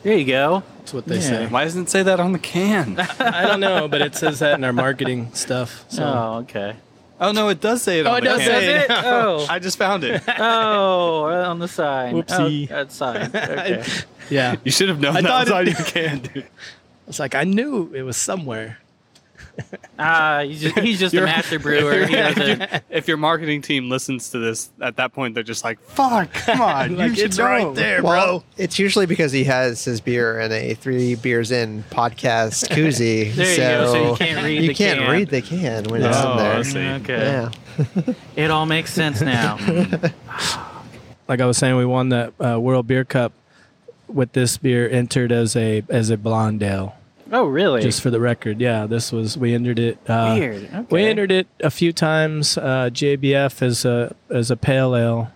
C: There you go.
E: That's what they
C: Yeah.
E: say.
D: why doesn't it say that on the can
E: I don't know, but it says that in our marketing stuff. So
C: Oh, okay.
D: oh no it does say it on the can
E: say.
C: Oh,
D: I just found it
C: oh, on the sign.
E: Whoopsie.
C: Oh, that sign. Okay.
E: yeah,
D: you should have known that
E: thought
D: was
E: it-
D: on your can dude.
E: it's like I knew it was somewhere.
C: Ah, he's just, he's just a
D: You're-
C: master brewer. He doesn't.
D: if your marketing team listens to this at that point they're just like fuck come on
E: Like,
D: you should
E: it's
D: know.
E: right there,
F: Well, it's usually because he has his beer in a three beers in podcast koozie.
C: There you go. So you can't read
F: you
C: the
F: can't
C: can.
F: read the can when it's
D: Oh, I
F: in there.
D: see.
C: Mm, Okay.
F: Yeah.
C: It all makes sense now.
E: Like I was saying, we won the uh, World Beer Cup with this beer entered as a as a blonde ale.
C: oh, really?
E: Just for the record, yeah, this was we entered it. Uh,
C: Weird. Okay.
E: We entered it a few times. Uh, JBF as a as a pale ale,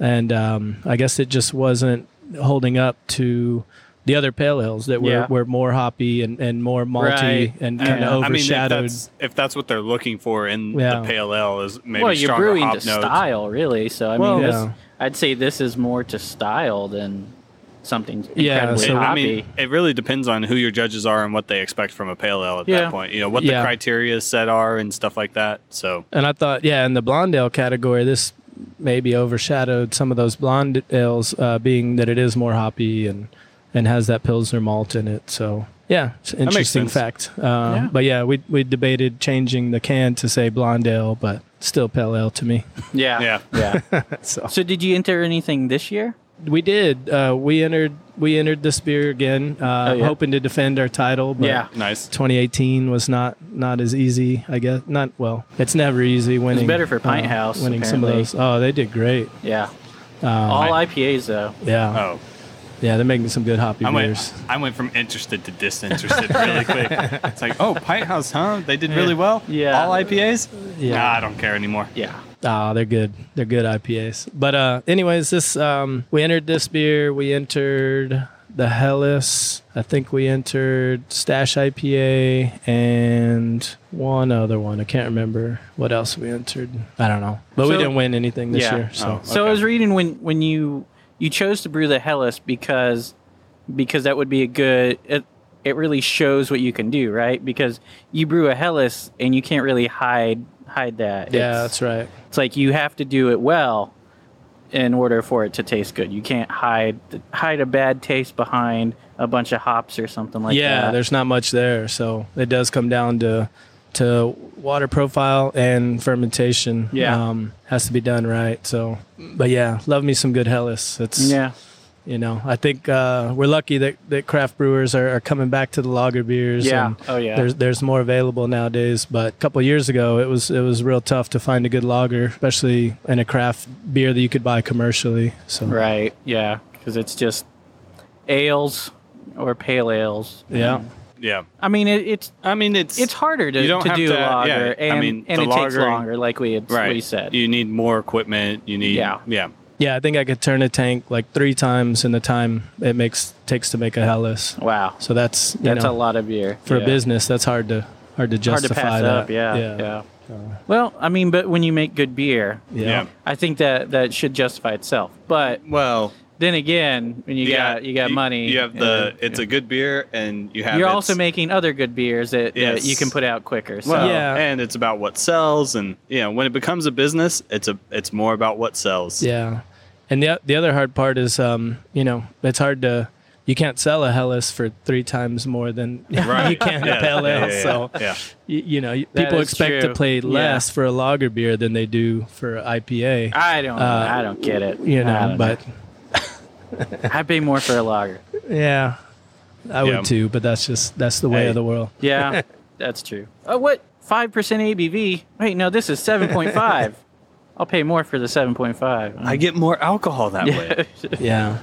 E: and um, I guess it just wasn't holding up to the other pale ales that were,
C: Yeah.
E: were more hoppy and, and more malty
C: Right. Uh,
E: and kind
C: Yeah.
E: of
D: I mean, if
E: overshadowed.
D: that's, if that's what they're looking for in
E: Yeah.
D: the pale ale, is maybe
C: well, you're
D: stronger
C: brewing
D: hop
C: to
D: notes.
C: style, really. So I
E: Well,
C: mean,
E: yeah.
C: this, I'd say this is more to style than something
E: Yeah,
C: incredibly
E: so-
D: I
C: hoppy.
D: mean, it really depends on who your judges are and what they expect from a pale ale at
C: Yeah.
D: that point. You know what
E: Yeah.
D: the criteria set are and stuff like that. So
E: and I thought, yeah, in the blonde ale category, this maybe overshadowed some of those blonde ales, uh, being that it is more hoppy and and has that pilsner malt in it. So yeah, it's an
D: makes
E: interesting
D: sense.
E: fact. Uh, But yeah, we we debated changing the can to say blonde ale, but still pale ale to me.
C: yeah.
D: yeah,
C: Yeah.
E: So
C: so did you enter anything this year?
E: we did. Uh, we entered. We entered this beer again, uh,
C: Oh, yeah.
E: hoping to defend our title. But
C: Yeah.
D: nice.
E: 2018 was not not as easy. I guess not. Well, it's never easy winning.
C: better for Pint
E: uh,
C: House,
E: Winning
C: apparently.
E: some of those. Oh, they did great.
C: Yeah. all IPAs though.
E: Yeah,
D: Oh,
E: yeah, they're making some good hoppy
D: I went.
E: beers.
D: I went from interested to disinterested really quick. It's like, oh, Pint House, huh? They did really well.
C: Yeah.
D: all IPAs.
E: Yeah.
D: nah, I don't care anymore.
C: Yeah.
E: Ah, they're good. They're good IPAs. But uh, anyways, this um, we entered this beer. We entered the Hellas. I think we entered Stash IPA and one other one. I can't remember what else we entered. I don't know. But we
C: So-
E: didn't win anything this
C: Yeah. Oh.
E: year. So
C: So I was reading when when you you chose to brew the Hellas because because that would be a good it it really shows what you can do, right? Because you brew a Hellas and you can't really hide hide that.
E: yeah,
C: It's-
E: that's right.
C: It's like you have to do it well in order for it to taste good. You can't hide hide a bad taste behind a bunch of hops or something like uh,
E: yeah,
C: that.
E: there's not much there, so it does come down to to water profile and fermentation.
C: Yeah.
E: um, has to be done right. So, but yeah, love me some good Hellas. It's
C: yeah.
E: you know, I think uh, we're lucky that, that craft brewers are, are coming back to the lager beers.
C: Yeah.
E: and
C: Oh, yeah.
E: There's there's more available nowadays, but a couple of years ago, it was it was real tough to find a good lager, especially in a craft beer that you could buy commercially. So
C: Right. Yeah. Because it's just ales or pale ales.
E: Yeah.
D: Yeah.
C: I mean, it, it's
D: I mean, it's
C: it's harder to,
D: You don't
C: to
D: have
C: do
D: to-
C: a lager,
D: yeah, I
C: and,
D: mean,
C: and
D: the
C: it takes
D: lager-
C: longer, like we had we said.
D: You need more equipment. You need
C: Yeah.
D: yeah.
E: Yeah, I think I could turn a tank like three times in the time it makes takes to make a Hellas.
C: wow,
E: So that's you
C: that's
E: know,
C: a lot of beer
E: for
C: Yeah.
E: a uh, business. That's hard to hard to
C: Hard to
E: justify
C: pass
E: that.
C: up. Yeah, yeah. Well, I mean, but when you make good beer,
E: yeah.
D: Yeah.
C: I think that that should justify itself. But
D: Well,
C: then again, when you got you got money,
D: You have the. It's a good beer, and you have.
C: you're
D: its-
C: also making other good beers that,
D: Yes.
C: that you can put out quicker. So
D: Well,
E: Yeah.
D: and it's about what sells, and you know, when it becomes a business, it's a. It's more about what sells.
E: Yeah. And the the other hard part is um, you know, it's hard to you can't sell a Hellas for three times more than
D: Right.
E: you can
D: Yeah.
E: a pale
D: Yeah,
E: ale.
D: yeah, yeah.
E: So
D: yeah.
E: you, you know, you-
C: That
E: people
C: is
E: expect
C: true.
E: to pay
C: Yeah.
E: less for a lager beer than they do for IPA.
C: I don't
E: Uh,
C: I don't get it.
E: you
C: I
E: know,
C: don't
E: but
C: I pay more for a lager.
E: yeah, I
D: Yeah.
E: would too. But that's just that's the way
D: Hey.
E: of the world.
C: Yeah, that's true. Oh, what five percent ABV? Wait, no, this is seven point five. I'll pay more for the seven point five.
D: I get more alcohol that way.
E: Yeah,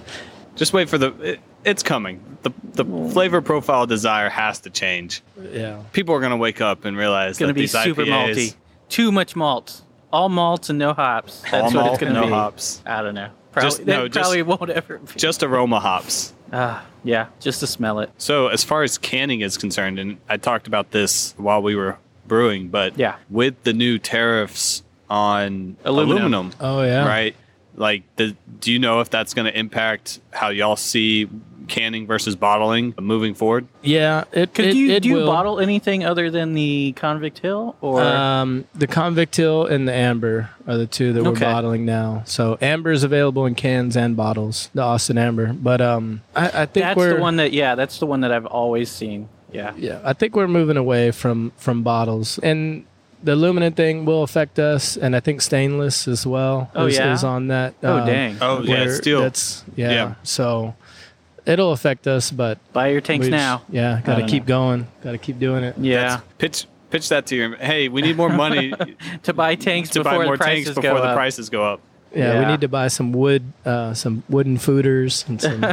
D: Just wait for the. It, it's coming. The the flavor profile desire has to change.
E: yeah.
D: People are gonna wake up and realize
C: It's gonna
D: that
C: be
D: these
C: super
D: IPAs,
C: malty. Too much malt. All malts and no hops. That's
D: all
C: what
D: malt,
C: it's gonna
D: no
C: be.
D: hops,
C: I don't know. Probably,
D: Just-
C: that
D: no, just-
C: probably won't ever be.
D: just aroma hops.
C: Ah, yeah, just to smell it.
D: So as far as canning is concerned, and I talked about this while we were brewing, but
C: Yeah.
D: with the new tariffs on
C: Aluminum.
D: aluminum,
E: Oh yeah.
D: right? Like, the, do you know if that's going to impact how y'all see canning versus bottling moving forward?
E: Yeah. It
C: Could
E: it-
C: you
E: it
C: do you
E: will.
C: bottle anything other than the Convict Hill or
E: Um, the Convict Hill and the Amber are the two that we're
C: Okay.
E: bottling now. So Amber is available in cans and bottles, the Austin Amber. But um, I, I think
C: that's
E: we're Uh,
C: the one that yeah, that's the one that I've always seen. Yeah.
E: yeah, I think we're moving away from from bottles and. The aluminum thing will affect us, and I think stainless as well.
C: Oh,
E: is,
C: yeah?
E: is on that.
C: Oh,
E: um,
C: dang.
D: Oh, yeah,
E: where
D: steel.
E: That's yeah,
D: Yeah.
E: So it'll affect us, but
C: Buy your tanks
E: we just-
C: now.
E: Yeah, got to
C: don't
E: keep
C: know.
E: going. Got to keep doing it.
C: Yeah.
D: Pitch pitch that to your hey. We need more money to
C: to buy tanks before
D: buy more
C: the prices
D: tanks
C: go
D: before the
C: up.
D: prices go up.
E: Yeah,
C: Yeah.
E: we need to buy some wood, uh, some wooden fooders and some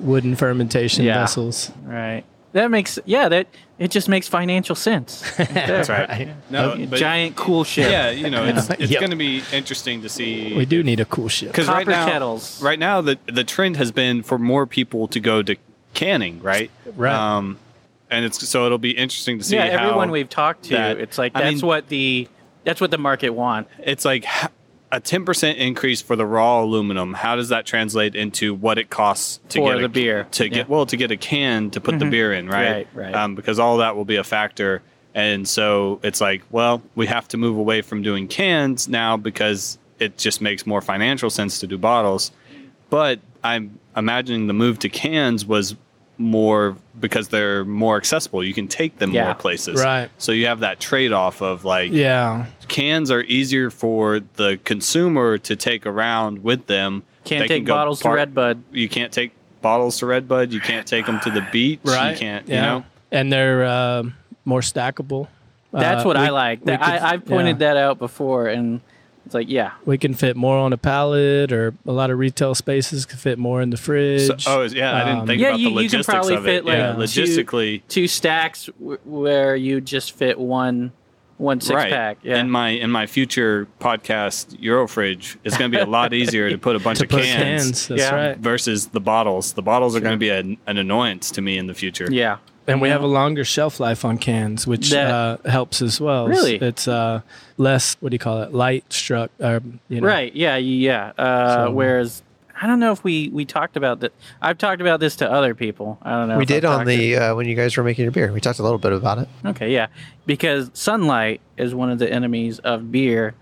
E: wooden fermentation
C: Yeah.
E: vessels.
C: Right. That makes yeah. That it just makes financial sense.
D: That's right. No, but-
C: Giant cool shit.
D: Yeah, you know, it's it's
E: Yep.
D: going to be interesting to see.
E: We do need a cool ship.
D: because right
C: Copper
D: now,
C: kettles.
D: right now the the trend has been for more people to go to canning, right?
E: Right.
D: Um, and it's so it'll be interesting to see.
C: yeah.
D: how
C: Everyone we've talked to,
D: that-
C: it's like
D: I
C: that's
D: mean-
C: what the that's what the market want.
D: it's like h- a ten percent increase for the raw aluminum. How does that translate into what it costs to
C: For
D: get a,
C: the beer.
D: to
C: Yeah. Mm-hmm.
D: get well to get a can to put the beer in, right?
C: Right, right.
D: Um, because all that will be a factor. And so it's like, well, we have to move away from doing cans now because it just makes more financial sense to do bottles. But I'm imagining the move to cans was more because they're more accessible. You can take them
C: Yeah.
D: more places.
E: Right.
D: So you have that trade off of like,
E: Yeah,
D: cans are easier for the consumer to take around with them.
C: Can't
D: They
C: take
D: can go
C: bottles
D: par-
C: to Red Bud.
D: You can't take bottles to Red Bud. You can't take them to the beach.
E: right.
D: You can't.
E: Yeah.
D: You know.
E: and they're uh, more stackable.
C: That's
E: Uh,
C: what
E: we-
C: I like.
E: we
C: That,
E: could-
C: I, I've pointed
E: yeah.
C: that out before, and it's like yeah,
E: We can fit more on a pallet, or a lot of retail spaces can fit more in the fridge.
D: So, oh yeah, I didn't
E: Um,
D: think
C: yeah.
D: about
C: You,
D: the
C: you can
D: logistics
C: probably
D: of
C: fit
D: it.
C: like
D: yeah,
C: two-
D: logistically.
C: two stacks w- where you just fit one one six
D: right.
C: pack. Yeah.
D: In my in my future podcast, Eurofridge, it's going to be a lot easier to put a bunch
E: to
D: of
E: put
D: cans,
E: cans. That's
C: Yeah.
E: right.
D: versus the bottles. The bottles are going to be an, an annoyance to me in the future.
C: yeah.
E: and we have a longer shelf life on cans, which
C: That-
E: uh, helps as well.
C: Really?
E: it's uh, less what do you call it? Light struck, or you know,
C: Right. Yeah. Yeah. Uh,
E: So-
C: Whereas I don't know if we we talked about that. I've talked about this to other people. I don't know.
F: We
C: if I've
F: did on
C: talked to-
F: the uh, when you guys were making your beer. We talked a little bit about it.
C: Okay. Yeah. Because sunlight is one of the enemies of beer.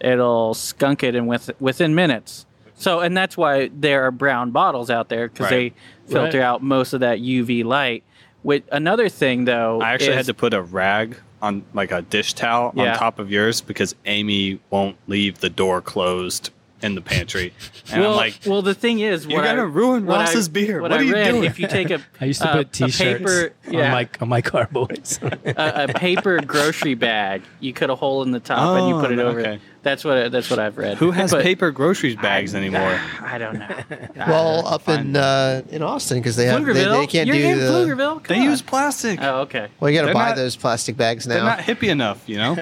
C: It'll skunk it in with within minutes. So and that's why there are brown bottles out there because
D: Right.
C: they filter
E: Right.
C: out most of that UV light. With another thing though,
D: I actually
C: is-
D: had to put a rag on like a dish towel
C: Yeah.
D: on top of yours because Amy won't leave the door closed in the pantry. And
C: well,
D: I'm like,
C: well, the thing is,
D: You're
C: what I-
D: gonna ruin
C: what I-
D: Ross's beer.
C: What,
D: What
C: I
D: are you
C: read,
D: doing?
C: If you take a,
E: I used to
C: uh,
E: put T-shirts
C: a paper,
E: on
C: yeah,
E: my on my carboys.
C: a, a paper grocery bag. You cut a hole in the top and you
D: Oh,
C: put it over.
D: okay.
C: That's what that's what I've read.
D: Who has
C: But-
D: paper groceries bags anymore?
C: I don't know.
F: well, up in uh, in Austin because they have they,
C: Pflugerville?
F: they can't
C: You're
F: do
C: in
F: the.
C: Pflugerville? Come
D: They
C: on.
D: use plastic.
C: Oh, okay.
F: Well, you got to
D: They're
F: buy
D: not-
F: those plastic bags
D: They're
F: now.
D: not hippie enough, you know.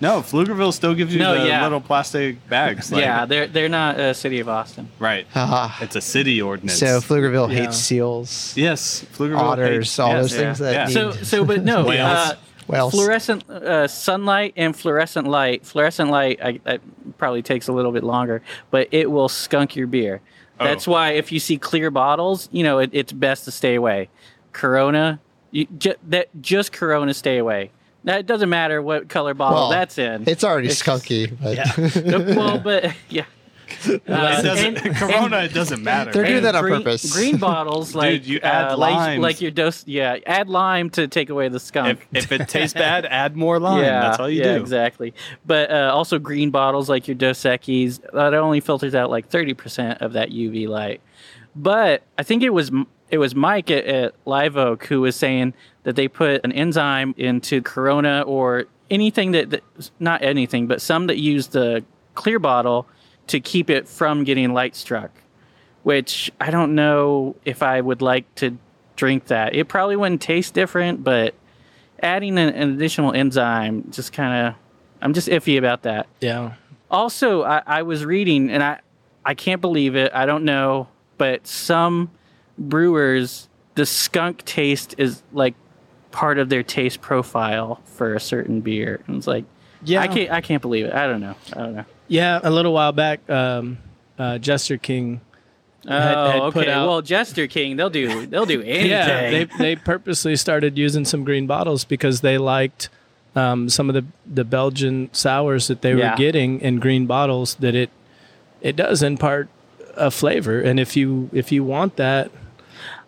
D: no, Pflugerville still gives you
C: No,
D: the
C: yeah.
D: little plastic bags. like-
C: yeah, they're they're not uh, city of Austin.
D: right.
F: Ah,
D: It's a city ordinance.
F: so Pflugerville
E: Yeah.
F: hates seals,
D: yes, Pflugerville
F: otters,
D: hates-
F: all
D: yes,
F: those things
D: yeah,
F: that Uh,
D: yeah.
F: need
C: So so, but no.
D: Whales.
C: uh,
F: whales.
C: Fluorescent uh, sunlight and fluorescent light. Fluorescent light I, I probably takes a little bit longer, but it will skunk your beer. That's
D: Oh.
C: why if you see clear bottles, you know it, it's best to stay away. Corona, you, ju- that just Corona, stay away. That it doesn't matter what color bottle
F: Well,
C: Oh, that's in.
F: It's already skunky, but
C: Nope, well, but yeah. Uh,
D: It doesn't,
C: and-
D: corona,
C: and-
D: it doesn't matter.
F: They're doing
C: and
F: that on
C: green,
F: purpose.
C: Green bottles, like
D: you add
C: uh, like,
D: limes.
C: like your dose. Yeah, add lime to take away the skunk.
D: if, if it tastes bad, add more lime.
C: Yeah,
D: That's all you
C: yeah,
D: do.
C: exactly. But uh, also green bottles like your Dos Equis uh, that only filters out like thirty percent of that UV light. But I think it was it was Mike at, at Live Oak who was saying that they put an enzyme into Corona or anything that, that not anything, but some that use the clear bottle to keep it from getting light struck. Which I don't know if I would like to drink that. It probably wouldn't taste different, but adding an, an additional enzyme just kind of i'm just iffy about that
E: Yeah.
C: also I, I was reading and i i can't believe it i don't know but some brewers the skunk taste is like part of their taste profile for a certain beer and it's like yeah i can't i can't believe it i don't know i don't know
E: Yeah. A little while back, um, uh, Jester King.
C: Oh,
E: had
C: okay.
E: put out-
C: well, Jester King, they'll do they'll do anything.
E: Yeah, they, they purposely started using some green bottles because they liked um, some of the, the Belgian sours that they
C: Yeah.
E: were getting in green bottles. That it it does impart a flavor, and if you if you want that,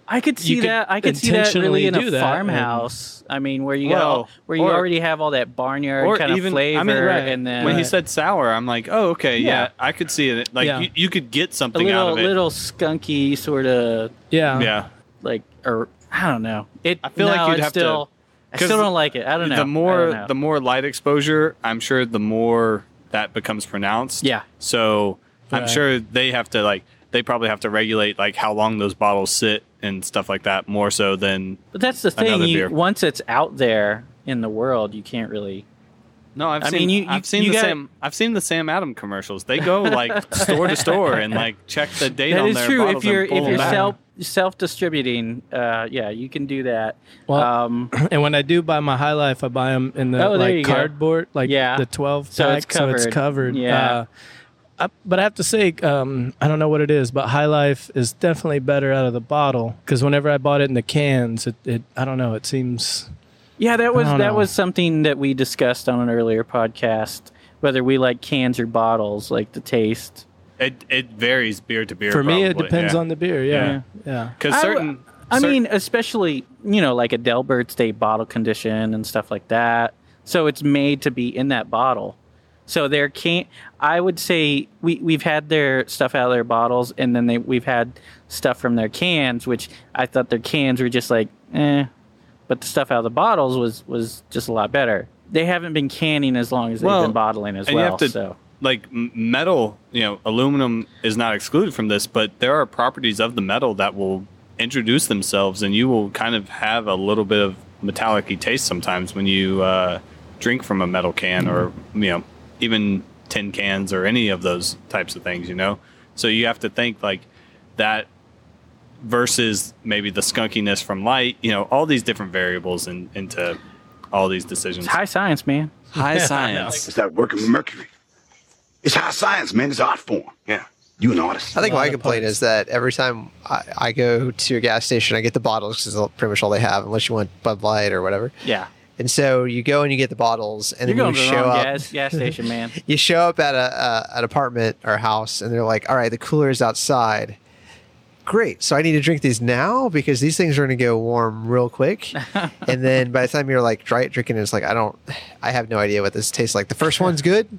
C: I could see
E: could
C: that. I could see that really
E: intentionally
C: in a
E: do that,
C: farmhouse. I mean, where you got
D: Well,
C: all, where you
D: or-
C: already have all that barnyard kind of flavor, and then
D: when he said sour, I'm like, oh, okay, yeah,
E: Yeah.
D: I could see it. Like
E: Yeah.
D: you, you could get
C: a
D: something out
C: little
D: of it.
C: little skunky sort of
E: yeah,
D: yeah,
C: like or I don't know. It.
D: I feel
C: no,
D: like you'd
C: it's
D: have to-
C: still, I
D: 'cause
C: still don't like it. I don't know.
D: the
C: I
D: more
C: don't know.
D: the more light exposure, I'm sure the more that becomes pronounced.
C: Yeah.
D: So I'm
E: Right.
D: sure they have to like they probably have to regulate like how long those bottles sit and stuff like that more so than
C: but that's the thing.
D: another
C: you-
D: beer.
C: once it's out there in the world, you can't really.
D: No, I've
C: I
D: seen.
C: mean, you- you-
D: I've seen
C: you
D: the
C: gotta-
D: Sam. I've seen the Sam Adam commercials. They go like store to store and like check the date
C: That
D: on
C: is
D: their
C: true.
D: bottles
C: If you're
D: and pull
C: if
D: them
C: you're
D: back.
C: self self distributing, uh, yeah, you can do that.
E: Well,
C: um,
E: And when I do buy my High Life, I buy them in the
C: Oh, there you
E: like
C: go.
E: cardboard, like
C: Yeah.
E: the twelve
C: So it's
E: pack, so it's
C: covered.
E: covered.
C: Yeah.
E: Uh, I, but I have to say, um, I don't know what it is, but High Life is definitely better out of the bottle because whenever I bought it in the cans, it, it I don't know, it seems
C: Yeah, that was
E: don't
C: that
E: know.
C: was something that we discussed on an earlier podcast. Whether we like cans or bottles, like the taste.
D: it it varies beer to beer.
E: for me it
D: probably,
E: depends
D: yeah.
E: on the beer. Yeah, yeah,
D: because
C: I w-
D: certain.
C: I
D: cer-
C: mean, especially you know, like a Delbert's Day bottle condition and stuff like that. So it's made to be in that bottle. So there can't. I would say we we've had their stuff out of their bottles, and then they we've had stuff from their cans, which I thought their cans were just like eh, but the stuff out of the bottles was was just a lot better. They haven't been canning as long as they've
D: Well,
C: been bottling as
D: and
C: well.
D: you have to
C: so
D: like m- metal. You know, aluminum is not excluded from this, but there are properties of the metal that will introduce themselves, and you will kind of have a little bit of metallic taste sometimes when you uh, drink from a metal can or
C: Mm-hmm.
D: you know even tin cans or any of those types of things. You know, so you have to think like that versus maybe the skunkiness from light. You know, all these different variables in, into all these decisions.
C: it's high science, man.
D: High science.
J: It's that working with Mercury. It's high science, man. It's art form. Yeah. You an artist.
F: I think my
E: of
F: complaint
E: parts.
F: is that every time I, I go to a gas station, I get the bottles because it's pretty much all they have, unless you want Bud Light or whatever.
C: Yeah,
F: And so you go and you get the bottles, and
C: you're
F: then
C: going
F: you
C: to the
F: show
C: wrong
F: up.
C: gas, gas station, man.
F: You show up at a, a an apartment or house, and they're like, "All right, the cooler is outside." Great. So I need to drink these now because these things are going to go warm real quick. and then by the time you're like dry drinking, it, it's like I don't, I have no idea what this tastes like. The first one's good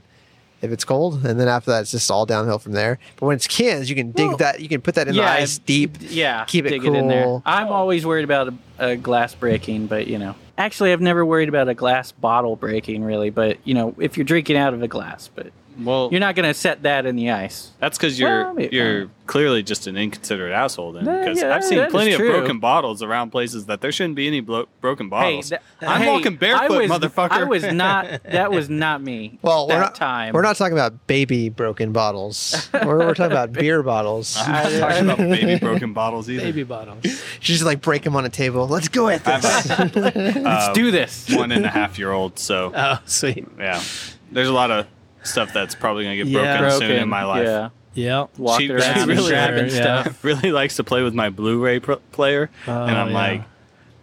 F: if it's cold, and then after that, it's just all downhill from there. But when it's cans, you can dig
C: Well,
F: that, you can put that in the ice deep.
C: d- Yeah,
F: keep it
C: dig in there.
F: cool.
C: I'm always worried about a, a glass breaking, but you know, actually, I've never worried about a glass bottle breaking really. But you know, if you're drinking out of a glass, but
D: Well,
C: You're not going to set that in the ice.
D: that's because you're
C: Well, I mean,
D: you're clearly just an inconsiderate asshole then.
C: Yeah,
D: Because
C: yeah,
D: I've seen
C: that is
D: plenty of
C: true.
D: broken bottles around places that there shouldn't be any blo- broken bottles.
C: that-
D: I'm
C: hey,
D: walking barefoot,
C: I was,
D: motherfucker.
C: I was not. That was not me.
F: Well,
C: that
F: we're not,
C: time
F: we're not talking about baby broken bottles. we're, we're talking about beer bottles.
C: Uh-huh.
D: I'm not
C: uh,
D: talking about baby broken bottles either.
E: Baby bottles.
F: She's like break them on a table. Let's go at
D: I
F: this.
D: have
C: Let's do this.
D: a Uh, one and a half year old, so
C: Uh,
E: Oh, sweet.
D: yeah. There's a lot of stuff that's probably gonna get broken,
E: Yeah.
D: soon in my life.
C: Yeah,
E: Yeah.
C: walked
D: She-
C: around
D: she
C: and
D: really-
C: grabbing
E: yeah.
C: stuff.
D: really likes to play with my Blu-ray pro- player,
C: Oh,
D: and I'm
E: yeah.
D: like,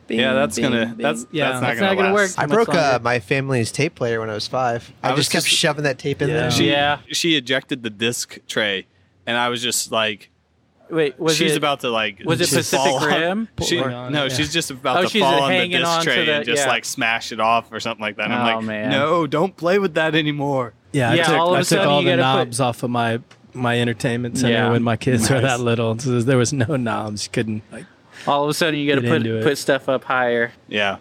D: yeah, that's gonna that's
E: Yeah.
D: that's not
E: That's
D: gonna,
C: not gonna
D: last.
C: work.
F: I
C: much
F: broke uh,
C: longer.
F: my family's tape player when I was five. I,
D: I was
F: just kept
D: just-
F: shoving that tape in
E: Yeah.
F: there.
D: She,
C: Yeah.
D: she ejected the disc tray, and I was just like,
C: Wait, was
D: she's
C: it,
D: about to like.
C: was it
D: just
C: Pacific
D: fall on-
C: Rim?
D: She,
E: Hang on,
D: no,
E: yeah.
D: she's just about
C: Oh,
D: to
C: she's
D: fall on the
C: hanging
D: disc
C: on to
D: tray
C: the-
D: and just
C: yeah.
D: like smash it off or something like that. And I'm
C: Oh,
D: like,
C: man.
D: no, don't play with that anymore.
E: Yeah,
C: Yeah,
E: I took,
C: all of
E: I
C: a
E: took
C: sudden
E: all
C: you
E: the
C: gotta put-
E: knobs off of my my entertainment center
C: Yeah.
E: when my kids were
D: Nice.
E: that little. So there was no knobs. You couldn't like
C: all of a sudden you got to
E: Get into
C: put
E: it.
C: put stuff up higher?
D: Yeah,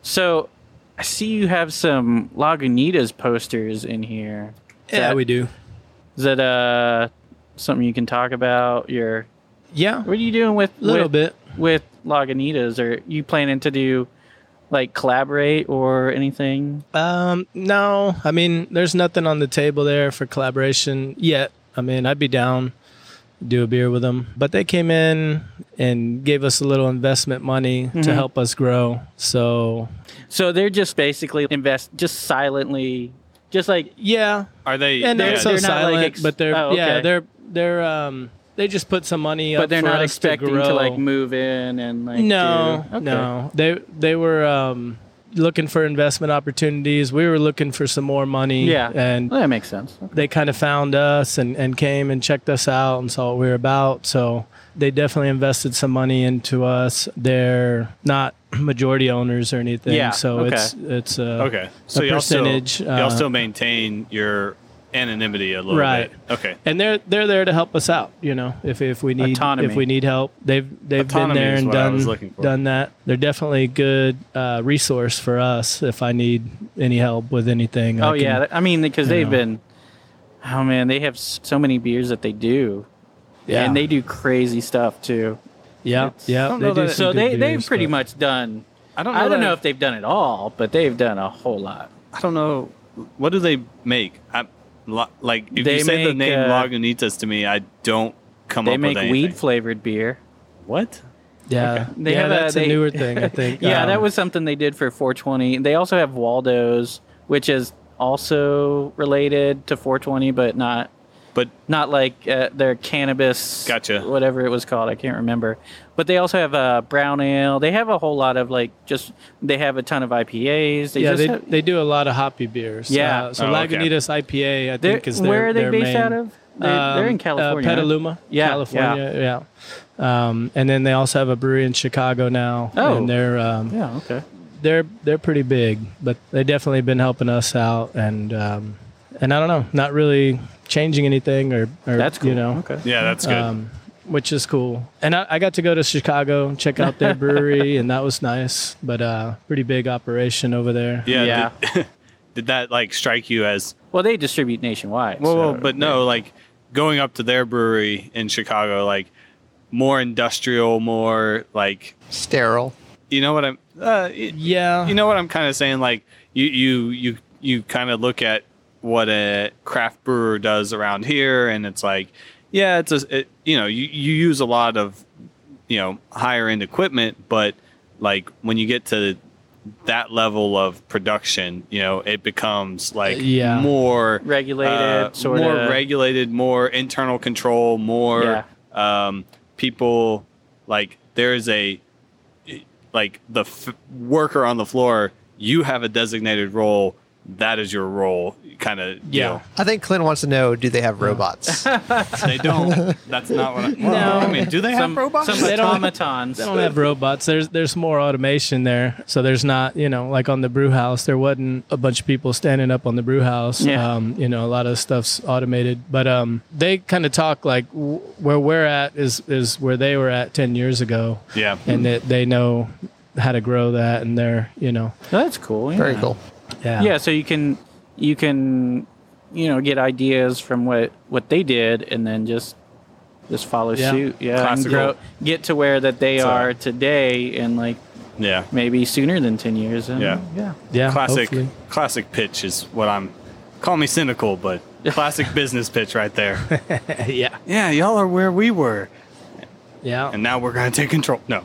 C: So I see you have some Lagunitas posters in here. Is
E: Yeah,
C: that,
E: we do.
C: is that uh something you can talk about? Your
E: Yeah.
C: what are you doing with
E: Little
C: with,
E: bit.
C: with Lagunitas? Are you planning to do like collaborate or anything?
E: Um, no, I mean, there's nothing on the table there for collaboration yet. I mean, I'd be down do a beer with them, but they came in and gave us a little investment money
C: Mm-hmm.
E: to help us grow. So
C: So they're just basically invest just silently, just like
E: yeah,
D: are they?
E: and they're
D: yeah,
E: so
C: they're not, like,
E: silent,
C: ex-
E: but they're
C: oh,
E: yeah,
C: okay.
E: they're they're um they just put some money, up
C: but they're
E: for
C: not
E: us
C: expecting to,
E: grow.
C: like move in and like
E: No,
C: do- okay.
E: no. They they were um, looking for investment opportunities. We were looking for some more money.
C: Yeah.
E: and
C: Well, that makes sense.
E: they kind of found us and, and came and checked us out and saw what we were about. So they definitely invested some money into us. They're not majority owners or anything.
C: Yeah,
E: So
C: okay.
E: it's it's uh, a,
D: okay. So
E: a
D: y'all
E: percentage.
D: still y'all
E: uh,
D: still maintain your anonymity a little
E: Right.
D: bit. Okay.
E: and they're they're there to help us out. You know, if if we need
C: Autonomy.
E: if we need help, they've they've
D: Autonomy
E: been there
D: is
E: and
D: what I was
E: done
D: looking for.
E: done that. They're definitely a good uh, resource for us if I need any help with anything. I
C: Oh
E: can-
C: yeah, I mean because
E: you
C: they've
E: know.
C: been, oh man, they have s- so many beers that they do,
E: yeah,
C: and they do crazy stuff too.
E: yeah,
C: It's-
E: yeah.
D: don't know that-
E: some
C: So
E: good
C: they they've
E: beers,
C: pretty
E: but-
C: much done.
D: I don't. Know
C: I don't
D: that-
C: know if they've done it all, but they've done a whole lot.
D: I don't know. What do they make? I lo- like if
C: They
D: you say the
C: make,
D: name
C: uh,
D: Lagunitas to me, I don't come
C: They
D: up
C: make
D: with anything.
C: weed flavored beer.
D: What?
E: Yeah,
C: They
E: yeah,
C: have a-
E: that's a,
C: they-
E: newer thing, I think.
C: Yeah,
E: Um,
C: that was something they did for 420. They also have Waldo's, which is also related to 420, but not
D: But
C: not like uh, their cannabis
D: Gotcha.
C: whatever it was called i can't remember but they also have a brown ale they have a whole lot of like just they have a ton of ipas they
E: yeah,
C: just
E: they,
C: have,
E: they do a lot of hoppy beers.
C: Yeah.
E: Uh, so
D: Oh, okay.
E: Lagunitas IPA, I
C: They're-
E: think, is their,
C: where are they
E: their
C: based
E: main-
C: out of they, they're
E: Um,
C: in
E: uh,
C: california right?
E: Petaluma,
C: Yeah,
E: California, yeah. Um, and then they also have a brewery in Chicago now.
C: Oh.
E: and they're um,
C: yeah okay
E: they're they're pretty big, but they definitely been helping us out, and um, and I don't know, not really changing anything or, or
C: that's cool
E: you know,
C: okay
D: yeah, that's good.
E: um, which is cool. And I, I got to go to Chicago and check out their brewery, and that was nice. But uh, pretty big operation over there.
D: yeah.
C: yeah.
D: Did, did that like strike you as
C: well they distribute nationwide
D: well, well,
C: so-
D: but no, like going up to their brewery in Chicago, like more industrial, more like
F: Sterile.
D: you know what I'm. Uh, y-
E: Yeah.
D: you know what I'm kind of saying. Like you, you, you, you kind of look at what a craft brewer does around here, and it's like, yeah, it's a, it, you know, you, you use a lot of, you know, higher end equipment, but like when you get to that level of production, you know, it becomes like
E: Yeah.
D: more uh,
C: Regulated, sorta.
D: more regulated, more internal control, more um, people like there is a like the f- worker on the floor, you have a designated role. That is your role, kind of.
E: Yeah.
F: I think Clint wants to know: Do they have robots?
D: they don't. That's not what. I, no, I mean, do they
C: some,
D: have robots?
C: some
E: They don't-
C: automatons
E: They don't have robots. There's there's more automation there. So there's not you know like on the brew house there wasn't a bunch of people standing up on the brew house.
C: Yeah.
E: Um, you know a lot of stuff's automated. But um, they kind of talk like w- where we're at is is where they were at ten years ago,
D: yeah,
E: and that they know how to grow that, and they're you know
C: that's cool yeah.
F: Very cool.
E: yeah
C: yeah so you can you can you know, get ideas from what what they did, and then just just follow
E: Yeah.
C: suit. Yeah, and
D: Classical.
C: grow, get to where that they
D: So-
C: are today, and like
D: Yeah.
C: maybe sooner than ten years. And,
D: Yeah.
C: yeah.
E: Yeah,
D: classic
E: hopefully.
D: classic pitch is what I'm call me cynical, but classic business pitch right there.
E: yeah,
D: Yeah, y'all are where we were.
E: yeah,
D: And now we're gonna take control. No.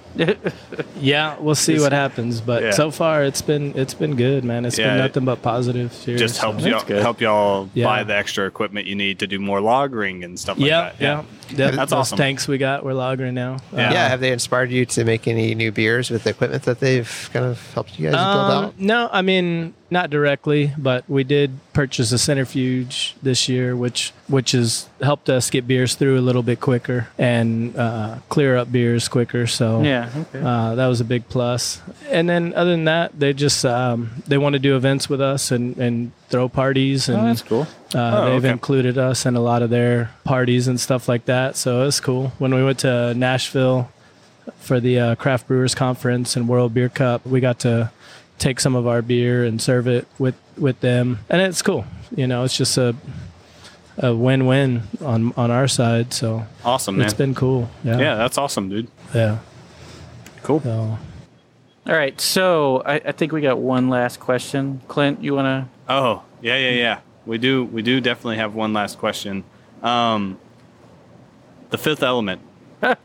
E: yeah. We'll see what happens, but
D: Yeah.
E: so far it's been it's been good, man. It's
D: Yeah,
E: been
D: it-
E: nothing but positive. Here,
D: Just help
E: so-
D: y'all help y'all
E: Yeah.
D: buy the extra equipment you need to do more logring and stuff like
E: Yeah,
D: that.
E: yeah, yeah.
D: That's
E: Those
D: awesome.
E: tanks we got, we're lagering now.
D: Yeah.
F: yeah, have they inspired you to make any new beers with the equipment that they've kind of helped you guys build
E: Um,
F: out?
E: no, I mean not directly, but we did purchase a centrifuge this year, which which has helped us get beers through a little bit quicker and uh, clear up beers quicker. So
C: Yeah. Okay.
E: uh, that was a big plus. And then other than that, they just um, they want to do events with us and and throw parties and
C: oh, that's cool.
E: uh,
D: Oh,
E: they've
D: okay.
E: included us in a lot of their parties and stuff like that. So it's cool. When we went to Nashville for the uh, Craft Brewers Conference and World Beer Cup, we got to take some of our beer and serve it with, with them. And it's cool. You know, it's just a, a win win on, on our side. So
D: Awesome, man.
E: it's been uh, cool. Yeah.
D: yeah, that's awesome, dude.
E: Yeah.
D: Cool.
E: So,
C: All right, so I, I think we got one last question. Clint, you want
D: Oh, yeah, yeah, yeah. We do we do definitely have one last question. Um The Fifth Element.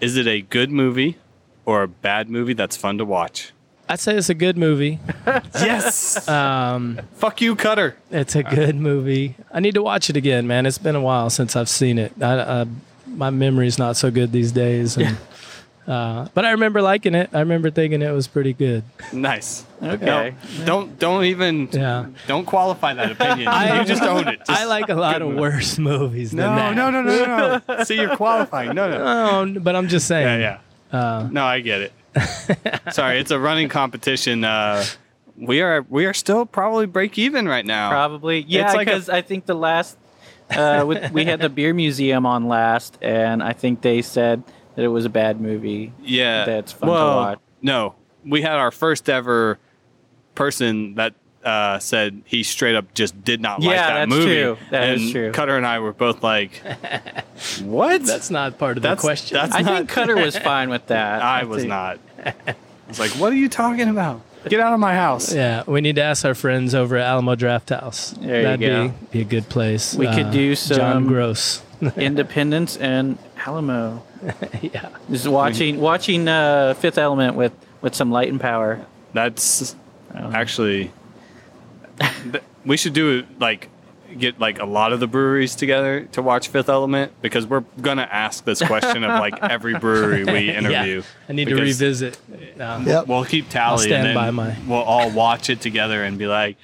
D: Is it a good movie or a bad movie that's fun to watch?
E: I'd say it's a good movie.
D: Yes.
E: Um,
D: Fuck you, Cutter.
E: It's a good movie. I need to watch it again, man. It's been a while since I've seen it. I, I, my memory's not so good these days. And, uh, but I remember liking it. I remember thinking it was pretty good.
D: Nice.
C: Okay.
D: No, don't don't even
E: Yeah.
D: don't qualify that opinion. you just owned it.
E: I like a lot of worse movies than that.
D: no, no, no. See, you're qualifying. No, no.
E: Um, but I'm just saying.
D: Yeah, yeah.
C: Uh,
D: no, I get it. Sorry, it's a running competition. Uh, we are we are still probably break even right now.
C: to? Probably. Yeah,
D: It's like a-
C: because I think the last uh, we, we had the beer museum on last, and I think they said that it was a bad movie.
D: Yeah,
C: that's fun to
D: well,
C: watch.
D: No, we had our first ever person that uh, said he straight up just did not like
C: Yeah,
D: that
C: that's
D: movie.
C: true. That
D: and
C: is true.
D: Cutter and I were both like, "What?
E: That's not part of
D: That's-
E: the question.
D: that's
C: I
D: not-
C: think Cutter was fine with that.
D: I was
C: think.
D: not. I was like, "What are you talking about? Get out of my house!"
E: yeah, we need to ask our friends over at Alamo Draft House.
C: There you
E: That'd
C: go.
E: Be, be a good place. Uh,
C: We could do some-
E: John Gross.
C: Independence and Alamo.
E: yeah.
C: Just watching watching uh, Fifth Element with with some light and power.
D: That's actually. th- we should do it like get like a lot of the breweries together to watch Fifth Element because we're gonna ask this question of like every brewery we interview.
E: Yeah. I need to
D: because
E: revisit. Um,
F: Yep.
D: We'll keep tally
E: stand
D: and then
E: by my-
D: we'll all watch it together and be like,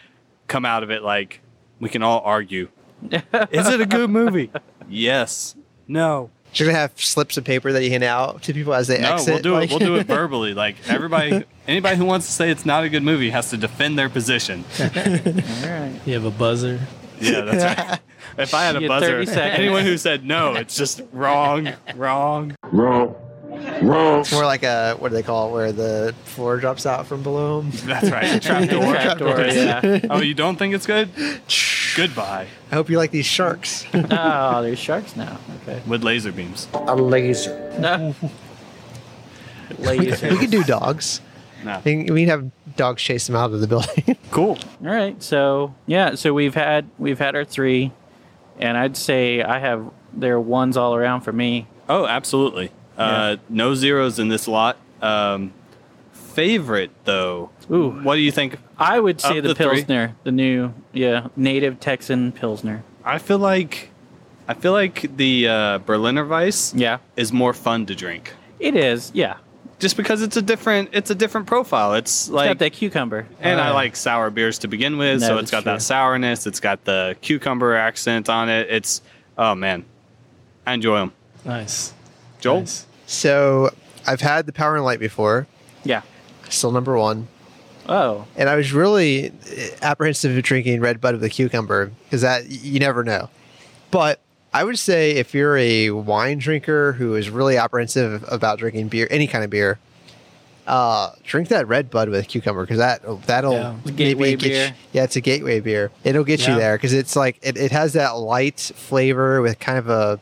D: come out of it like we can all argue. Is it a good movie? Yes. No.
F: Should we have slips of paper that you hand out to people as they
D: No,
F: exit?
D: we'll do
F: like-
D: it. We'll do it verbally. Like everybody, anybody who wants to say it's not a good movie has to defend their position.
C: All right.
E: You have a buzzer.
D: Yeah, that's right. If I had a
C: You get 30
D: buzzer,
C: seconds.
D: anyone who said no, it's just wrong, wrong.
H: Wrong. Wrong.
F: It's more like a what do they call it, where the floor drops out from below them.
D: That's right. Trapdoor.
C: Trapdoor, yeah.
D: Oh, you don't think it's good? Goodbye.
F: I hope you like these sharks.
C: Oh, there's sharks now. Okay.
D: With laser beams.
C: Laser.
F: we could do dogs.
D: No.
F: I think we can have dogs chase them out of the building.
D: Cool.
C: All right. So yeah. So we've had we've had our three, and I'd say I have there are ones all around for me.
D: Oh, absolutely. Uh, No zeros in this lot. Um, favorite though.
C: Ooh.
D: What do you think?
C: I would say
D: Of
C: the,
D: the three?
C: Pilsner, the new yeah native Texan Pilsner.
D: I feel like, I feel like the uh, Berliner Weiss
C: Yeah,
D: is more fun to drink,
C: it is. Yeah,
D: just because it's a different, it's a different profile. It's
C: it's
D: like
C: got that cucumber.
D: And I
E: Uh,
D: like sour beers to begin with,
C: No,
D: so
C: that's
D: it's got
C: true.
D: that sourness. It's got the cucumber accent on it. It's oh man, I enjoy them.
E: Nice.
D: Joel,
E: Nice.
F: so I've had the Power and Light before,
C: Yeah.
F: still number one.
C: Oh,
F: And I was really eh, apprehensive of drinking Red Bud with a cucumber because that you never know. But I would say if you're a wine drinker who is really apprehensive about drinking beer, any kind of beer, Uh, drink that red bud with cucumber because that that'll
C: Yeah. It's a
F: maybe
C: gateway
F: get you-
C: beer.
F: yeah, it's a gateway beer. It'll get you
E: Yeah.
F: there because it's like it, it has that light flavor with kind of a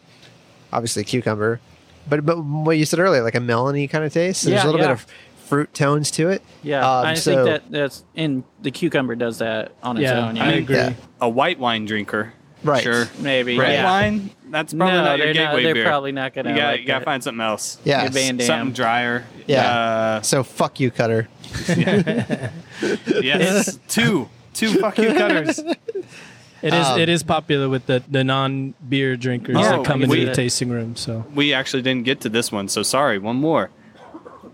F: obviously cucumber, but but what you said earlier, like a melony kind of taste.
C: Yeah,
F: There's a little
C: yeah.
F: bit of fruit tones to it.
C: Yeah,
F: Um,
C: I
F: so-
C: think that that's in the cucumber does that on its
E: Yeah,
C: own.
E: I
C: Yeah,
E: agree.
F: Yeah.
D: A white wine drinker.
F: Right.
D: Sure.
C: maybe.
D: Red
C: yeah.
D: wine? That's probably
C: no,
D: not your
C: they're
D: gateway
C: They're
D: beer.
C: probably not
D: you
C: gonna.
D: gotta,
C: like
D: you gotta
C: that.
D: find something else.
F: Yeah.
C: Your band-
D: Something drier.
F: Yeah. So fuck you, Cutter.
D: Uh, yes. two. Two fuck you cutters.
E: It is
F: Um,
E: it is popular with the, the non beer drinkers
D: Oh,
E: that come into
D: we-
E: the tasting room. So
D: We actually didn't get to this one, so sorry. One more.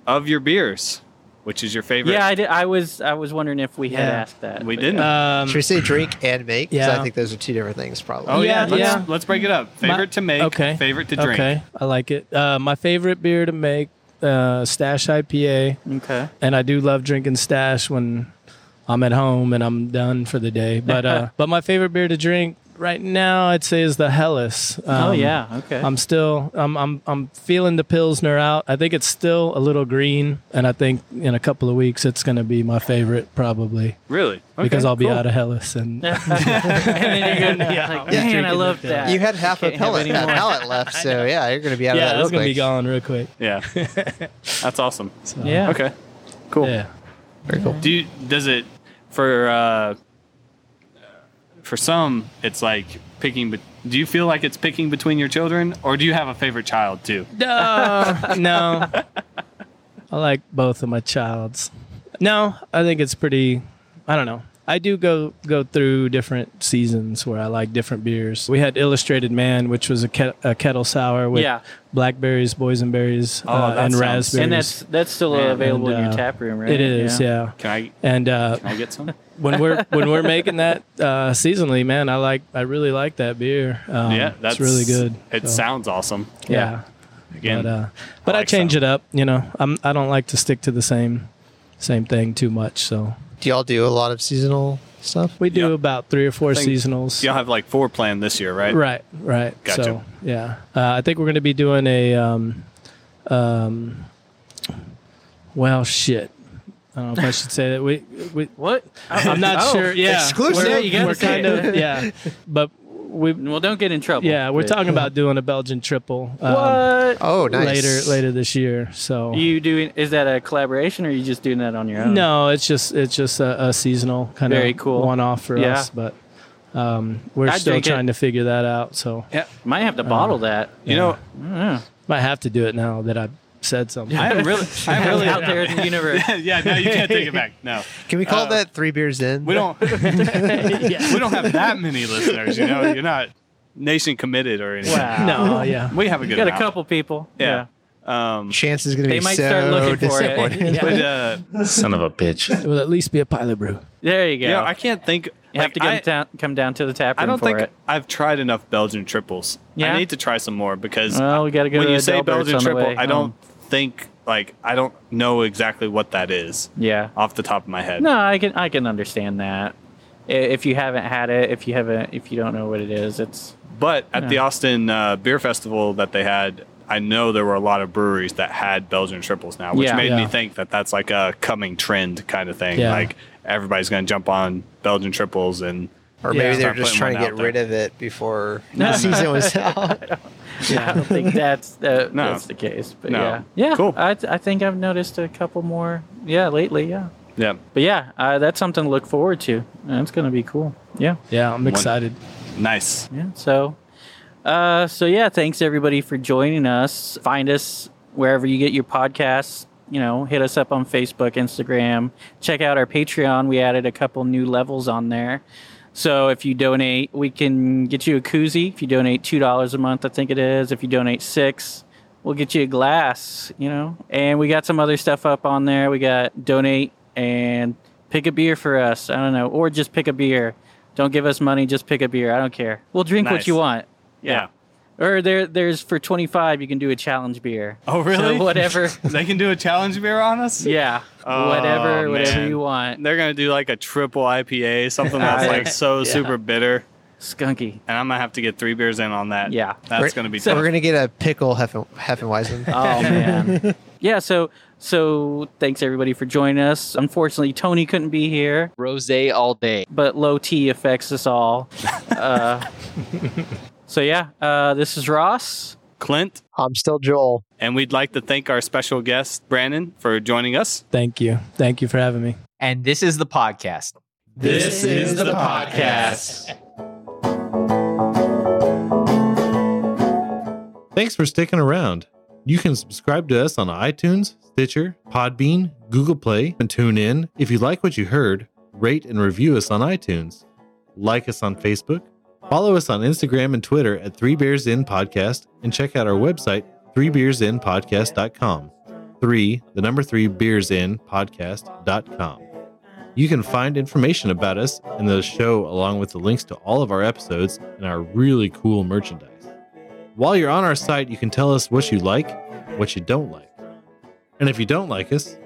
D: Of your beers, which is your favorite?
C: Yeah, Uh, I did. I was I was wondering if we had
E: Yeah.
C: asked that.
D: we
C: but-
D: didn't.
E: um,
F: Should we say drink and make? 'Cause
E: yeah.
F: I think those are two different things, probably.
D: oh, yeah.
E: yeah,
D: let's,
E: yeah.
D: let's break it up.
E: My-
D: Favorite to make,
E: okay.
D: favorite to drink.
E: Okay, I like it. Uh, my favorite beer to make, uh, Stash IPA,
C: Okay.
E: and I do love drinking Stash when I'm at home and I'm done for the day. But uh, but my favorite beer to drink right now, I'd say, is the Hellas.
C: oh
E: Um,
C: yeah. Okay.
E: I'm still I'm I'm I'm feeling the Pilsner out. I think it's still a little green, and I think in a couple of weeks it's going to be my favorite probably
D: Really? Okay,
E: because I'll be
D: cool.
E: out of Hellas and
C: and then you're gonna be like,
E: Yeah.
C: man, I
E: Drinking
C: love
E: that.
C: that.
F: You had half a
C: Can't have
F: pellet,
C: any
F: a
C: more.
F: pallet left, so yeah, you're gonna be out of
E: yeah,
F: that.
E: it's
F: real
E: going to be
F: quick.
E: gone real quick.
D: Yeah. That's awesome.
E: So,
C: Yeah.
D: Okay. Cool.
E: Yeah.
D: Do you, does it for uh, for some? It's like picking. But do you feel like it's picking between your children, or do you have a favorite child too?
E: No, no. I like both of my childs. No, I think it's pretty. I don't know. I do go go through different seasons where I like different beers. We had Illustrated Man, which was a, ket- a kettle sour with
C: Yeah.
E: blackberries, boysenberries,
D: Oh,
E: uh,
D: that
E: and
D: sounds-
E: raspberries.
C: And that's that's still
D: Man,
C: available in
E: and,
C: your
E: uh,
C: tap room, right?
E: it is, yeah.
D: Can I
E: And uh,
D: can I get some?
E: when we're when we're making that uh, seasonally, man, I like I really like that beer. Um,
D: yeah,
E: it's
D: that's
E: really good. So,
D: It sounds awesome.
E: yeah.
D: Again,
E: But, uh, but I,
D: like
E: change
D: some.
E: it up. You know, I'm I don't like to stick to the same same thing too much. So
F: Do y'all do a lot of seasonal stuff?
E: we do
D: Yeah.
E: about three or four
D: think-
E: seasonals.
D: y'all have like four planned this year, right?
E: Right, right.
D: Gotcha.
E: So yeah, uh, I think we're going to be doing a um, um, well, shit. I don't know if I should say that. We, we
C: What?
E: I'm not
C: Oh,
E: sure. Yeah,
F: exclusive.
E: We're,
F: Yeah,
C: you gotta
E: we're
C: say
E: kind
C: it.
E: of yeah, but we
C: Well, don't get in trouble.
E: yeah we're
C: But-
E: talking about doing a Belgian triple. um,
C: What?
F: Oh, nice.
E: Later, later this year. So
C: You doing? Is that a collaboration, or are you just doing that on your own?
E: No, it's just it's just a, a seasonal kind
C: Very
E: of
C: cool.
E: one off for
C: Yeah.
E: us, but um, we're
C: I'd
E: still
C: drink it.
E: trying to figure that out. So
D: Yeah.
C: Might have to bottle
E: Oh.
C: that.
D: You know,
E: might have to do it now that I've said something.
D: I am really, I'm really
C: out there in the universe.
D: yeah, no, you can't take it back. No,
F: Can we call
D: Uh,
F: that three beers in?
D: we don't. We don't have that many listeners. You know, you're not nation committed or anything.
C: Wow.
E: no, Oh, yeah.
D: We have a
C: You
D: good
C: got a
D: amount.
C: couple people.
D: Yeah. Um,
F: Chance is gonna
C: They
F: be
C: might
F: so
C: start looking for
F: disappointed.
C: it.
D: but uh,
K: Son of a bitch.
E: It will at least be a pilot brew.
C: There you go.
D: you know, I can't think.
C: you have
D: like,
C: to come
D: I-
C: down, come down to the tap room
D: I don't
C: for
D: think
C: it.
D: I've tried enough Belgian triples.
C: Yeah?
D: I need to try some more because
C: Well, we gotta go
D: when
C: to
D: you say
C: Adalbert's
D: Belgian
C: on the
D: triple,
C: way
D: I don't
C: home.
D: think like I don't know exactly what that is
C: Yeah.
D: off the top of my head.
C: No, I can I can understand that. I- If you haven't had it, if you haven't, if you don't know what it is, it's
D: But at the
C: Yeah.
D: Austin uh, Beer Festival that they had, I know there were a lot of breweries that had Belgian triples now, which
C: Yeah.
D: made me
E: Yeah.
D: think that that's like a coming trend kind of thing.
E: Yeah.
D: Like everybody's going to jump on Belgian triples and
F: Or maybe
E: Yeah.
F: they're
D: Start
F: just
D: putting
F: trying to
D: one
F: get
D: out there.
F: rid of it before the season was out.
C: I don't think that's uh,
D: No.
C: that's the case. But
D: No.
C: yeah, yeah,
D: Cool.
C: I I think I've noticed a couple more. Yeah, lately. Yeah,
D: yeah,
C: but yeah, uh, that's something to look forward to. That's gonna be cool. Yeah.
E: Yeah, I'm excited.
D: nice.
C: Yeah. So, uh, so yeah, thanks everybody for joining us. Find us wherever you get your podcasts. You know, hit us up on Facebook, Instagram. Check out our Patreon. We added a couple new levels on there. So if you donate, we can get you a koozie. If you donate two dollars a month, I think it is. If you donate six, we'll get you a glass. You know, and we got some other stuff up on there. We got donate and pick a beer for us. I don't know, or just pick a beer. Don't give us money. Just pick a beer. I don't care. We'll drink what
D: Nice.
C: you want.
D: Yeah.
C: Or there, there's for twenty five. You can do a challenge beer.
D: Oh, really?
C: So whatever.
D: they can do a challenge beer on us?
C: yeah.
D: Oh,
C: whatever. Whatever
D: man.
C: you want.
D: They're gonna do like a triple IPA, something that's like so super bitter.
C: Skunky.
D: and I'm gonna have to get three beers in on that.
C: Yeah.
D: that's
F: We're-
D: gonna be
F: We're
D: tough.
F: gonna get a pickle Heffen, Heffenweizen.
C: Oh man. yeah. So so thanks everybody for joining us. Unfortunately, Tony couldn't be here,
K: Rose all day.
C: but low T affects us all. uh, so yeah, uh, this is Ross.
D: Clint,
F: I'm still Joel.
D: and we'd like to thank our special guest Brandon for joining us.
E: Thank you. Thank you for having me.
K: And this is the podcast.
E: This is the
K: podcast.
A: Thanks for sticking around. You can subscribe to us on iTunes, Stitcher, Podbean, Google Play, and tune in. If you like what you heard, rate and review us on iTunes. Like us on Facebook. Follow us on Instagram and Twitter at Three Beers In Podcast and check out our website, threebeersinpodcast.com. Three, the number three, beers in podcast.com. You can find information about us and the show along with the links to all of our episodes and our really cool merchandise. While you're on our site, you can tell us what you like, what you don't like. And if you don't like us,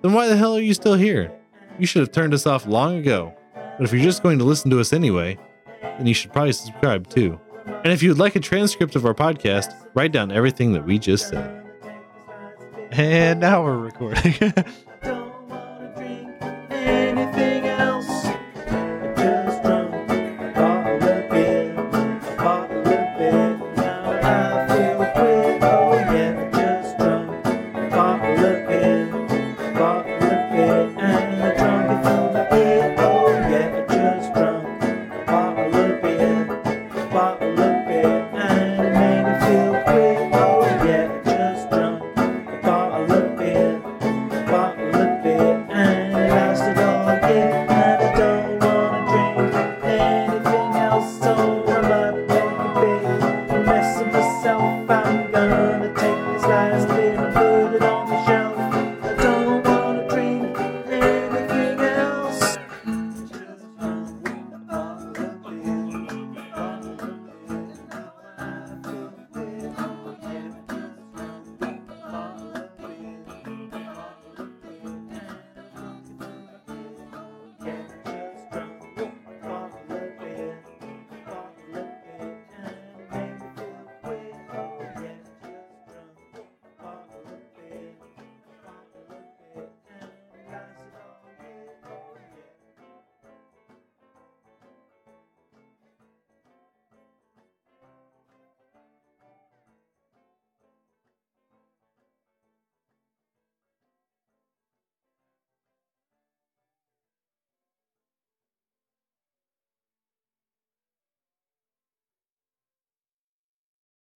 A: then why the hell are you still here? You should have turned us off long ago. But if you're just going to listen to us anyway, then you should probably subscribe too. And if you'd like a transcript of our podcast, write down everything that we just said. And now we're recording.